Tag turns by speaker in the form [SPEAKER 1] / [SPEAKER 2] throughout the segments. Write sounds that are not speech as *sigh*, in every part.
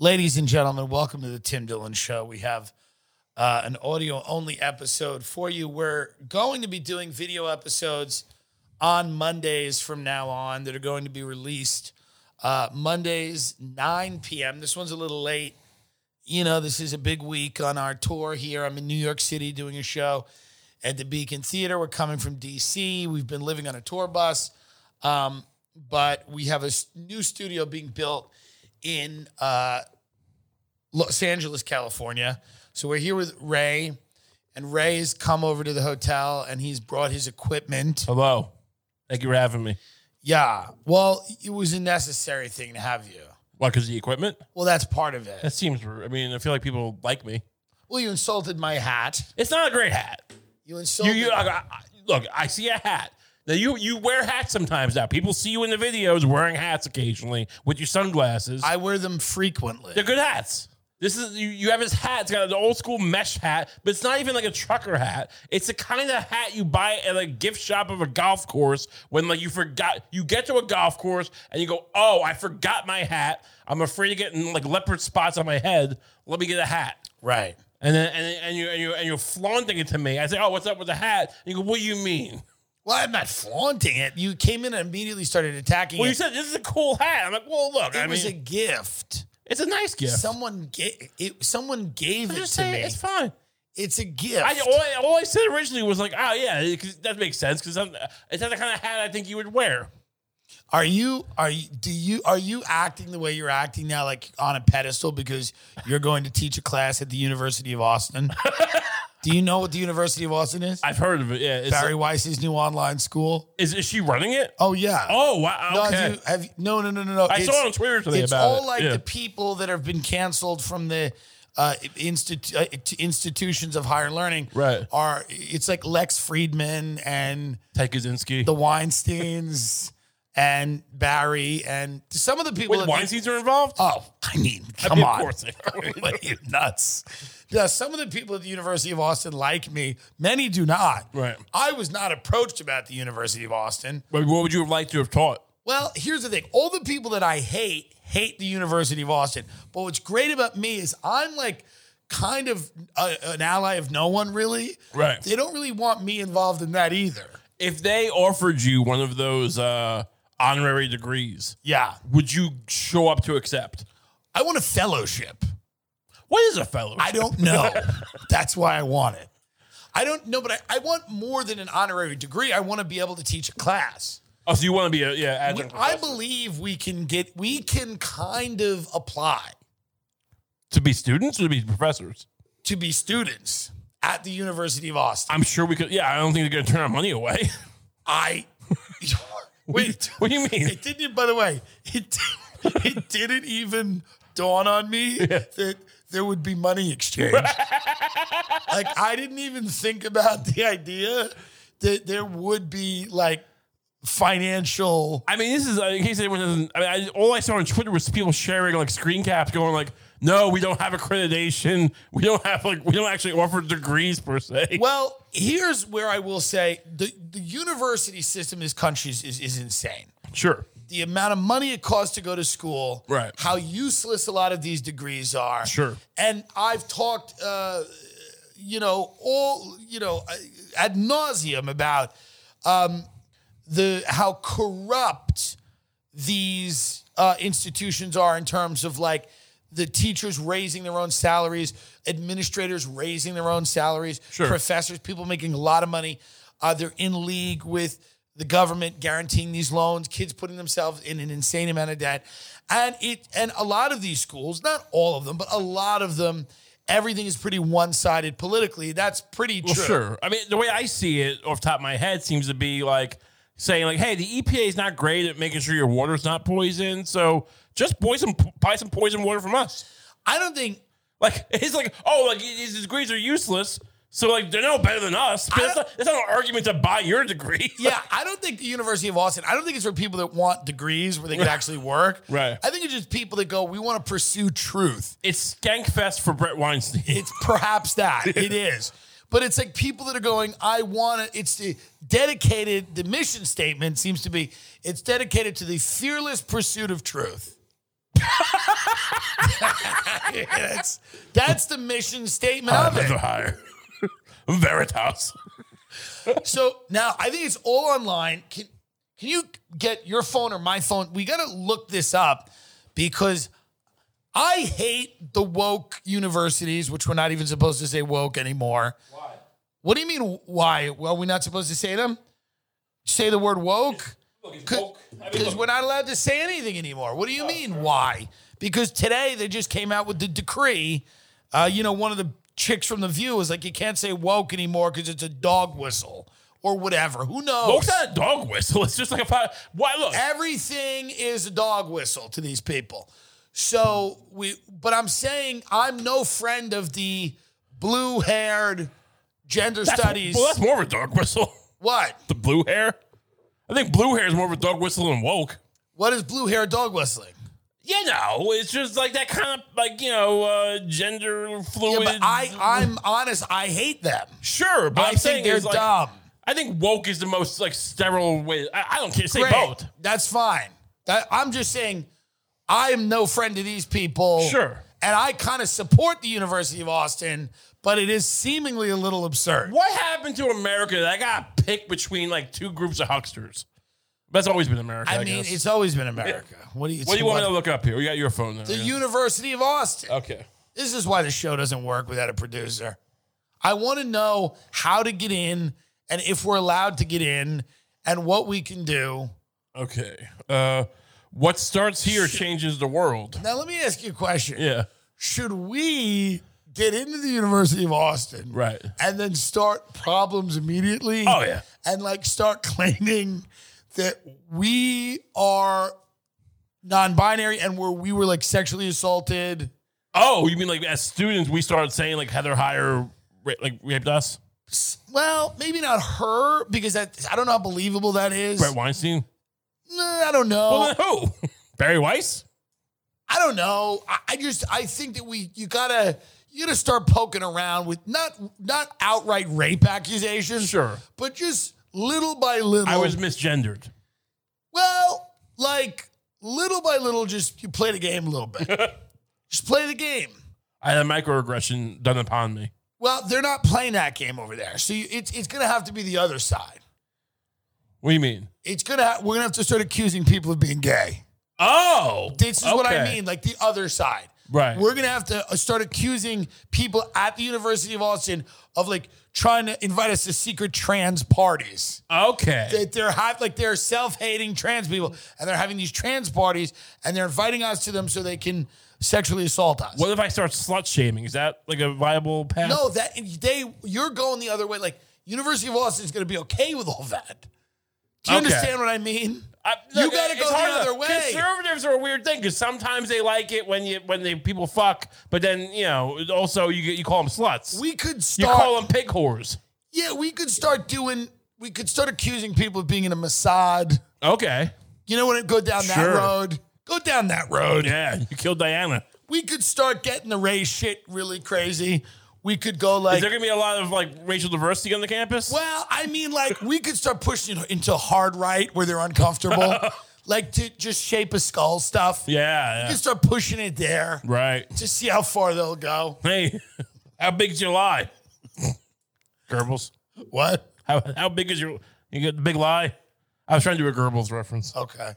[SPEAKER 1] Ladies and gentlemen, welcome to the Tim Dillon Show. We have uh, an audio only episode for you. We're going to be doing video episodes on Mondays from now on that are going to be released uh, Mondays, 9 p.m. This one's a little late. You know, this is a big week on our tour here. I'm in New York City doing a show at the Beacon Theater. We're coming from D.C., we've been living on a tour bus. Um, but we have a s- new studio being built in uh, Los Angeles, California. So we're here with Ray, and Ray has come over to the hotel and he's brought his equipment.
[SPEAKER 2] Hello. Thank you for having me.
[SPEAKER 1] Yeah. Well, it was a necessary thing to have you.
[SPEAKER 2] Why? Because the equipment?
[SPEAKER 1] Well, that's part of
[SPEAKER 2] That
[SPEAKER 1] it.
[SPEAKER 2] seems. I mean, I feel like people like me.
[SPEAKER 1] Well, you insulted my hat.
[SPEAKER 2] It's not a great hat.
[SPEAKER 1] You
[SPEAKER 2] You,
[SPEAKER 1] insulted.
[SPEAKER 2] you I, I- look. I see a hat. Now you you wear hats sometimes. Now people see you in the videos wearing hats occasionally with your sunglasses.
[SPEAKER 1] I wear them frequently.
[SPEAKER 2] They're good hats. This is you, you have this hat. It's got an old school mesh hat, but it's not even like a trucker hat. It's the kind of hat you buy at a gift shop of a golf course when like you forgot you get to a golf course and you go, "Oh, I forgot my hat. I'm afraid of getting like leopard spots on my head. Let me get a hat."
[SPEAKER 1] Right.
[SPEAKER 2] And then and, and you and you and you're flaunting it to me. I say, "Oh, what's up with the hat?" And you go, "What do you mean?"
[SPEAKER 1] Well, I'm not flaunting it. You came in and immediately started attacking
[SPEAKER 2] Well,
[SPEAKER 1] it.
[SPEAKER 2] you said this is a cool hat. I'm like, "Well, look,
[SPEAKER 1] it
[SPEAKER 2] I
[SPEAKER 1] was
[SPEAKER 2] mean,
[SPEAKER 1] a gift.
[SPEAKER 2] it's a nice gift."
[SPEAKER 1] Someone gave it. Someone gave
[SPEAKER 2] I'm
[SPEAKER 1] it
[SPEAKER 2] just
[SPEAKER 1] to
[SPEAKER 2] saying,
[SPEAKER 1] me.
[SPEAKER 2] it's fine.
[SPEAKER 1] It's a gift.
[SPEAKER 2] I all, I all I said originally was like, oh yeah, 'cause that makes sense because it's not the kind of hat I think you would wear.
[SPEAKER 1] are you? Are you? Do you? Are you acting the way you're acting now, like on a pedestal because you're going to teach a class at the University of
[SPEAKER 2] *laughs*
[SPEAKER 1] Austin? do you know what the University of Austin is?
[SPEAKER 2] I've heard of it. Yeah, is,
[SPEAKER 1] Barry Weiss's new online school.
[SPEAKER 2] is, is she running it?
[SPEAKER 1] Oh yeah.
[SPEAKER 2] Oh wow,
[SPEAKER 1] no,
[SPEAKER 2] okay.
[SPEAKER 1] have you, have you- no, no, no, no, no.
[SPEAKER 2] I saw it on Twitter today
[SPEAKER 1] It's
[SPEAKER 2] about
[SPEAKER 1] all
[SPEAKER 2] it.
[SPEAKER 1] like
[SPEAKER 2] Yeah.
[SPEAKER 1] the people that have been canceled from the uh, institu- uh, t- institutions of higher learning.
[SPEAKER 2] Right.
[SPEAKER 1] Are it's like Lex Friedman and
[SPEAKER 2] Ty Kaczynski.
[SPEAKER 1] the Weinstein's *laughs* and Barry and some of the people.
[SPEAKER 2] Wait,
[SPEAKER 1] that-
[SPEAKER 2] Weinstein's are involved.
[SPEAKER 1] Oh, I mean,
[SPEAKER 2] I
[SPEAKER 1] come
[SPEAKER 2] mean,
[SPEAKER 1] on. *laughs*
[SPEAKER 2] Of course they are. *laughs*
[SPEAKER 1] What are you nuts? Yeah, some of the people at the University of Austin like me. Many do not.
[SPEAKER 2] Right.
[SPEAKER 1] I was not approached about the University of Austin.
[SPEAKER 2] But what would you have liked to have taught?
[SPEAKER 1] Well, here's the thing. All the people that I hate hate the University of Austin. But what's great about me is I'm like kind of a, an ally of no one really.
[SPEAKER 2] Right.
[SPEAKER 1] They don't really want me involved in that either.
[SPEAKER 2] If they offered you one of those uh, honorary degrees,
[SPEAKER 1] Yeah.
[SPEAKER 2] would you show up to accept?
[SPEAKER 1] I want a fellowship.
[SPEAKER 2] What is a fellowship?
[SPEAKER 1] I
[SPEAKER 2] *laughs*
[SPEAKER 1] don't know. That's why I want it. I don't know, but I, I want more than an honorary degree. I want to be able to teach a class.
[SPEAKER 2] Oh, so you want to be a yeah?
[SPEAKER 1] We-
[SPEAKER 2] adjunct
[SPEAKER 1] I
[SPEAKER 2] professor.
[SPEAKER 1] believe we can get, we can kind of apply
[SPEAKER 2] to be students or to be professors?
[SPEAKER 1] to be students at the University of Austin.
[SPEAKER 2] I'm sure we could. Yeah, I don't think they're going to turn our money away.
[SPEAKER 1] I *laughs* wait.
[SPEAKER 2] *laughs* What do you mean?
[SPEAKER 1] It didn't. By the way, it didn't, it didn't even dawn on me that there would be money exchange. like I didn't even think about the idea that there would be like financial.
[SPEAKER 2] I mean, this is uh, in case anyone doesn't. I mean, I, all I saw on Twitter was people sharing like screen caps, going like, "No, we don't have accreditation. We don't have like we don't actually offer degrees per se."
[SPEAKER 1] Well, here's where I will say the the university system in this country is, is, is insane.
[SPEAKER 2] Sure,
[SPEAKER 1] the amount of money it costs to go to school,
[SPEAKER 2] Right.
[SPEAKER 1] How useless a lot of these degrees are.
[SPEAKER 2] Sure.
[SPEAKER 1] And I've talked, uh, you know, all you know, ad nauseum about um, the how corrupt these uh, institutions are in terms of like the teachers raising their own salaries, administrators raising their own salaries,
[SPEAKER 2] Sure.
[SPEAKER 1] professors, people making a lot of money. Uh, they're in league with the government guaranteeing these loans, kids putting themselves in an insane amount of debt. And it and a lot of these schools, not all of them, but a lot of them, everything is pretty one-sided politically. That's pretty true.
[SPEAKER 2] sure. I mean, the way I see it, off the top of my head, seems to E be like saying like, "Hey, the EPA is not great at making sure your water's not poisoned, so just poison, buy some poison water from us.
[SPEAKER 1] I don't think
[SPEAKER 2] Like *laughs* it's like, oh, like these degrees are useless. So like they're no better than us. But
[SPEAKER 1] I
[SPEAKER 2] that's,
[SPEAKER 1] don't-
[SPEAKER 2] not, that's not an argument to buy your degree. *laughs*
[SPEAKER 1] Yeah, I don't think the University of Austin. I don't think it's for people that want degrees where they can actually work.
[SPEAKER 2] Right.
[SPEAKER 1] I think it's just people that go, we want to pursue truth.
[SPEAKER 2] It's skankfest for Brett Weinstein. *laughs*
[SPEAKER 1] It's perhaps that it is, but it's like people that are going, I want to. It's the dedicated. The mission statement seems to be it's dedicated to the fearless pursuit of truth. *laughs* that's, that's the mission statement of
[SPEAKER 2] Uh-huh.
[SPEAKER 1] it.
[SPEAKER 2] higher. *laughs* Veritas.
[SPEAKER 1] So now I think it's all online. Can can you get your phone or my phone? We gotta look this up because I hate the woke universities, which we're not even supposed to say woke anymore. Why? What do you mean why? Well, we're not supposed to say them? Say the word woke? Because we're not allowed to say anything anymore. What do you mean? Why? Because today they just came out with the decree. Uh, you know, one of the chicks from The View was like, you can't say woke anymore because it's a dog whistle or whatever. Who knows?
[SPEAKER 2] Woke's not a dog whistle. *laughs* It's just like a fi- why look.
[SPEAKER 1] Everything is a dog whistle to these people. So we, but I'm saying I'm no friend of the blue haired gender studies.
[SPEAKER 2] Well, that's more of a dog whistle. *laughs*
[SPEAKER 1] what?
[SPEAKER 2] The blue hair. I think blue hair is more of a dog whistle than woke.
[SPEAKER 1] What is blue hair dog whistling?
[SPEAKER 2] You know, it's just like that kind of like you know uh, gender
[SPEAKER 1] Yeah,
[SPEAKER 2] fluid.
[SPEAKER 1] but I, I'm honest. I hate them.
[SPEAKER 2] sure, but
[SPEAKER 1] I
[SPEAKER 2] am saying
[SPEAKER 1] think they're
[SPEAKER 2] is, like,
[SPEAKER 1] dumb.
[SPEAKER 2] I think woke is the most like sterile way. I, I don't care. Say
[SPEAKER 1] Great.
[SPEAKER 2] both.
[SPEAKER 1] That's fine. That, I'm just saying, I am no friend of these people.
[SPEAKER 2] Sure.
[SPEAKER 1] And I kind of support the University of Austin, but it is seemingly a little absurd.
[SPEAKER 2] What happened to America that I got picked between like two groups of hucksters? That's always been America. I,
[SPEAKER 1] I, mean,
[SPEAKER 2] guess.
[SPEAKER 1] it's always been America. What do you?
[SPEAKER 2] what do you want me to look up here? We got your phone there.
[SPEAKER 1] the
[SPEAKER 2] yeah.
[SPEAKER 1] University of Austin.
[SPEAKER 2] okay.
[SPEAKER 1] This is why the show doesn't work without a producer. I want to know how to get in and if we're allowed to get in and what we can do.
[SPEAKER 2] Okay. Uh, what starts here changes the world.
[SPEAKER 1] Now, let me ask you a question.
[SPEAKER 2] Yeah.
[SPEAKER 1] Should we get into the University of Austin?
[SPEAKER 2] Right.
[SPEAKER 1] and then start problems immediately.
[SPEAKER 2] Oh, yeah.
[SPEAKER 1] And like start claiming that we are non-binary and where we were like sexually assaulted.
[SPEAKER 2] Oh, you mean like as students we started saying like Heather Higher ra- like raped us?
[SPEAKER 1] Well, maybe not her because that I don't know how believable that is.
[SPEAKER 2] Brett Weinstein.
[SPEAKER 1] Nah, I don't know.
[SPEAKER 2] Well, then who? Barry Weiss.
[SPEAKER 1] I don't know. I, I just I think that we you gotta you gotta start poking around with not not outright rape accusations,
[SPEAKER 2] Sure.
[SPEAKER 1] but just little by little.
[SPEAKER 2] I was misgendered.
[SPEAKER 1] Well, like little by little, just you play the game a little
[SPEAKER 2] *laughs*
[SPEAKER 1] bit. just play the game.
[SPEAKER 2] I had a microaggression done upon me.
[SPEAKER 1] Well, they're not playing that game over there, so you, it's it's gonna have to be the other side.
[SPEAKER 2] What do you mean?
[SPEAKER 1] It's gonna ha- we're gonna have to start accusing people of being gay.
[SPEAKER 2] Oh,
[SPEAKER 1] This is what I
[SPEAKER 2] okay.
[SPEAKER 1] mean, like the other side.
[SPEAKER 2] Right.
[SPEAKER 1] We're gonna have to uh, start accusing people at the University of Austin of like trying to invite us to secret trans parties.
[SPEAKER 2] Okay.
[SPEAKER 1] that they're hot, like they're self-hating trans people, and they're having these trans parties, and they're inviting us to them so they can sexually assault us.
[SPEAKER 2] What if I start slut shaming? Is that like a viable path?
[SPEAKER 1] No, that they you're going the other way. Like University of Austin is going to be okay with all that. Do you
[SPEAKER 2] Okay.
[SPEAKER 1] understand what I mean?
[SPEAKER 2] I-
[SPEAKER 1] You
[SPEAKER 2] look,
[SPEAKER 1] gotta
[SPEAKER 2] it's
[SPEAKER 1] go the
[SPEAKER 2] hard
[SPEAKER 1] other
[SPEAKER 2] enough.
[SPEAKER 1] way.
[SPEAKER 2] Conservatives are a weird thing because sometimes they like it when you when they people fuck, but then you know also you you call them sluts.
[SPEAKER 1] We could
[SPEAKER 2] you
[SPEAKER 1] start.
[SPEAKER 2] call them pig whores.
[SPEAKER 1] yeah, we could start doing. We could start accusing people of being in a Mossad.
[SPEAKER 2] Okay.
[SPEAKER 1] You know, when it go down that
[SPEAKER 2] Sure.
[SPEAKER 1] road, go down that road.
[SPEAKER 2] Yeah, you killed Diana.
[SPEAKER 1] We could start getting the race shit really crazy. We could go
[SPEAKER 2] Is
[SPEAKER 1] like
[SPEAKER 2] there gonna be a lot of like racial diversity on the campus?
[SPEAKER 1] Well, I mean, like we could start pushing it into hard right where they're
[SPEAKER 2] *laughs*
[SPEAKER 1] uncomfortable, like to just shape a skull stuff.
[SPEAKER 2] Yeah.
[SPEAKER 1] You
[SPEAKER 2] yeah.
[SPEAKER 1] can start pushing it there
[SPEAKER 2] Right. *laughs*
[SPEAKER 1] to see how far they'll go.
[SPEAKER 2] Hey, *laughs* how big's your lie? *laughs* Goebbels.
[SPEAKER 1] What?
[SPEAKER 2] How how big is your you got the big lie? I was trying to do a Goebbels reference.
[SPEAKER 1] Okay,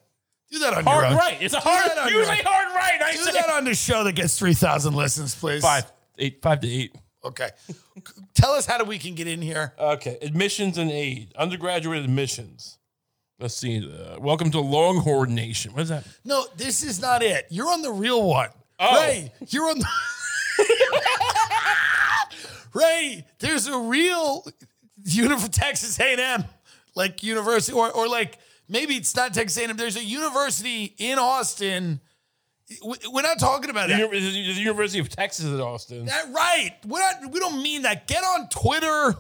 [SPEAKER 1] do that on
[SPEAKER 2] Hard
[SPEAKER 1] your own.
[SPEAKER 2] right. It's a hard
[SPEAKER 1] that on your
[SPEAKER 2] usually
[SPEAKER 1] own.
[SPEAKER 2] hard right. I
[SPEAKER 1] Do
[SPEAKER 2] say
[SPEAKER 1] that on the show that gets three thousand listens, please.
[SPEAKER 2] *laughs* five eight five to eight.
[SPEAKER 1] Okay. *laughs* Tell us how we can get in here.
[SPEAKER 2] Okay, admissions and aid, undergraduate admissions. Let's see. Uh, welcome to Longhorn Nation. What is that?
[SPEAKER 1] No, this is not it. You're on the real one.
[SPEAKER 2] Oh.
[SPEAKER 1] Ray, you're on the. *laughs* Ray, there's a real uni- Texas A&M, like university, or, or like maybe it's not Texas A&M. There's a university in Austin We- We're not talking about that.
[SPEAKER 2] Uni- the University of Texas at Austin.
[SPEAKER 1] That right. We're not, we don't mean that. Get on Twitter.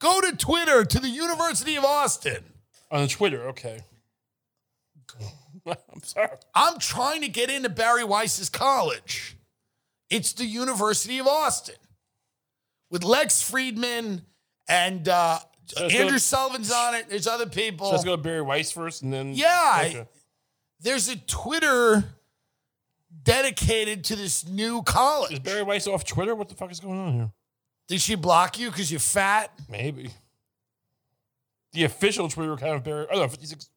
[SPEAKER 1] Go to Twitter to the University of Austin.
[SPEAKER 2] On Twitter, okay. *laughs* I'm sorry.
[SPEAKER 1] I'm trying to get into Barry Weiss's college. It's the University of Austin with Lex Friedman and uh,
[SPEAKER 2] let's
[SPEAKER 1] Andrew
[SPEAKER 2] go-
[SPEAKER 1] Sullivan's on it. There's other people.
[SPEAKER 2] So let's go to Barry Weiss first, and then
[SPEAKER 1] Yeah, I-
[SPEAKER 2] Okay.
[SPEAKER 1] There's a Twitter dedicated to this new college.
[SPEAKER 2] Is Barry Weiss off Twitter? What the fuck is going on here?
[SPEAKER 1] Did she block you because you're fat?
[SPEAKER 2] Maybe. The official Twitter account of Barry. Oh no, 56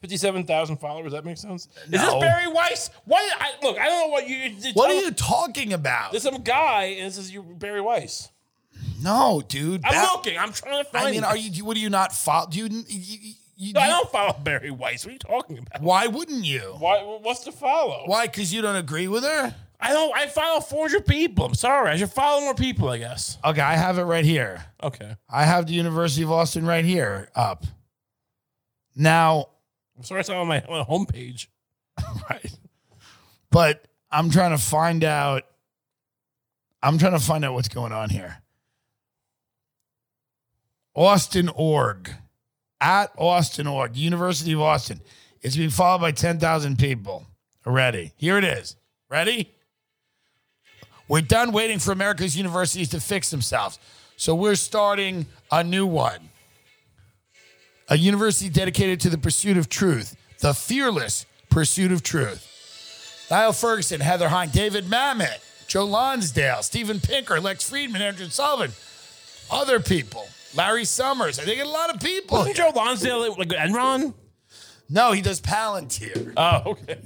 [SPEAKER 2] 57,000 followers. That makes sense. Is
[SPEAKER 1] No.
[SPEAKER 2] this Barry Weiss? Why? I, look, I don't know what you. you
[SPEAKER 1] What are
[SPEAKER 2] tell-
[SPEAKER 1] you talking about?
[SPEAKER 2] There's some guy, and this is you, Barry Weiss.
[SPEAKER 1] no, dude.
[SPEAKER 2] I'm
[SPEAKER 1] that-
[SPEAKER 2] looking. I'm trying to find.
[SPEAKER 1] I mean,
[SPEAKER 2] this.
[SPEAKER 1] are you? What do you not follow? Do you? you, you, you-
[SPEAKER 2] No, I don't follow Barry Weiss. What are you talking about?
[SPEAKER 1] Why wouldn't you?
[SPEAKER 2] Why? What's to follow?
[SPEAKER 1] Why? Because you don't agree with her?
[SPEAKER 2] I don't. I follow 400 people. I'm sorry. I should follow more people. I guess.
[SPEAKER 1] Okay, I have it right here.
[SPEAKER 2] Okay.
[SPEAKER 1] I have the University of Austin right here up. Now,
[SPEAKER 2] I'm sorry. It's not on my, on my homepage.
[SPEAKER 1] *laughs* right, but I'm trying to find out. I'm trying to find out what's going on here. Austin org, at Austin org, University of Austin. It's been followed by 10,000 people already. Here it is. Ready? We're done waiting for America's universities to fix themselves. So we're starting a new one. A university dedicated to the pursuit of truth, the fearless pursuit of truth. Niall Ferguson, Heather Hine, David Mamet, Joe Lonsdale, Stephen Pinker, Lex Friedman, Andrew Sullivan, other people, Larry Summers. I think a lot of people.
[SPEAKER 2] Isn't Joe Lonsdale like Enron?
[SPEAKER 1] No, he does Palantir.
[SPEAKER 2] Oh, okay.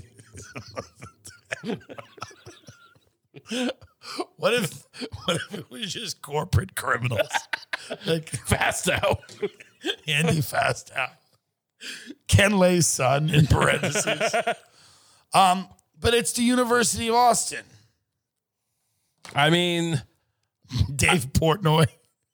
[SPEAKER 1] *laughs* What if what if it was just corporate
[SPEAKER 2] *laughs*
[SPEAKER 1] criminals like
[SPEAKER 2] Fast out.
[SPEAKER 1] Andy Fastow, Ken Lay's son in
[SPEAKER 2] *laughs*
[SPEAKER 1] parentheses? um, but it's the University of Austin.
[SPEAKER 2] I mean,
[SPEAKER 1] Dave Portnoy.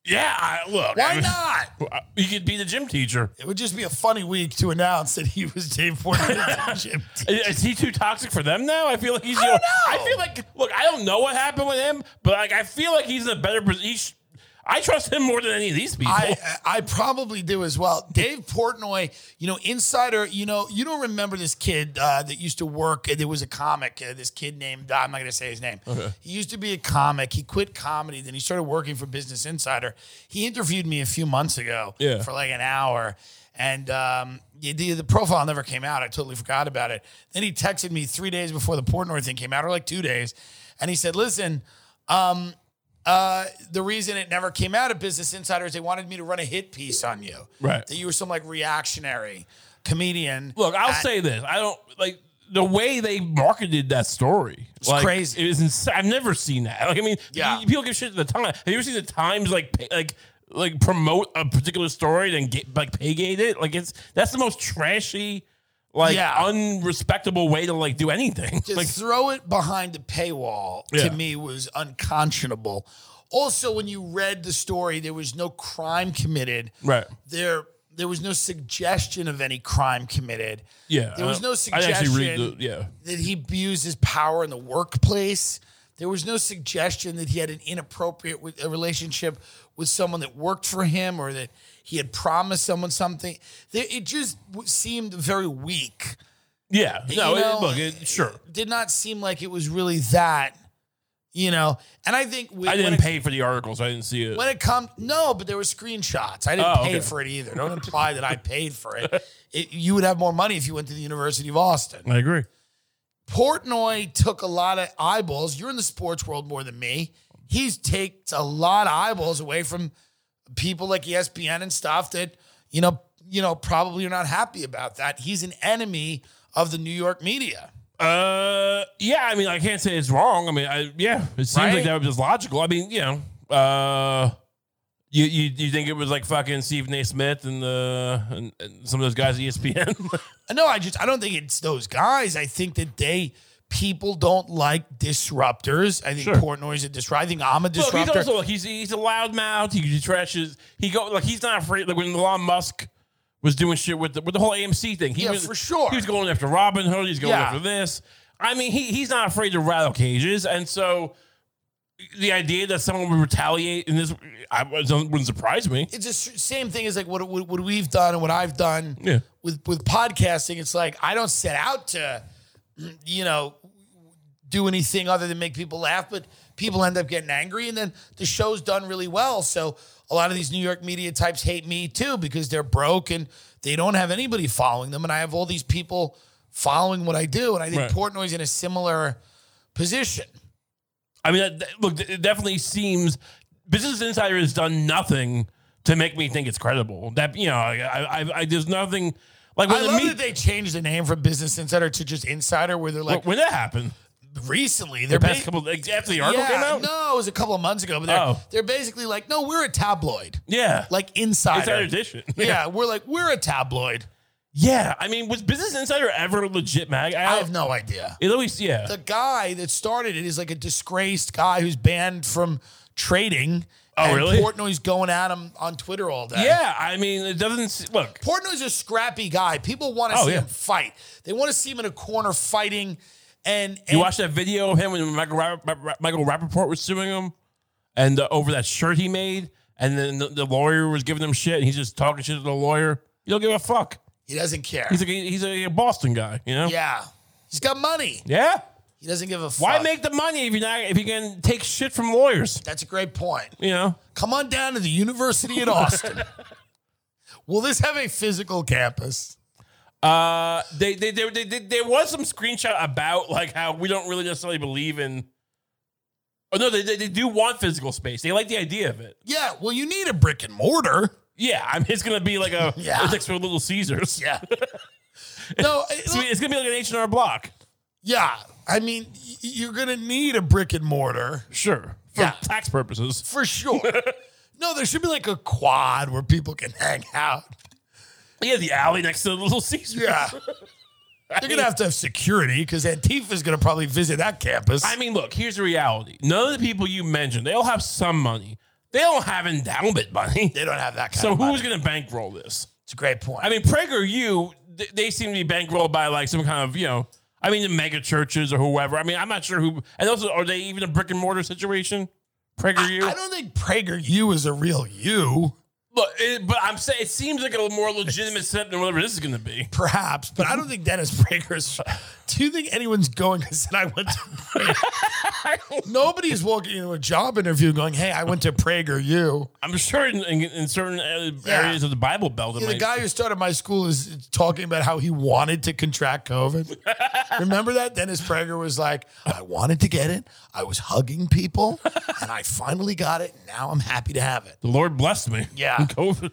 [SPEAKER 2] yeah. I, look. I
[SPEAKER 1] Why
[SPEAKER 2] mean,
[SPEAKER 1] not?
[SPEAKER 2] You could be the gym teacher.
[SPEAKER 1] It would just be a funny week to announce that he was Dave
[SPEAKER 2] *laughs*
[SPEAKER 1] Portnoy's gym teacher.
[SPEAKER 2] Is is he too toxic for them now? I feel like he's.
[SPEAKER 1] I don't know.
[SPEAKER 2] I feel like look. I don't know what happened with him, but like I feel like he's in a better position. I trust him more than any of these people.
[SPEAKER 1] I uh, I probably do as well. Dave Portnoy, you know, insider. You know, you don't remember this kid uh, that used to work. uh, There was a comic. Uh, this kid named I'm not going to say his name. He used to be a comic. He quit comedy. Then he started working for Business Insider. He interviewed me a few months ago.
[SPEAKER 2] Yeah.
[SPEAKER 1] For like an hour. And um, the, the profile never came out. I totally forgot about it. Then he texted me three days before the Portnoy thing came out, or like two days. And he said, Listen, um, uh, the reason it never came out of Business Insider is they wanted me to run a hit piece on you.
[SPEAKER 2] Right.
[SPEAKER 1] That you were some like reactionary comedian.
[SPEAKER 2] Look, I'll
[SPEAKER 1] I-
[SPEAKER 2] say this. I don't like the way they marketed that story. It's like,
[SPEAKER 1] crazy.
[SPEAKER 2] It is insane. I've never seen that. Like, I mean,
[SPEAKER 1] Yeah.
[SPEAKER 2] yeah. people give shit to the time. Have you ever seen the Times like pay, like like promote a particular story then get like pay gate it? Like it's that's the most trashy, like
[SPEAKER 1] Yeah.
[SPEAKER 2] unrespectable way to like do anything.
[SPEAKER 1] to
[SPEAKER 2] like
[SPEAKER 1] throw it behind the paywall
[SPEAKER 2] Yeah.
[SPEAKER 1] to me was unconscionable. Also, when you read the story, there was no crime committed.
[SPEAKER 2] right.
[SPEAKER 1] There, there was no suggestion of any crime committed.
[SPEAKER 2] Yeah.
[SPEAKER 1] There was
[SPEAKER 2] I-
[SPEAKER 1] no
[SPEAKER 2] I didn't
[SPEAKER 1] suggestion
[SPEAKER 2] actually read the- yeah.
[SPEAKER 1] that he abused his power in the workplace. There was no suggestion that he had an inappropriate with, a relationship with someone that worked for him or that he had promised someone something. There, it just w- seemed very weak.
[SPEAKER 2] Yeah. No,
[SPEAKER 1] You know,
[SPEAKER 2] it, look, it, sure.
[SPEAKER 1] Did not seem like it was really that, you know. And I think we,
[SPEAKER 2] I
[SPEAKER 1] when
[SPEAKER 2] didn't
[SPEAKER 1] it,
[SPEAKER 2] pay for the articles. I didn't see it.
[SPEAKER 1] when it comes. No, but there were screenshots. I didn't
[SPEAKER 2] Oh,
[SPEAKER 1] pay
[SPEAKER 2] okay.
[SPEAKER 1] for it either. Don't imply that I paid for it. it. You would have more money if you went to the University of Austin.
[SPEAKER 2] I agree.
[SPEAKER 1] Portnoy took a lot of eyeballs. You're in the sports world more than me. He's takes a lot of eyeballs away from people like E ESPN and stuff that you know, you know, probably are not happy about that. He's an enemy of the New York media.
[SPEAKER 2] Uh, yeah. I mean, I can't say it's wrong. I mean, I, yeah, it seems
[SPEAKER 1] Right?
[SPEAKER 2] like that was logical. I mean, you know, uh, you, you you think it was like fucking Steve Naismith and the and, and some of those guys at E *laughs* ESPN?
[SPEAKER 1] No, I just I don't think it's those guys. I think that they people don't like disruptors. I think
[SPEAKER 2] Sure.
[SPEAKER 1] Portnoy's a disruptor. I think I'm a
[SPEAKER 2] Look, he's
[SPEAKER 1] disruptor.
[SPEAKER 2] also look, he's he's a loudmouth. He, he trashes. He go like he's not afraid. Like when Elon Musk was doing shit with the with the whole AMC thing. He
[SPEAKER 1] Yeah,
[SPEAKER 2] was,
[SPEAKER 1] for sure.
[SPEAKER 2] He was going after Robin Hood. He's going
[SPEAKER 1] Yeah.
[SPEAKER 2] after this. I mean, he he's not afraid to rattle cages, and so the idea that someone would retaliate in this I, doesn't- wouldn't surprise me.
[SPEAKER 1] It's the s- same thing as like what, what what we've done and what I've done
[SPEAKER 2] Yeah.
[SPEAKER 1] with with podcasting. It's like I don't set out to, you know, do anything other than make people laugh, but people end up getting angry, and then the show's done really well. So a lot of these New York media types hate me too because they're broke and they don't have anybody following them, and I have all these people following what I do, and I think
[SPEAKER 2] Right.
[SPEAKER 1] Portnoy's in a similar position.
[SPEAKER 2] I mean, that, that- look, it definitely seems Business Insider has done nothing to make me think it's credible. That you know, I, I, I there's nothing like when
[SPEAKER 1] I
[SPEAKER 2] the
[SPEAKER 1] love
[SPEAKER 2] me-
[SPEAKER 1] that they changed the name from Business Insider to just Insider, where they're like
[SPEAKER 2] when that happened.
[SPEAKER 1] recently
[SPEAKER 2] The
[SPEAKER 1] they're
[SPEAKER 2] past
[SPEAKER 1] ba-
[SPEAKER 2] couple like, after the article
[SPEAKER 1] yeah,
[SPEAKER 2] came out.
[SPEAKER 1] No, it was a couple of months ago. But they're,
[SPEAKER 2] Oh.
[SPEAKER 1] they're basically like, no, we're a tabloid,
[SPEAKER 2] Yeah,
[SPEAKER 1] like insider.
[SPEAKER 2] Insider Edition.
[SPEAKER 1] Yeah. we're like we're a tabloid.
[SPEAKER 2] *laughs* yeah. I mean, was Business Insider ever a legit mag? I,
[SPEAKER 1] I have no idea.
[SPEAKER 2] It always yeah.
[SPEAKER 1] The guy that started it is like a disgraced guy who's banned from trading.
[SPEAKER 2] Oh,
[SPEAKER 1] and
[SPEAKER 2] really?
[SPEAKER 1] Portnoy's going at him on Twitter all day.
[SPEAKER 2] yeah, I mean, it doesn't s- look.
[SPEAKER 1] Portnoy's a scrappy guy. People want to
[SPEAKER 2] Oh,
[SPEAKER 1] see
[SPEAKER 2] yeah.
[SPEAKER 1] him fight. They want to see him in a corner fighting. And,
[SPEAKER 2] You
[SPEAKER 1] and-
[SPEAKER 2] watched that video of him when Michael, Rapp- Rapp- Michael Rappaport was suing him and uh, over that shirt he made. And then the, the lawyer was giving him shit and he's just talking shit to the lawyer. You don't give a fuck.
[SPEAKER 1] he doesn't care.
[SPEAKER 2] He's like, he's a Boston guy, you know?
[SPEAKER 1] yeah, he's got money.
[SPEAKER 2] Yeah?
[SPEAKER 1] He doesn't give a fuck.
[SPEAKER 2] Why make the money if you're not, if you can take shit from lawyers,
[SPEAKER 1] That's a great point.
[SPEAKER 2] you know?
[SPEAKER 1] come on down to the university at
[SPEAKER 2] *laughs*
[SPEAKER 1] austin will this have a physical campus
[SPEAKER 2] Uh, they, they, they, they, they, there was some screenshot about like how we don't really necessarily believe in. Oh no, they, they, they do want physical space. They like the idea of it.
[SPEAKER 1] yeah well you need a brick and mortar
[SPEAKER 2] Yeah, I mean, it's gonna be like
[SPEAKER 1] *laughs*
[SPEAKER 2] a
[SPEAKER 1] Yeah.
[SPEAKER 2] it's like for Little Caesars.
[SPEAKER 1] yeah *laughs* no it-
[SPEAKER 2] *laughs* It's gonna be- it's gonna be like an H and R Block.
[SPEAKER 1] yeah i mean y- you're gonna need a brick and mortar
[SPEAKER 2] Sure. For
[SPEAKER 1] Yeah.
[SPEAKER 2] tax purposes.
[SPEAKER 1] for
[SPEAKER 2] *laughs*
[SPEAKER 1] sure no there should be like a quad where people can hang out
[SPEAKER 2] Yeah, the alley next to Little Caesars. *laughs*
[SPEAKER 1] yeah you're gonna have to have security because antifa's gonna probably visit that campus
[SPEAKER 2] I mean, look, here's the reality. None of the people you mentioned, they all have some money. They don't have endowment money.
[SPEAKER 1] they don't have that kind
[SPEAKER 2] So
[SPEAKER 1] of money.
[SPEAKER 2] who's gonna bankroll this?
[SPEAKER 1] it's a great point
[SPEAKER 2] I mean, Prager U, th- they seem to be bankrolled by like some kind of, you know, I mean, the mega churches or whoever. I mean, I'm not sure who. And also, are they even a brick and mortar situation? Prager U?
[SPEAKER 1] I don't think prager u is a real u
[SPEAKER 2] Look, it, but I'm saying it seems like a more legitimate step than whatever this is going to be.
[SPEAKER 1] Perhaps, but I don't think Dennis Prager's. Do you think anyone's going? *laughs* I said I went to. Prager. Nobody's walking into a job interview going, "Hey, I went to Prager U."
[SPEAKER 2] I'm sure in, in, in certain uh,
[SPEAKER 1] Yeah.
[SPEAKER 2] areas of the Bible Belt, it
[SPEAKER 1] The
[SPEAKER 2] might-
[SPEAKER 1] guy who started my school is talking about how he wanted to contract COVID. Remember that Dennis Prager was like, "I wanted to get it. I was hugging people, and I finally got it. Now I'm happy to have it."
[SPEAKER 2] the Lord blessed me.
[SPEAKER 1] Yeah.
[SPEAKER 2] from *laughs* COVID.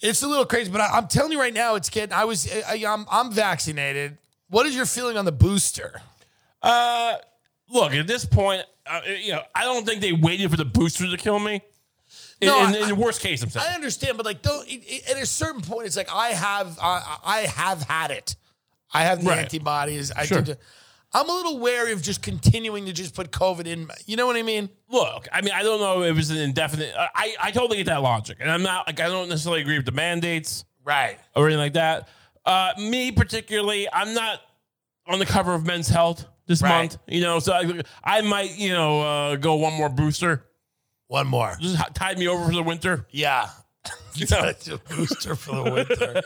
[SPEAKER 1] It's a little crazy, but I, I'm telling you right now, it's getting. I was. I, I'm, I'm vaccinated. What is your feeling on the booster?
[SPEAKER 2] Uh, look, at this point, uh, you know, I don't think they waited for the booster to kill me. In,
[SPEAKER 1] No,
[SPEAKER 2] in,
[SPEAKER 1] I-
[SPEAKER 2] in the worst case, I'm saying.
[SPEAKER 1] I understand, but like, don't it, it- at a certain point, it's like I have, I, I have had it. I have the
[SPEAKER 2] Right.
[SPEAKER 1] antibodies. I
[SPEAKER 2] Sure.
[SPEAKER 1] did- I'm a little wary of just continuing to just put COVID in. my- You know what I mean?
[SPEAKER 2] look, I mean, I don't know if it's an indefinite. I- I, I totally get that logic, and I'm not like I don't necessarily agree with the mandates
[SPEAKER 1] Right.
[SPEAKER 2] or anything like that. Uh, me particularly, I'm not on the cover of Men's Health this
[SPEAKER 1] Right.
[SPEAKER 2] month, you know, so I, I might, you know, uh, go one more booster.
[SPEAKER 1] One more.
[SPEAKER 2] Just h- tide me over for the winter.
[SPEAKER 1] Yeah.
[SPEAKER 2] *laughs*
[SPEAKER 1] *laughs*
[SPEAKER 2] You know?
[SPEAKER 1] It's a *laughs* booster for the winter.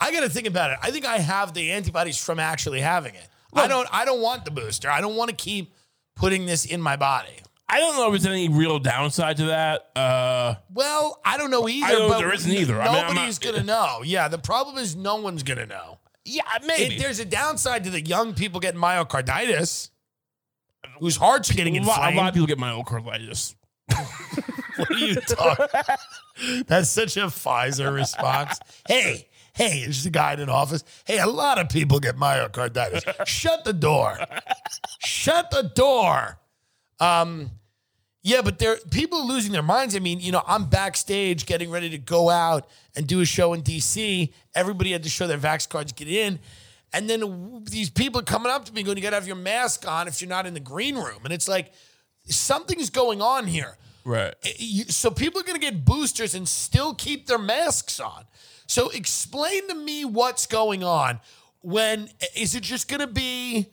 [SPEAKER 1] I got to think about it. I think I have the antibodies from actually having it. I don't. I don't want the booster. I don't want to keep putting this in my body.
[SPEAKER 2] I don't know if there's any real downside to that. Uh,
[SPEAKER 1] Well, I don't know either.
[SPEAKER 2] I don't-
[SPEAKER 1] but
[SPEAKER 2] there isn't either. I mean, I'm
[SPEAKER 1] Nobody's
[SPEAKER 2] *laughs* not-
[SPEAKER 1] gonna know. Yeah, the problem is no one's gonna know.
[SPEAKER 2] yeah,
[SPEAKER 1] It, there's a downside to the young people getting myocarditis, whose hearts are getting
[SPEAKER 2] a, lot, a
[SPEAKER 1] inflamed.
[SPEAKER 2] lot of people get *laughs* myocarditis.
[SPEAKER 1] what are you talking? That's such a Pfizer response. Hey, hey, it's just a guy in an office. Hey, a lot of people get myocarditis. Shut the door. Shut the door. Um, yeah, but there people are losing their minds. I mean, you know, I'm backstage getting ready to go out and do a show in DC. Everybody had to show their vax cards to get in. And then w- these people are coming up to me going, You gotta have your mask on if you're not in the green room. And it's like something's going on here
[SPEAKER 2] Right.
[SPEAKER 1] Eh, you, so people are going to get boosters and still keep their masks on. So explain to me what's going on. When eh, is it just going to be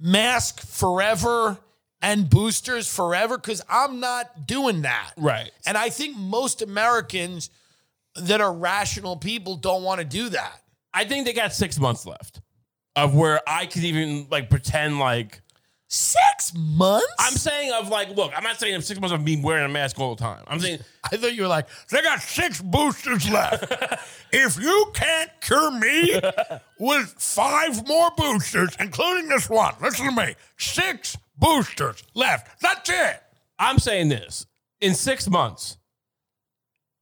[SPEAKER 1] mask forever and boosters forever? Because I'm not doing that.
[SPEAKER 2] Right.
[SPEAKER 1] And I think most Americans that are rational people don't want to do that.
[SPEAKER 2] I think they got six months left of where I could even like pretend like
[SPEAKER 1] Six months?
[SPEAKER 2] I'm saying of like, look, I'm not saying I'm six months of me wearing a mask all the time. I'm saying
[SPEAKER 1] I thought you were like, they got six boosters
[SPEAKER 2] *laughs*
[SPEAKER 1] left. if you can't cure me with five more boosters, including this one, listen to me, six boosters left. That's it.
[SPEAKER 2] I'm saying this in six months.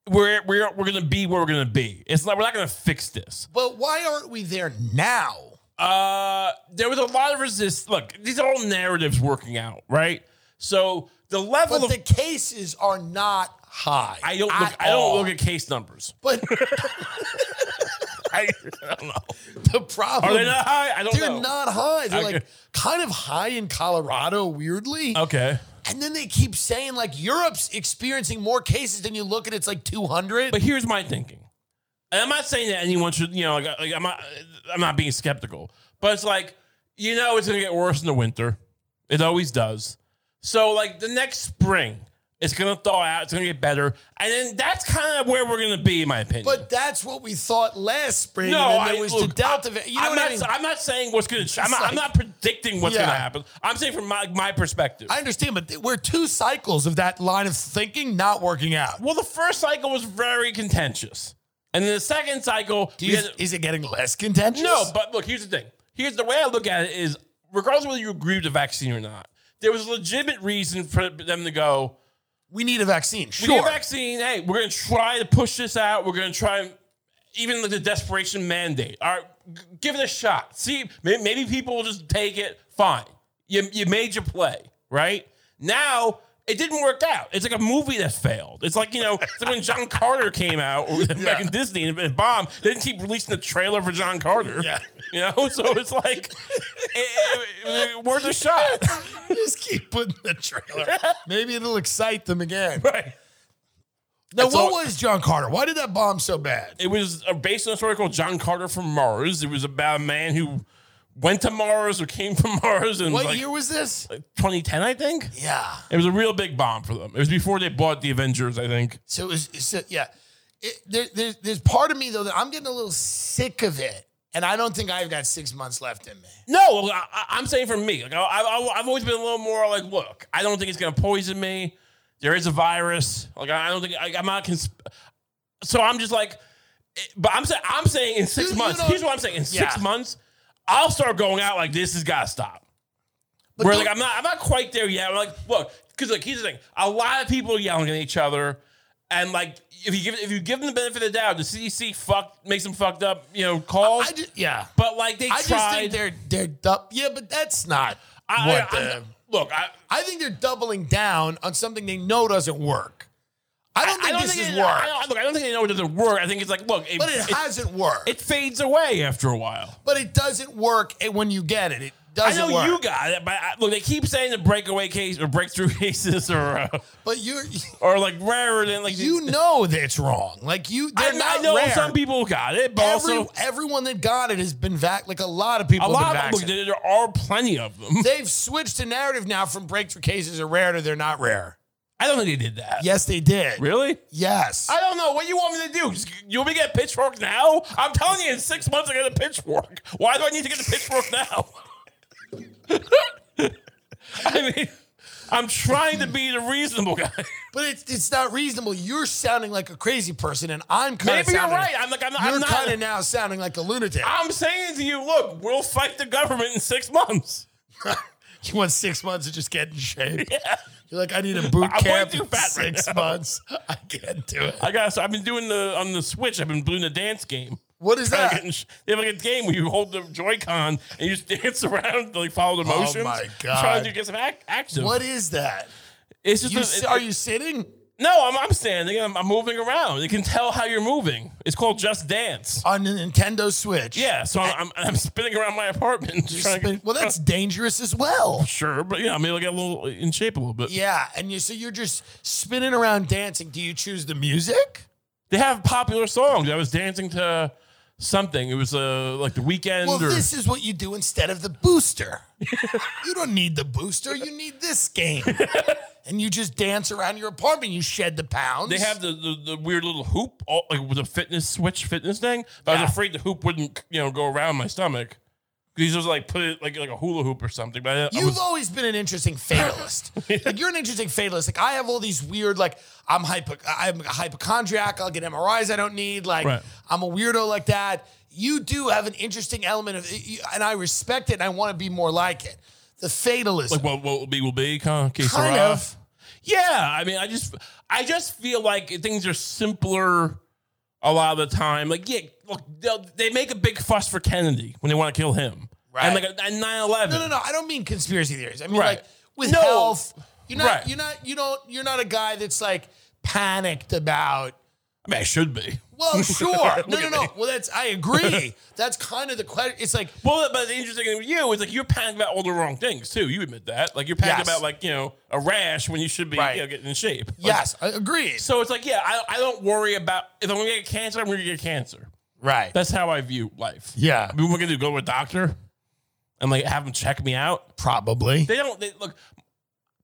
[SPEAKER 2] We're, we're, we're gonna be where we're gonna be. It's like we're not gonna fix this.
[SPEAKER 1] But why aren't we there now?
[SPEAKER 2] Uh, there was a lot of resist. Look, these are all narratives working out, right? So the level
[SPEAKER 1] But
[SPEAKER 2] of
[SPEAKER 1] the cases are not high.
[SPEAKER 2] I don't look, I don't look at case numbers.
[SPEAKER 1] But
[SPEAKER 2] I, I don't know.
[SPEAKER 1] the problem
[SPEAKER 2] Are they not high? I don't
[SPEAKER 1] Oh, They're
[SPEAKER 2] know.
[SPEAKER 1] not high. They're
[SPEAKER 2] Okay.
[SPEAKER 1] like kind of high in Colorado, weirdly.
[SPEAKER 2] Okay,
[SPEAKER 1] And then they keep saying like Europe's experiencing more cases than you look at. It's like 200.
[SPEAKER 2] but here's my thinking. And I'm not saying that anyone should, you know, like, like, I'm not, I'm not being skeptical, but it's like, you know, it's gonna get worse in the winter. It always does. So like the next spring, it's gonna thaw out. It's gonna get better, and then that's kind of where we're gonna be, in my opinion.
[SPEAKER 1] But that's what we thought last spring.
[SPEAKER 2] No,
[SPEAKER 1] and then
[SPEAKER 2] I-
[SPEAKER 1] there was the
[SPEAKER 2] look,
[SPEAKER 1] Delta. va- You know
[SPEAKER 2] I'm,
[SPEAKER 1] what
[SPEAKER 2] not,
[SPEAKER 1] I mean?
[SPEAKER 2] I'm not saying what's gonna. I'm, not,
[SPEAKER 1] like-
[SPEAKER 2] I'm not predicting what's
[SPEAKER 1] Yeah.
[SPEAKER 2] gonna happen. I'm saying from my, my perspective.
[SPEAKER 1] I understand, but th- we're two cycles of that line of thinking not working out.
[SPEAKER 2] well, the first cycle was very contentious, and then the second cycle.
[SPEAKER 1] Do you,
[SPEAKER 2] because-
[SPEAKER 1] is it getting less contentious?
[SPEAKER 2] No, but look, here's the thing. Here's the way I look at it is regardless of whether you agree with the vaccine or not, there was a legitimate reason for them to go,
[SPEAKER 1] we need a vaccine.
[SPEAKER 2] we
[SPEAKER 1] Sure.
[SPEAKER 2] need a vaccine. Hey, we're going to try to push this out. We're going to try and even like the desperation mandate. All right, g- give it a shot. See, maybe, maybe people will just take it. Fine. You, you made your play, right? Now, it didn't work out. It's like a movie that failed. It's like, you know, it's like when John Carter came out or *laughs* back in Disney and it bombed. They didn't keep releasing the trailer for John Carter.
[SPEAKER 1] Yeah.
[SPEAKER 2] You know, so it's like, it, it- it- worth a shot.
[SPEAKER 1] *laughs* Just keep putting the trailer.
[SPEAKER 2] *laughs*
[SPEAKER 1] Maybe it'll excite them again.
[SPEAKER 2] Right.
[SPEAKER 1] Now,
[SPEAKER 2] That's
[SPEAKER 1] what
[SPEAKER 2] all-
[SPEAKER 1] was John Carter? Why did that bomb so bad?
[SPEAKER 2] It was uh, based on a story called John Carter from Mars. It was about a man who went to Mars or came from Mars in
[SPEAKER 1] What
[SPEAKER 2] like
[SPEAKER 1] year was this?
[SPEAKER 2] 2010, I think.
[SPEAKER 1] Yeah.
[SPEAKER 2] It was a real big bomb for them. It was before they bought the Avengers, I think.
[SPEAKER 1] So it was, so, yeah. It, there, there's, there's part of me, though, that I'm getting a little sick of it. And I don't think I've got six months left in me.
[SPEAKER 2] No, I, I- I'm saying for me, like I, I, I've always been a little more like, look, I don't think it's gonna poison me. There is a virus. Like I don't think I, I'm not. Consp- so I'm just like, it- but I'm saying I'm saying in six
[SPEAKER 1] You- you
[SPEAKER 2] months.
[SPEAKER 1] don't-
[SPEAKER 2] here's what I'm saying: in six
[SPEAKER 1] Yeah.
[SPEAKER 2] months, I'll start going out like this has got to stop.
[SPEAKER 1] But
[SPEAKER 2] Where
[SPEAKER 1] don't-
[SPEAKER 2] like I'm not I'm not quite there yet. I'm like, look, because like here's the thing: a lot of people are yelling at each other, and like if you give if you give them the benefit of the doubt, the CDC fuck makes them fucked up, you know, calls.
[SPEAKER 1] I ju- yeah.
[SPEAKER 2] but like they
[SPEAKER 1] I
[SPEAKER 2] tried.
[SPEAKER 1] just think they're they're du- yeah, but that's not
[SPEAKER 2] I-
[SPEAKER 1] what
[SPEAKER 2] I- I'm-
[SPEAKER 1] the,
[SPEAKER 2] look, I,
[SPEAKER 1] I think they're doubling down on something they know doesn't work. I don't think this
[SPEAKER 2] it-
[SPEAKER 1] is work,
[SPEAKER 2] I don't, look, I don't think they know it doesn't work. I think it's like, look, it,
[SPEAKER 1] but it, hasn't worked.
[SPEAKER 2] it fades away after a while.
[SPEAKER 1] but it doesn't work eh, when you get it. It
[SPEAKER 2] I
[SPEAKER 1] doesn't
[SPEAKER 2] know
[SPEAKER 1] work.
[SPEAKER 2] you got it, but I, look, they keep saying the breakaway case or breakthrough *laughs* cases or uh,
[SPEAKER 1] but you
[SPEAKER 2] or like rarer than like
[SPEAKER 1] you know that it's wrong. Like you,
[SPEAKER 2] I,
[SPEAKER 1] they're not
[SPEAKER 2] I know
[SPEAKER 1] rare.
[SPEAKER 2] some people got it, but
[SPEAKER 1] Every,
[SPEAKER 2] also
[SPEAKER 1] everyone that got it has been vac. Like a lot of people,
[SPEAKER 2] a
[SPEAKER 1] have been
[SPEAKER 2] lot of look,
[SPEAKER 1] vaccinated.
[SPEAKER 2] there, there are plenty of them.
[SPEAKER 1] They've switched the narrative now from breakthrough cases are rare to they're not rare.
[SPEAKER 2] I don't think they did that.
[SPEAKER 1] Yes, they did.
[SPEAKER 2] Really?
[SPEAKER 1] Yes.
[SPEAKER 2] I don't know. What do you want me to do? Just- You want me to get a pitchfork now? *laughs* I'm telling you, in six months I get a pitchfork. Why do I need to get a pitchfork now? I mean, I'm trying to be the reasonable guy. *laughs*
[SPEAKER 1] But it's it's not reasonable. You're sounding like a crazy person, and I'm kind of
[SPEAKER 2] Maybe you're right. I'm like, I'm not- I'm
[SPEAKER 1] You're
[SPEAKER 2] not-
[SPEAKER 1] kind of now sounding like a lunatic.
[SPEAKER 2] I'm saying to you, look, we'll fight the government in six months.
[SPEAKER 1] *laughs* you want six months to just get in
[SPEAKER 2] *laughs*
[SPEAKER 1] shape. You're like, I need a boot
[SPEAKER 2] I'm way
[SPEAKER 1] camp
[SPEAKER 2] too
[SPEAKER 1] in
[SPEAKER 2] fat right
[SPEAKER 1] six
[SPEAKER 2] now.
[SPEAKER 1] months. *laughs* I can't do it.
[SPEAKER 2] I got. So I've been doing the on the Switch. I've been doing the dance game.
[SPEAKER 1] What is
[SPEAKER 2] Trying to
[SPEAKER 1] that?
[SPEAKER 2] get in sh- They have like a game where you hold the Joy-Con and you *laughs* just dance around, like follow the
[SPEAKER 1] Oh
[SPEAKER 2] motions.
[SPEAKER 1] my
[SPEAKER 2] Trying
[SPEAKER 1] God.
[SPEAKER 2] to get some ac- action.
[SPEAKER 1] What is that?
[SPEAKER 2] It's just
[SPEAKER 1] You,
[SPEAKER 2] a-
[SPEAKER 1] si-
[SPEAKER 2] it-
[SPEAKER 1] are you sitting?
[SPEAKER 2] No, I'm, I'm standing. I'm, I'm moving around. It can tell how you're moving. It's called Just Dance.
[SPEAKER 1] on the Nintendo Switch.
[SPEAKER 2] Yeah, so I'm, I'm, I'm spinning around my apartment.
[SPEAKER 1] You're
[SPEAKER 2] trying to
[SPEAKER 1] spin-
[SPEAKER 2] get-
[SPEAKER 1] well, that's dangerous as well.
[SPEAKER 2] *laughs* sure, but yeah, I mean, I get a little in shape a little bit.
[SPEAKER 1] Yeah, and you so you're just spinning around dancing. Do you choose the music?
[SPEAKER 2] They have popular songs. I was dancing to something. It was uh, like the weekend
[SPEAKER 1] Well,
[SPEAKER 2] or
[SPEAKER 1] this is what you do instead of the booster. *laughs* you don't need the booster. You need this
[SPEAKER 2] *laughs*
[SPEAKER 1] game, and you just dance around your apartment. You shed the pounds.
[SPEAKER 2] they have the, the, the weird little hoop, all, like with a fitness switch fitness thing. But I
[SPEAKER 1] Yeah.
[SPEAKER 2] was afraid the hoop wouldn't, you know, go around my stomach. Because just like put it like like a hula hoop or something. But I, I
[SPEAKER 1] You've
[SPEAKER 2] was,
[SPEAKER 1] always been an interesting
[SPEAKER 2] *laughs*
[SPEAKER 1] fatalist. Like you're an interesting fatalist. Like I have all these weird, like I'm hypo, I'm a hypochondriac. I'll get MRIs I don't need. Like
[SPEAKER 2] Right.
[SPEAKER 1] I'm a weirdo like that. You do have an interesting element of, you- and I respect it. and I want to be more like it. The fatalist,
[SPEAKER 2] like what what will be will be kind of.
[SPEAKER 1] kind of.
[SPEAKER 2] Yeah, I mean, I just I just feel like things are simpler a lot of the time. Like, yeah, look, they'll- they make a big fuss for Kennedy when they want to kill him,
[SPEAKER 1] Right.
[SPEAKER 2] And like at 9-11.
[SPEAKER 1] No, no, no. I don't mean conspiracy theories. I mean
[SPEAKER 2] Right.
[SPEAKER 1] like with
[SPEAKER 2] No.
[SPEAKER 1] health. You're not.
[SPEAKER 2] Right.
[SPEAKER 1] You're not. You don't. You're not a guy that's like panicked about
[SPEAKER 2] I mean, I should be. *laughs*
[SPEAKER 1] Well, sure. No,
[SPEAKER 2] Look
[SPEAKER 1] no,
[SPEAKER 2] at
[SPEAKER 1] no.
[SPEAKER 2] me.
[SPEAKER 1] Well, that's I agree.
[SPEAKER 2] *laughs*
[SPEAKER 1] That's kind of the question. It's like
[SPEAKER 2] Well, but the interesting thing with you is like you're panicked about all the wrong things too. You admit that. Like you're panicked
[SPEAKER 1] Yes.
[SPEAKER 2] about like you know a rash when you should be
[SPEAKER 1] Right.
[SPEAKER 2] you know, getting in shape. Like,
[SPEAKER 1] yes, I agree.
[SPEAKER 2] So it's like yeah, I, I don't worry about if I'm gonna get cancer, I'm gonna get cancer.
[SPEAKER 1] right.
[SPEAKER 2] That's how I view life.
[SPEAKER 1] Yeah.
[SPEAKER 2] I mean, we're gonna do, go to a doctor and like have them check me out.
[SPEAKER 1] Probably.
[SPEAKER 2] They don't. They, look,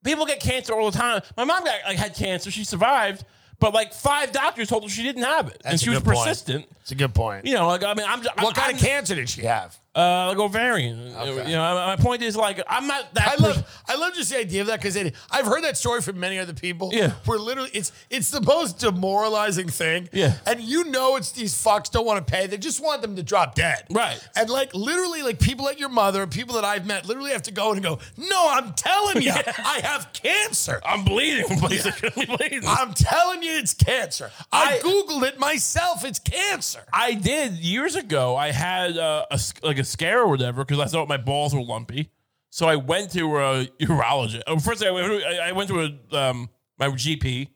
[SPEAKER 2] people get cancer all the time. My mom got like had cancer. She survived, but like five doctors told her she didn't have it, and
[SPEAKER 1] That's a
[SPEAKER 2] she was
[SPEAKER 1] good point.
[SPEAKER 2] persistent.
[SPEAKER 1] It's a good point.
[SPEAKER 2] You know, like I mean, I'm. Just,
[SPEAKER 1] what
[SPEAKER 2] I'm,
[SPEAKER 1] kind of cancer did she have?
[SPEAKER 2] Uh, like ovarian. You know, my point is like I'm not that.
[SPEAKER 1] I love, I love just the idea of that because I've heard that story from many other people.
[SPEAKER 2] Yeah.
[SPEAKER 1] where literally it's it's the most demoralizing thing.
[SPEAKER 2] Yeah.
[SPEAKER 1] and you know it's these fucks don't want to pay; they just want them to drop dead.
[SPEAKER 2] Right.
[SPEAKER 1] and like literally, like people like your mother and people that I've met literally have to go in and go, "No, I'm telling you, I have cancer.
[SPEAKER 2] I'm bleeding from places *laughs* I shouldn't be bleeding.
[SPEAKER 1] I'm telling you, it's cancer. I,
[SPEAKER 2] I-
[SPEAKER 1] googled it myself. It's cancer.
[SPEAKER 2] I did years ago. I had uh, a sc- like a scare or whatever because I thought my balls were lumpy. So I went to a *laughs* urologist. Oh, First, I went to, I I went to a, um, my GP,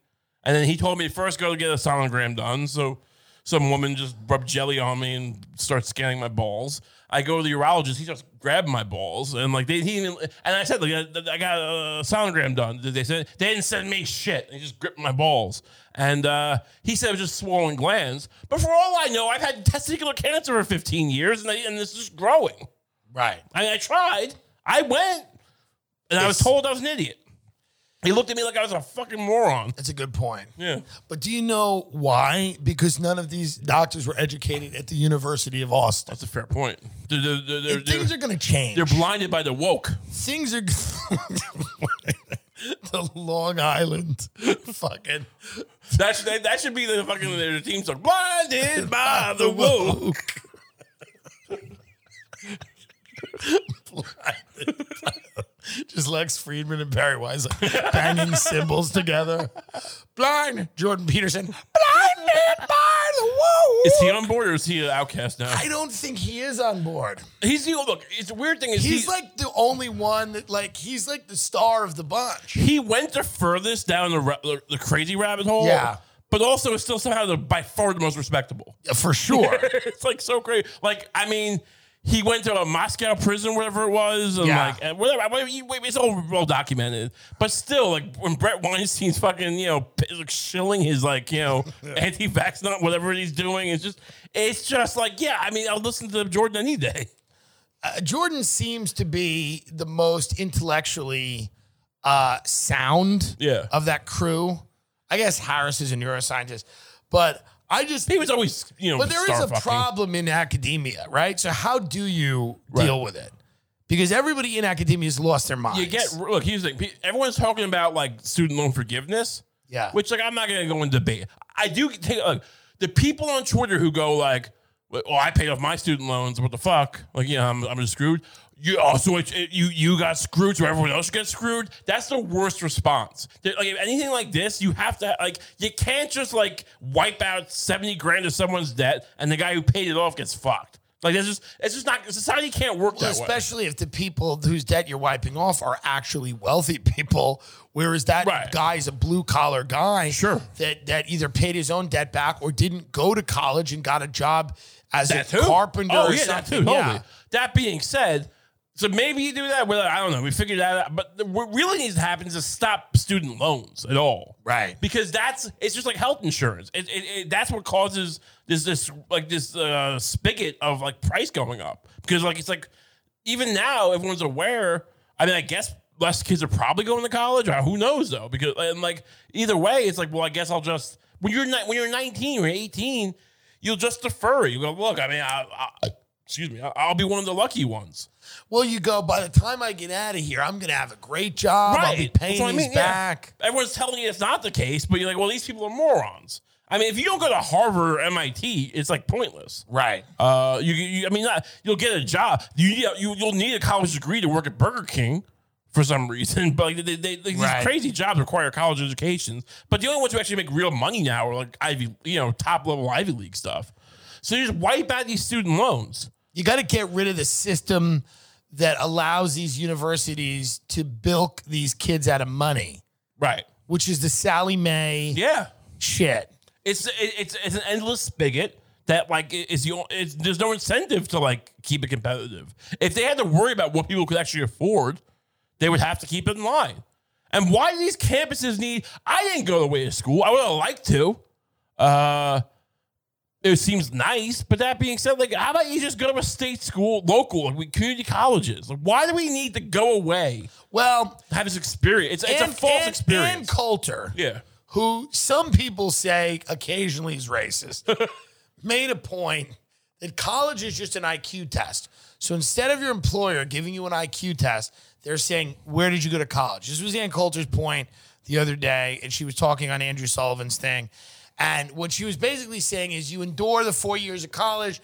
[SPEAKER 2] and then he told me first go get a sonogram done. So some woman just rubbed jelly on me and starts scanning my balls. I go to the urologist. He just grabbed my balls and like they he didn't. And I said, like, uh, I I got a sonogram done. They said they didn't send me shit. They just gripped my balls. And uh, he said it was just swollen glands. But for all I know, I've had testicular cancer for 15 years, and, I, and it's just growing.
[SPEAKER 1] Right.
[SPEAKER 2] I, I tried. I went, and I was told I was an idiot. He looked at me like I was a fucking moron.
[SPEAKER 1] That's a good point.
[SPEAKER 2] Yeah.
[SPEAKER 1] But do you know why? Because none of these doctors were educated at the University of Austin.
[SPEAKER 2] That's a fair point. They're, they're- they're- they're-
[SPEAKER 1] And things are going to change.
[SPEAKER 2] they're blinded by the woke.
[SPEAKER 1] things are. *laughs* the Long Island *laughs* fucking.
[SPEAKER 2] That should, that, that should be the fucking their theme song. *laughs* Blinded by the woke.
[SPEAKER 1] *laughs* Just Lex Friedman and Barry Wise like, banging
[SPEAKER 2] *laughs*
[SPEAKER 1] cymbals together. Blind Jordan Peterson. Blinded by the woo.
[SPEAKER 2] Is he on board or is he an outcast now?
[SPEAKER 1] I don't think he is on board.
[SPEAKER 2] He's the look. It's a weird thing is
[SPEAKER 1] He's
[SPEAKER 2] he,
[SPEAKER 1] like the only one that like he's like the star of the bunch.
[SPEAKER 2] he went the furthest down the, ra- the the crazy rabbit hole.
[SPEAKER 1] Yeah.
[SPEAKER 2] But also, is still somehow the by far the most respectable.
[SPEAKER 1] For sure.
[SPEAKER 2] *laughs* it's like so crazy. Like I mean, he went to a Moscow prison, whatever it was, and
[SPEAKER 1] Yeah.
[SPEAKER 2] like and whatever. I- whatever you- wait, It's all well documented. But still, like when Brett Weinstein's fucking, you know, p- like shilling his like, you
[SPEAKER 1] *laughs*
[SPEAKER 2] know, anti-vax nut, whatever he's doing, it's just, it's just like, yeah. I mean, I'll listen to Jordan any day.
[SPEAKER 1] *laughs*
[SPEAKER 2] *laughs*
[SPEAKER 1] Uh, Jordan seems to be the most intellectually uh, sound
[SPEAKER 2] Yeah.
[SPEAKER 1] of that crew. I guess Harris is a neuroscientist, but I just
[SPEAKER 2] He was always, you know,
[SPEAKER 1] but there is
[SPEAKER 2] star
[SPEAKER 1] a
[SPEAKER 2] fucking.
[SPEAKER 1] problem in academia, right? So how do you deal with it? because everybody in academia has lost their minds.
[SPEAKER 2] You get look. Here's the thing. Pe- Everyone's talking about like student loan forgiveness.
[SPEAKER 1] Yeah.
[SPEAKER 2] Which like I'm not gonna go into debate. I do take like the people on Twitter who go like, "Oh, I paid off my student loans. What the fuck? Like, you know, I'm I'm just screwed." You also it, it- you you got screwed, so everyone else gets screwed. That's the worst response. That, Like if anything like this, you have to like you can't just like wipe out seventy grand of someone's debt and the guy who paid it off gets fucked. Like that's just it's just not society can't work that way.
[SPEAKER 1] Especially if the people whose debt you're wiping off are actually wealthy *laughs* people, whereas that
[SPEAKER 2] Right.
[SPEAKER 1] guy's a blue collar guy
[SPEAKER 2] Sure.
[SPEAKER 1] that that either paid his own debt back or didn't go to college and got a job as
[SPEAKER 2] That
[SPEAKER 1] a
[SPEAKER 2] too.
[SPEAKER 1] carpenter
[SPEAKER 2] Oh,
[SPEAKER 1] or
[SPEAKER 2] yeah, that
[SPEAKER 1] something.
[SPEAKER 2] too. Totally.
[SPEAKER 1] Yeah.
[SPEAKER 2] That being said, so maybe you do that. Well, I don't know. We figured that out. But the- what really needs to happen is to stop student loans at all.
[SPEAKER 1] Right.
[SPEAKER 2] Because that's it's just like health insurance. It, it, it that's what causes this this like this uh, spigot of like price going up. Because like it's like even now everyone's aware. I mean, I guess less kids are probably going to college. Or who knows though? Because and like either way, it's like well, I guess I'll just when you're ni- when you're 19 or 18, you'll just defer. You go look. I mean, I, I, excuse me, I, I'll be one of the lucky ones.
[SPEAKER 1] Well, you go, by the time I get out of here, I'm gonna have a great job. I'll be
[SPEAKER 2] That's what
[SPEAKER 1] paying
[SPEAKER 2] I
[SPEAKER 1] his
[SPEAKER 2] mean, yeah.
[SPEAKER 1] back.
[SPEAKER 2] Everyone's telling you it's not the case, but you're like, well, these people are morons. I mean, if you don't go to Harvard or MIT, it's like pointless.
[SPEAKER 1] Right.
[SPEAKER 2] Uh, you, you I mean, not, you'll get a job. You, you you'll need a college degree to work at Burger King for some reason. *laughs* But like, they, they, these
[SPEAKER 1] Right.
[SPEAKER 2] crazy jobs require college educations. But the only ones who actually make real money now are like Ivy, you know, top level Ivy League stuff. So you just wipe out these student loans.
[SPEAKER 1] You got to get rid of the system that allows these universities to bilk these kids out of money,
[SPEAKER 2] Right.
[SPEAKER 1] which is the Sally May
[SPEAKER 2] Yeah.
[SPEAKER 1] shit.
[SPEAKER 2] It's it, it's it's an endless spigot that like i- is the o- it's, there's no incentive to like keep it competitive. If they had to worry about what people could actually afford, they would have to keep it in line. And why do these campuses need? I didn't go the way of school. I would have liked to. Uh, it seems nice, but that being said, like, how about you just go to a state school, local, like we- community colleges? Like, why do we need to go away,
[SPEAKER 1] Well,
[SPEAKER 2] have this experience? It's,
[SPEAKER 1] and,
[SPEAKER 2] it's a false
[SPEAKER 1] and-
[SPEAKER 2] experience.
[SPEAKER 1] And Coulter,
[SPEAKER 2] yeah,
[SPEAKER 1] who some people say occasionally is
[SPEAKER 2] *laughs*
[SPEAKER 1] racist, made a point that college is just an IQ test. So instead of your employer giving you an IQ test, they're saying, Where did you go to college? This was Ann Coulter's point the other day, and she was talking on Andrew Sullivan's thing. And what she was basically saying is, You endure the four years of college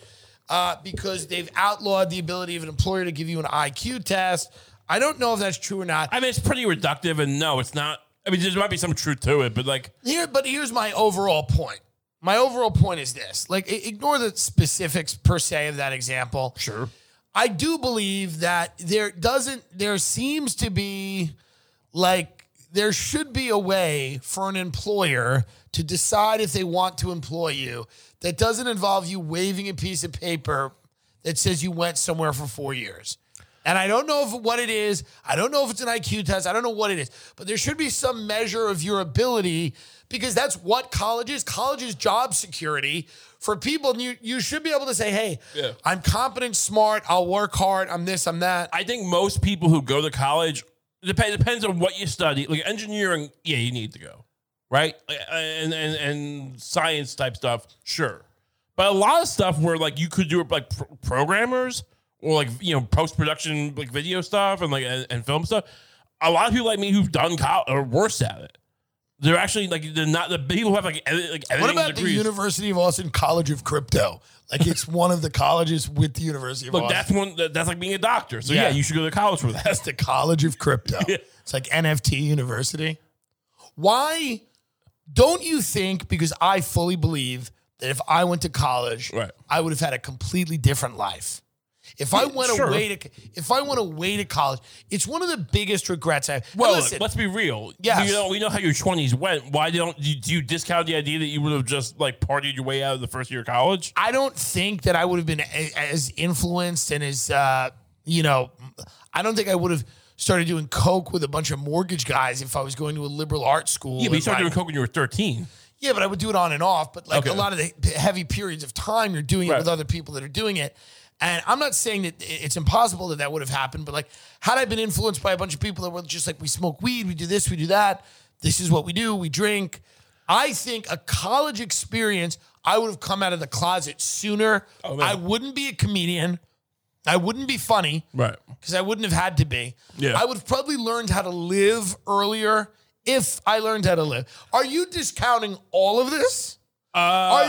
[SPEAKER 1] uh, because they've outlawed the ability of an employer to give you an IQ test. I don't know if that's true or not.
[SPEAKER 2] I mean, it's pretty reductive, and no, it's not. I mean, there might be some truth to it, but like,
[SPEAKER 1] Here, but here's my overall point. My overall point is this: like, i- ignore the specifics per se of that example. Sure. I do believe that there doesn't, there seems to be, like, there should be a way for an employer to decide if they want to employ you that doesn't involve you waving a piece of paper that says you went somewhere for four years. And I don't know if what it is. I don't know if it's an IQ test. I don't know what it is. But there should be some measure of your ability because that's what college is. College is job security for people. And you, you should be able to say, hey,
[SPEAKER 2] Yeah.
[SPEAKER 1] I'm competent, smart, I'll work hard, I'm this, I'm that.
[SPEAKER 2] I think most people who go to college depends depends on what you study. Like engineering, yeah, you need to go, right? uh, And and and science type stuff, sure. But a lot of stuff where like you could do it like pro- programmers or like you know post production like video stuff and like and, and film stuff. A lot of people like me who've done college are worse at it. They're actually like they're not the people who have like, edit, like
[SPEAKER 1] What
[SPEAKER 2] editing
[SPEAKER 1] about
[SPEAKER 2] degrees.
[SPEAKER 1] the University of Austin College of Crypto? Like it's one of the colleges with the University of
[SPEAKER 2] Look,
[SPEAKER 1] Austin.
[SPEAKER 2] that's one. that- That's like being a doctor. So yeah,
[SPEAKER 1] Yeah.
[SPEAKER 2] you should go to college for that. *laughs*
[SPEAKER 1] That's the College of Crypto. It's like NFT University. Why don't you think? Because I fully believe that if I went to college,
[SPEAKER 2] Right.
[SPEAKER 1] I would have had a completely different life. If I
[SPEAKER 2] Yeah,
[SPEAKER 1] went
[SPEAKER 2] sure.
[SPEAKER 1] away to if I went away to college, it's one of the biggest regrets I have.
[SPEAKER 2] Well,
[SPEAKER 1] listen,
[SPEAKER 2] let's be real.
[SPEAKER 1] Yes.
[SPEAKER 2] you know we know how your twenties went. Why don't you, do you discount the idea that you would have just like partied your way out of the first year of college?
[SPEAKER 1] I don't think that I would have been a- as influenced and as uh, you know, I don't think I would have started doing coke with a bunch of mortgage guys if I was going to a liberal arts school.
[SPEAKER 2] Yeah, but you
[SPEAKER 1] and,
[SPEAKER 2] started
[SPEAKER 1] like-
[SPEAKER 2] doing coke when you were thirteen.
[SPEAKER 1] Yeah, but I would do it on and off. But like a
[SPEAKER 2] Okay.
[SPEAKER 1] lot of the p- heavy periods of time, you're doing it
[SPEAKER 2] Right.
[SPEAKER 1] with other people that are doing it. And I'm not saying that i- it's impossible that that would have happened, but like, had I been influenced by a bunch of people that were just like, we smoke weed, we do this, we do that, this is what we do, we drink. I think a college
[SPEAKER 2] Oh,
[SPEAKER 1] experience, I would have come out of the closet sooner. I wouldn't be a comedian. I wouldn't be funny
[SPEAKER 2] Right.
[SPEAKER 1] because I wouldn't have had to be.
[SPEAKER 2] Yeah.
[SPEAKER 1] I would have probably learned how to live earlier if I learned how to live. Are you discounting all of this?
[SPEAKER 2] Uh,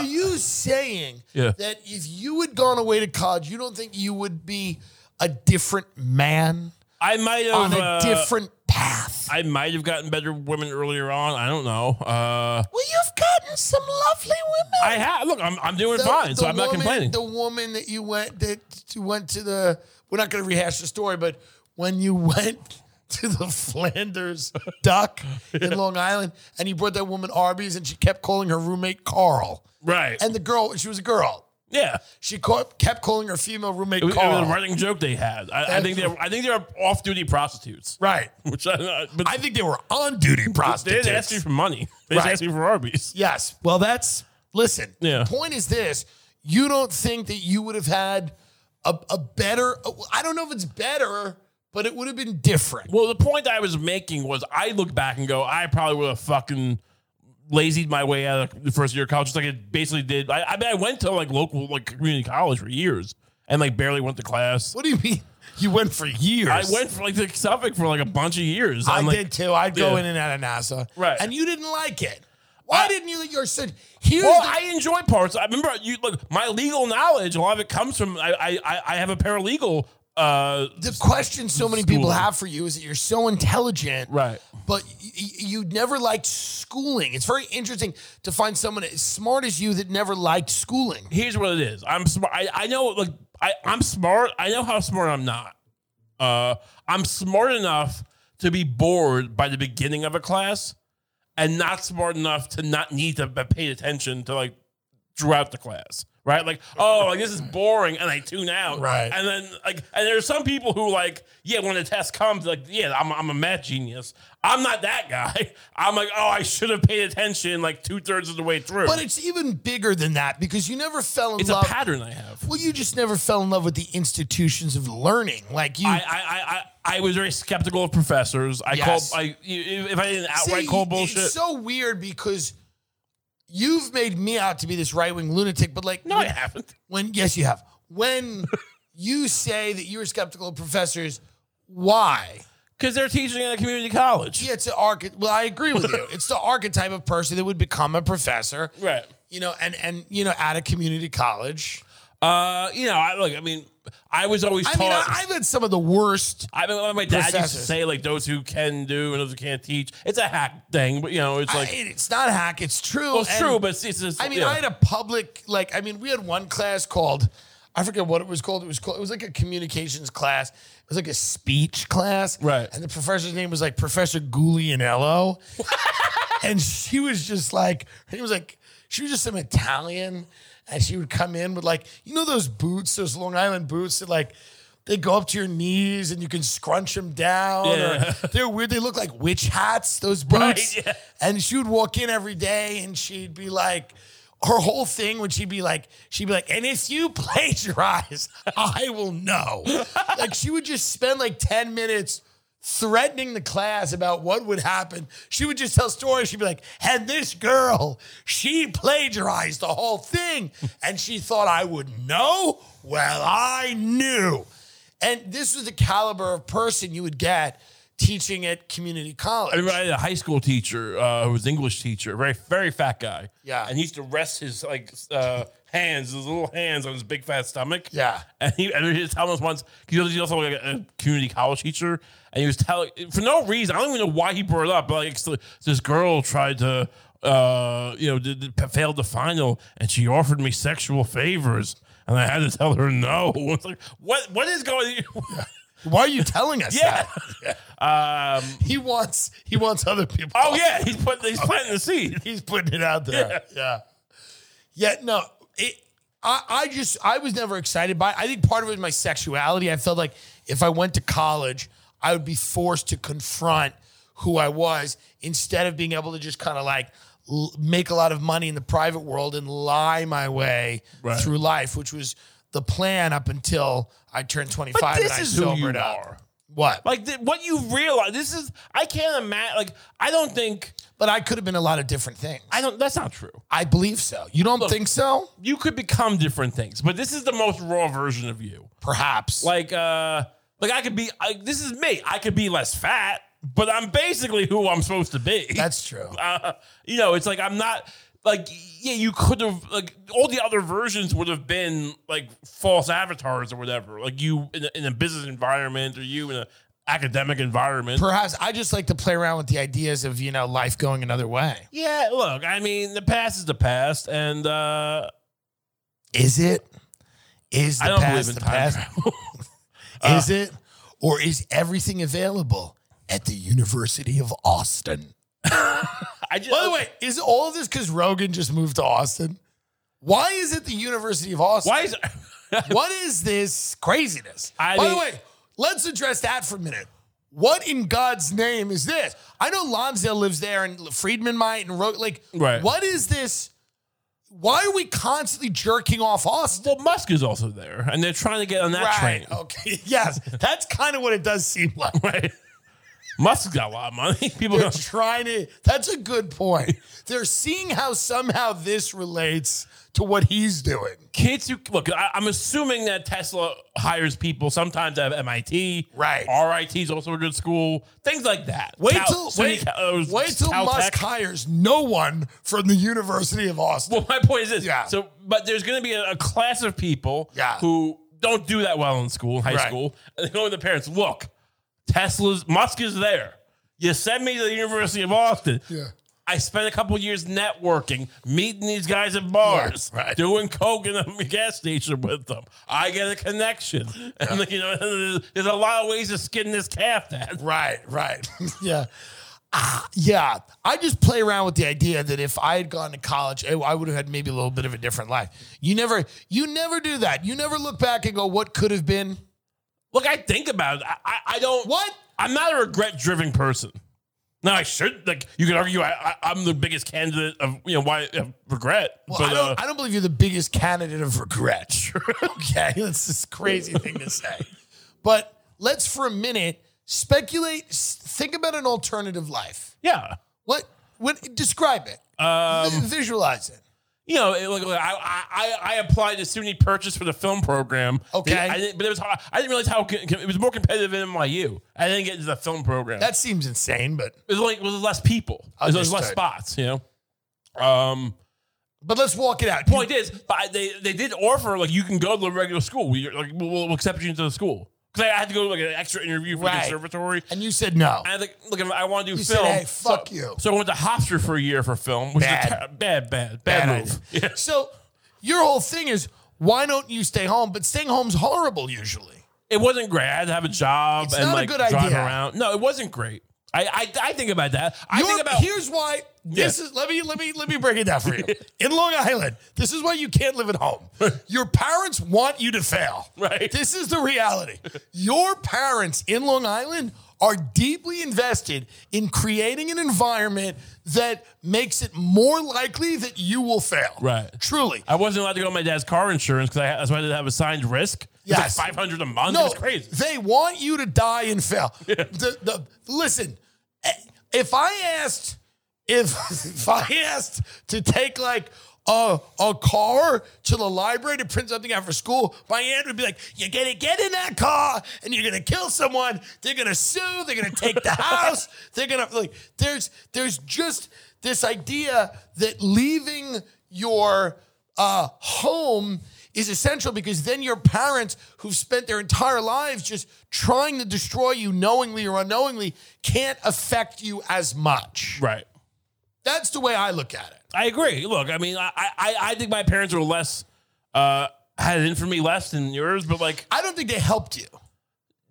[SPEAKER 1] Are you saying
[SPEAKER 2] Yeah.
[SPEAKER 1] that if you had gone away to college, you don't think you would be a different man
[SPEAKER 2] I might have
[SPEAKER 1] on a
[SPEAKER 2] uh,
[SPEAKER 1] different path?
[SPEAKER 2] I might have gotten better women earlier on. I don't know. Uh,
[SPEAKER 1] well, you've gotten some lovely women.
[SPEAKER 2] I have. Look, I'm, I'm doing
[SPEAKER 1] The-
[SPEAKER 2] fine, so
[SPEAKER 1] the
[SPEAKER 2] I'm not
[SPEAKER 1] woman-
[SPEAKER 2] complaining.
[SPEAKER 1] The woman that you went that you went to the we're not going to rehash the story, but when you *laughs* went to the Flanders
[SPEAKER 2] *laughs*
[SPEAKER 1] Duck in Long Island, and you brought that woman Arby's, and she kept calling her roommate Carl,
[SPEAKER 2] right.
[SPEAKER 1] and the girl she was a girl.
[SPEAKER 2] yeah.
[SPEAKER 1] She ca- kept calling her female roommate
[SPEAKER 2] It was, it was
[SPEAKER 1] Carl.
[SPEAKER 2] a running joke they had. I, I think they. Were, I think they were off-duty prostitutes.
[SPEAKER 1] right.
[SPEAKER 2] *laughs* Which I. But
[SPEAKER 1] I think they were on duty
[SPEAKER 2] *laughs* they didn't ask you
[SPEAKER 1] prostitutes.
[SPEAKER 2] for money. *laughs* They just
[SPEAKER 1] Right.
[SPEAKER 2] asked you for Arby's.
[SPEAKER 1] Yes. Well, that's listen.
[SPEAKER 2] Yeah.
[SPEAKER 1] The point is this: you don't think that you would have had a, a better. I don't know if it's better, but it would have been different.
[SPEAKER 2] Well, the point I was making was I look back and go, I probably would have fucking lazied my way out of the first year of college, just like it basically did. I, I mean, I went to like local like community college for years and like barely went to class.
[SPEAKER 1] what do you mean? You went for years.
[SPEAKER 2] I went for like to Suffolk for like a bunch of years.
[SPEAKER 1] I
[SPEAKER 2] I'm like,
[SPEAKER 1] did too. I'd go
[SPEAKER 2] Yeah.
[SPEAKER 1] in and out of NASA.
[SPEAKER 2] Right.
[SPEAKER 1] And you didn't like it. Why
[SPEAKER 2] I-
[SPEAKER 1] didn't you? You're said here's
[SPEAKER 2] Well,
[SPEAKER 1] the-
[SPEAKER 2] I enjoy parts. I remember you look. My legal knowledge, a lot of it comes from. I I, I- I have a paralegal. Uh,
[SPEAKER 1] the question so many people
[SPEAKER 2] schooling.
[SPEAKER 1] have for you is that you're so intelligent,
[SPEAKER 2] Right.
[SPEAKER 1] But y- y- you never liked schooling. It's very interesting to find someone as smart as you that never liked schooling.
[SPEAKER 2] here's what it is. I'm smart. I, I know. Like I I'm smart. I know how smart I'm not. Uh, I'm smart enough to be bored by the beginning of a class, and not smart enough to not need to be- pay attention to like throughout the class. Right, like oh, like this is boring, and I tune out.
[SPEAKER 1] Right.
[SPEAKER 2] and then like, and there are some people who like, yeah, when the test comes, like, yeah, I'm, I'm a math genius. I'm not that guy. *laughs* I'm like, oh, I should have paid attention like two thirds of the way through.
[SPEAKER 1] But it's even bigger than that because you never fell in
[SPEAKER 2] it's a
[SPEAKER 1] love.
[SPEAKER 2] pattern I have.
[SPEAKER 1] well, you just never fell in love with the institutions of learning. Like you,
[SPEAKER 2] I, I, I, I I was very skeptical of professors. I
[SPEAKER 1] Yes.
[SPEAKER 2] called I if I didn't
[SPEAKER 1] See,
[SPEAKER 2] outright call bullshit.
[SPEAKER 1] It's so weird because you've made me out to be this right wing lunatic. But like,
[SPEAKER 2] no, I haven't.
[SPEAKER 1] When yes, you have.
[SPEAKER 2] *laughs*
[SPEAKER 1] When you say that you were skeptical of professors, why?
[SPEAKER 2] Because they're teaching at a community college.
[SPEAKER 1] Yeah, it's an archetype. Well, I agree with
[SPEAKER 2] *laughs*
[SPEAKER 1] you. It's the archetype of person that would become a professor,
[SPEAKER 2] Right.
[SPEAKER 1] You know, and and you know, at a community college.
[SPEAKER 2] Uh, you know, I look. I mean, I was always
[SPEAKER 1] I
[SPEAKER 2] taught.
[SPEAKER 1] mean, I, I've had some of the worst.
[SPEAKER 2] I mean, my dad used to
[SPEAKER 1] Professors.
[SPEAKER 2] say like those who can do and those who can't teach. It's a hack thing, but you know, it's like
[SPEAKER 1] I- it's not a hack. It's true.
[SPEAKER 2] well, it's
[SPEAKER 1] And-
[SPEAKER 2] true, but it's, it's, it's
[SPEAKER 1] I mean,
[SPEAKER 2] yeah.
[SPEAKER 1] I had a public like. I mean, we had one class called. I forget what it was called. It was called. It was like a communications class. It was like a speech class.
[SPEAKER 2] Right.
[SPEAKER 1] And the professor's name was like Professor
[SPEAKER 2] *laughs*
[SPEAKER 1] Guglianello, and she was just like he was like she was just some Italian, and she would come in with like you know those boots, those Long Island boots that like. They go up to your knees and you can scrunch them down.
[SPEAKER 2] Yeah. *laughs*
[SPEAKER 1] Or they're weird. They look like witch hats, those boots.
[SPEAKER 2] Right, yeah.
[SPEAKER 1] *laughs* And she would walk in every day and she'd be like, her whole thing when she'd be like, she'd be like, and if you *laughs* plagiarize, I will know. *laughs* like she would just spend like 10 minutes threatening the class about what would happen. She would just tell stories. She'd be like, and this girl, she plagiarized the whole thing. *laughs* And she thought I would know. Well, I knew. And this was the caliber of person you would get teaching at community college.
[SPEAKER 2] I remember I had a high school teacher uh, who was an English teacher, very very fat guy.
[SPEAKER 1] Yeah.
[SPEAKER 2] and he used to rest his like uh, hands, his little hands on his big fat stomach.
[SPEAKER 1] Yeah.
[SPEAKER 2] and he and he was telling us once 'cause he was also like a, a community college teacher, and he was telling for no reason. I don't even know why he brought it up. But like so- this girl tried to. Uh, you know, did, did- failed the final, and she offered me sexual favors, and I had to tell her no. *laughs* It's like, what? What is going? *laughs*
[SPEAKER 1] Why are you telling us *laughs*
[SPEAKER 2] yeah. Um.
[SPEAKER 1] that? He wants he wants other people.
[SPEAKER 2] Oh yeah, he's putting he's planting the seed.
[SPEAKER 1] he's putting it out there. Yeah. Yeah, no. It, I, I just I was never excited by it. I think part of it was my sexuality. I felt like if I went to college, I would be forced to confront who I was instead of being able to just kind of like l- make a lot of money in the private world and lie my way
[SPEAKER 2] Right.
[SPEAKER 1] through life, which was the plan up until I turned 25 and I sobered up. What?
[SPEAKER 2] Like th- what you realize, this is I can't imagine. Like I don't think
[SPEAKER 1] but I could have been a lot of different things.
[SPEAKER 2] I don't. That's not true.
[SPEAKER 1] I believe so. You don't
[SPEAKER 2] Look-
[SPEAKER 1] think so?
[SPEAKER 2] You could become different things, but this is the most raw version of you.
[SPEAKER 1] Perhaps.
[SPEAKER 2] Like, uh, like I could be. I, this is me. I could be less fat, but I'm basically who I'm supposed to be.
[SPEAKER 1] that's true.
[SPEAKER 2] uh, *laughs* you know, it's like I'm not like yeah, you could have like all the other versions would have been like false avatars or whatever. Like you in a, in a business environment or you in an academic environment.
[SPEAKER 1] Perhaps I just like to play around with the ideas of you know life going another way.
[SPEAKER 2] yeah, look, I mean, the past is the past, and uh,
[SPEAKER 1] Is it? Is the
[SPEAKER 2] I don't
[SPEAKER 1] past
[SPEAKER 2] believe in
[SPEAKER 1] the
[SPEAKER 2] time
[SPEAKER 1] past?
[SPEAKER 2] travel. *laughs* Uh.
[SPEAKER 1] is it? Or is everything available at the University of Austin?
[SPEAKER 2] I just,
[SPEAKER 1] By the way, is all of this because Rogan just moved to Austin? Why is it the University of Austin?
[SPEAKER 2] why is *laughs*
[SPEAKER 1] what is this craziness?
[SPEAKER 2] I
[SPEAKER 1] By the
[SPEAKER 2] mean-
[SPEAKER 1] way, let's address that for a minute. What in God's name is this? I know Lonsdale lives there and Friedman might and wrote like
[SPEAKER 2] Right.
[SPEAKER 1] what is this? Why are we constantly jerking off Austin?
[SPEAKER 2] well Musk is also there, and they're trying to get on that train. *laughs*
[SPEAKER 1] Okay. *laughs* Yes. That's kind of what it does seem like.
[SPEAKER 2] Right, Musk's got a lot of money. *laughs* People,
[SPEAKER 1] They're trying to that's a good point. They're seeing how somehow this relates to what he's doing.
[SPEAKER 2] kids who look, I, I'm assuming that Tesla hires people sometimes at MIT,
[SPEAKER 1] Right.
[SPEAKER 2] RIT is also a good school, things like that.
[SPEAKER 1] Wait
[SPEAKER 2] Cal-
[SPEAKER 1] till
[SPEAKER 2] City
[SPEAKER 1] wait,
[SPEAKER 2] Cal- uh,
[SPEAKER 1] wait till
[SPEAKER 2] Caltech.
[SPEAKER 1] Musk hires no one from the University of Austin.
[SPEAKER 2] Well, my point is this.
[SPEAKER 1] Yeah.
[SPEAKER 2] So, but there's going to be a, a class of people
[SPEAKER 1] Yeah.
[SPEAKER 2] who don't do that well in school, high
[SPEAKER 1] Right.
[SPEAKER 2] school, and they go to the parents. Look, Tesla's Musk is there. You send me to the University of Austin.
[SPEAKER 1] Yeah.
[SPEAKER 2] I spent a couple years networking, meeting these guys at bars,
[SPEAKER 1] Yeah, right.
[SPEAKER 2] doing coke in a *laughs* gas station with them. I get a connection, *laughs* and you know, *laughs* there's, there's a lot of ways to skin this calf. That
[SPEAKER 1] *laughs* Right, right. *laughs* yeah. Ah, yeah. I just play around with the idea that if I had gone to college, I I would have had maybe a little bit of a different life. You never you never do that. You never look back and go, what could have been?
[SPEAKER 2] look, I think about it. I, I, I don't.
[SPEAKER 1] What?
[SPEAKER 2] I'm not a regret driven person. Now I should like you can argue I, I I'm the biggest candidate of you know why of regret.
[SPEAKER 1] Well,
[SPEAKER 2] but
[SPEAKER 1] I, don't,
[SPEAKER 2] uh,
[SPEAKER 1] I don't believe you're the biggest candidate of regret. *laughs* okay, that's this crazy thing to say. But let's for a minute speculate. s- Think about an alternative life.
[SPEAKER 2] yeah,
[SPEAKER 1] What? What? Describe it. Vi- Visualize it.
[SPEAKER 2] you know, it, like, like, I, I I- I applied to SUNY Purchase for the film program.
[SPEAKER 1] Okay.
[SPEAKER 2] I didn't, but it was hard. I didn't realize how co- co- it was more competitive in NYU. I didn't get into the film program.
[SPEAKER 1] That seems insane, but
[SPEAKER 2] it was like it was less people. It was less
[SPEAKER 1] Understood.
[SPEAKER 2] spots. You know. Um.
[SPEAKER 1] but let's walk it out.
[SPEAKER 2] Point is, but I- they they did offer like you can go to the regular school. We like we'll, we'll accept you into the school because I had to go to like an extra interview for
[SPEAKER 1] Right.
[SPEAKER 2] the conservatory.
[SPEAKER 1] and you said no.
[SPEAKER 2] I think, look, I want to do
[SPEAKER 1] You said,
[SPEAKER 2] film.
[SPEAKER 1] "Hey, fuck
[SPEAKER 2] so,
[SPEAKER 1] you."
[SPEAKER 2] So I went to Hofstra for a year for film, which
[SPEAKER 1] Bad.
[SPEAKER 2] is a ter- bad, bad, bad, move.
[SPEAKER 1] idea.
[SPEAKER 2] Yeah.
[SPEAKER 1] So your whole thing is why don't you stay home? But staying home's horrible usually.
[SPEAKER 2] It wasn't great. I had to have a job
[SPEAKER 1] It's
[SPEAKER 2] and
[SPEAKER 1] not a
[SPEAKER 2] like
[SPEAKER 1] good
[SPEAKER 2] drive
[SPEAKER 1] idea.
[SPEAKER 2] around. No, it wasn't great. I, I, I think about that. I
[SPEAKER 1] You're-
[SPEAKER 2] think about
[SPEAKER 1] here's why. This
[SPEAKER 2] Yeah.
[SPEAKER 1] is let me let me let me break it down for you. In Long Island, this is why you can't live at
[SPEAKER 2] *laughs*
[SPEAKER 1] home. Your parents want you to fail.
[SPEAKER 2] Right.
[SPEAKER 1] This is the reality. Your parents in Long Island are deeply invested in creating an environment that makes it more likely that you will fail.
[SPEAKER 2] Right.
[SPEAKER 1] Truly.
[SPEAKER 2] I wasn't allowed to go on my dad's car insurance because that's why I didn't have a signed risk. It's
[SPEAKER 1] Yes.
[SPEAKER 2] like five hundred a month.
[SPEAKER 1] No,
[SPEAKER 2] it's crazy.
[SPEAKER 1] They want you to die and fail. The, the, listen, eh, if I asked, if, *laughs* if I asked to take like a, a car to the library to print something out for school, my aunt would be like, "You're gonna get in that car and you're gonna kill someone. They're gonna sue. They're gonna take the house. They're gonna like." There's there's just this idea that leaving your uh, home is essential because then your parents who've spent their entire lives just trying to destroy you knowingly or unknowingly can't affect you as much.
[SPEAKER 2] Right.
[SPEAKER 1] That's the way I look at it.
[SPEAKER 2] I agree. Look, I mean, I, I, I think my parents were less uh, had it in for me less than yours, but like
[SPEAKER 1] I don't think they helped you.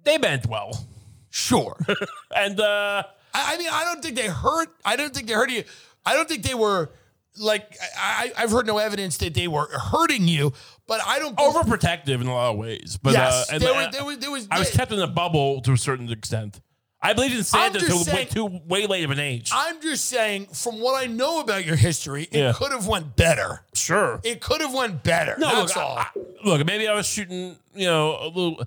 [SPEAKER 2] they meant well. *laughs*
[SPEAKER 1] Sure. I,
[SPEAKER 2] And uh,
[SPEAKER 1] I mean, I don't think they hurt. I don't think they hurt you. I don't think they were like I, I- I've heard no evidence that they were hurting you, but I don't.
[SPEAKER 2] overprotective in a lot of ways. But
[SPEAKER 1] Yes,
[SPEAKER 2] uh, and
[SPEAKER 1] there
[SPEAKER 2] I-
[SPEAKER 1] were- there was- there was-
[SPEAKER 2] I was kept in a bubble to a certain extent. I believed in Santa
[SPEAKER 1] just
[SPEAKER 2] to way
[SPEAKER 1] saying-
[SPEAKER 2] too way late of an age.
[SPEAKER 1] I'm just saying, from what I know about your history, it
[SPEAKER 2] Yeah.
[SPEAKER 1] could have went better.
[SPEAKER 2] sure.
[SPEAKER 1] It could have went better.
[SPEAKER 2] no,
[SPEAKER 1] That's
[SPEAKER 2] look, I-
[SPEAKER 1] all.
[SPEAKER 2] I- look, maybe I was shooting. You know, a little.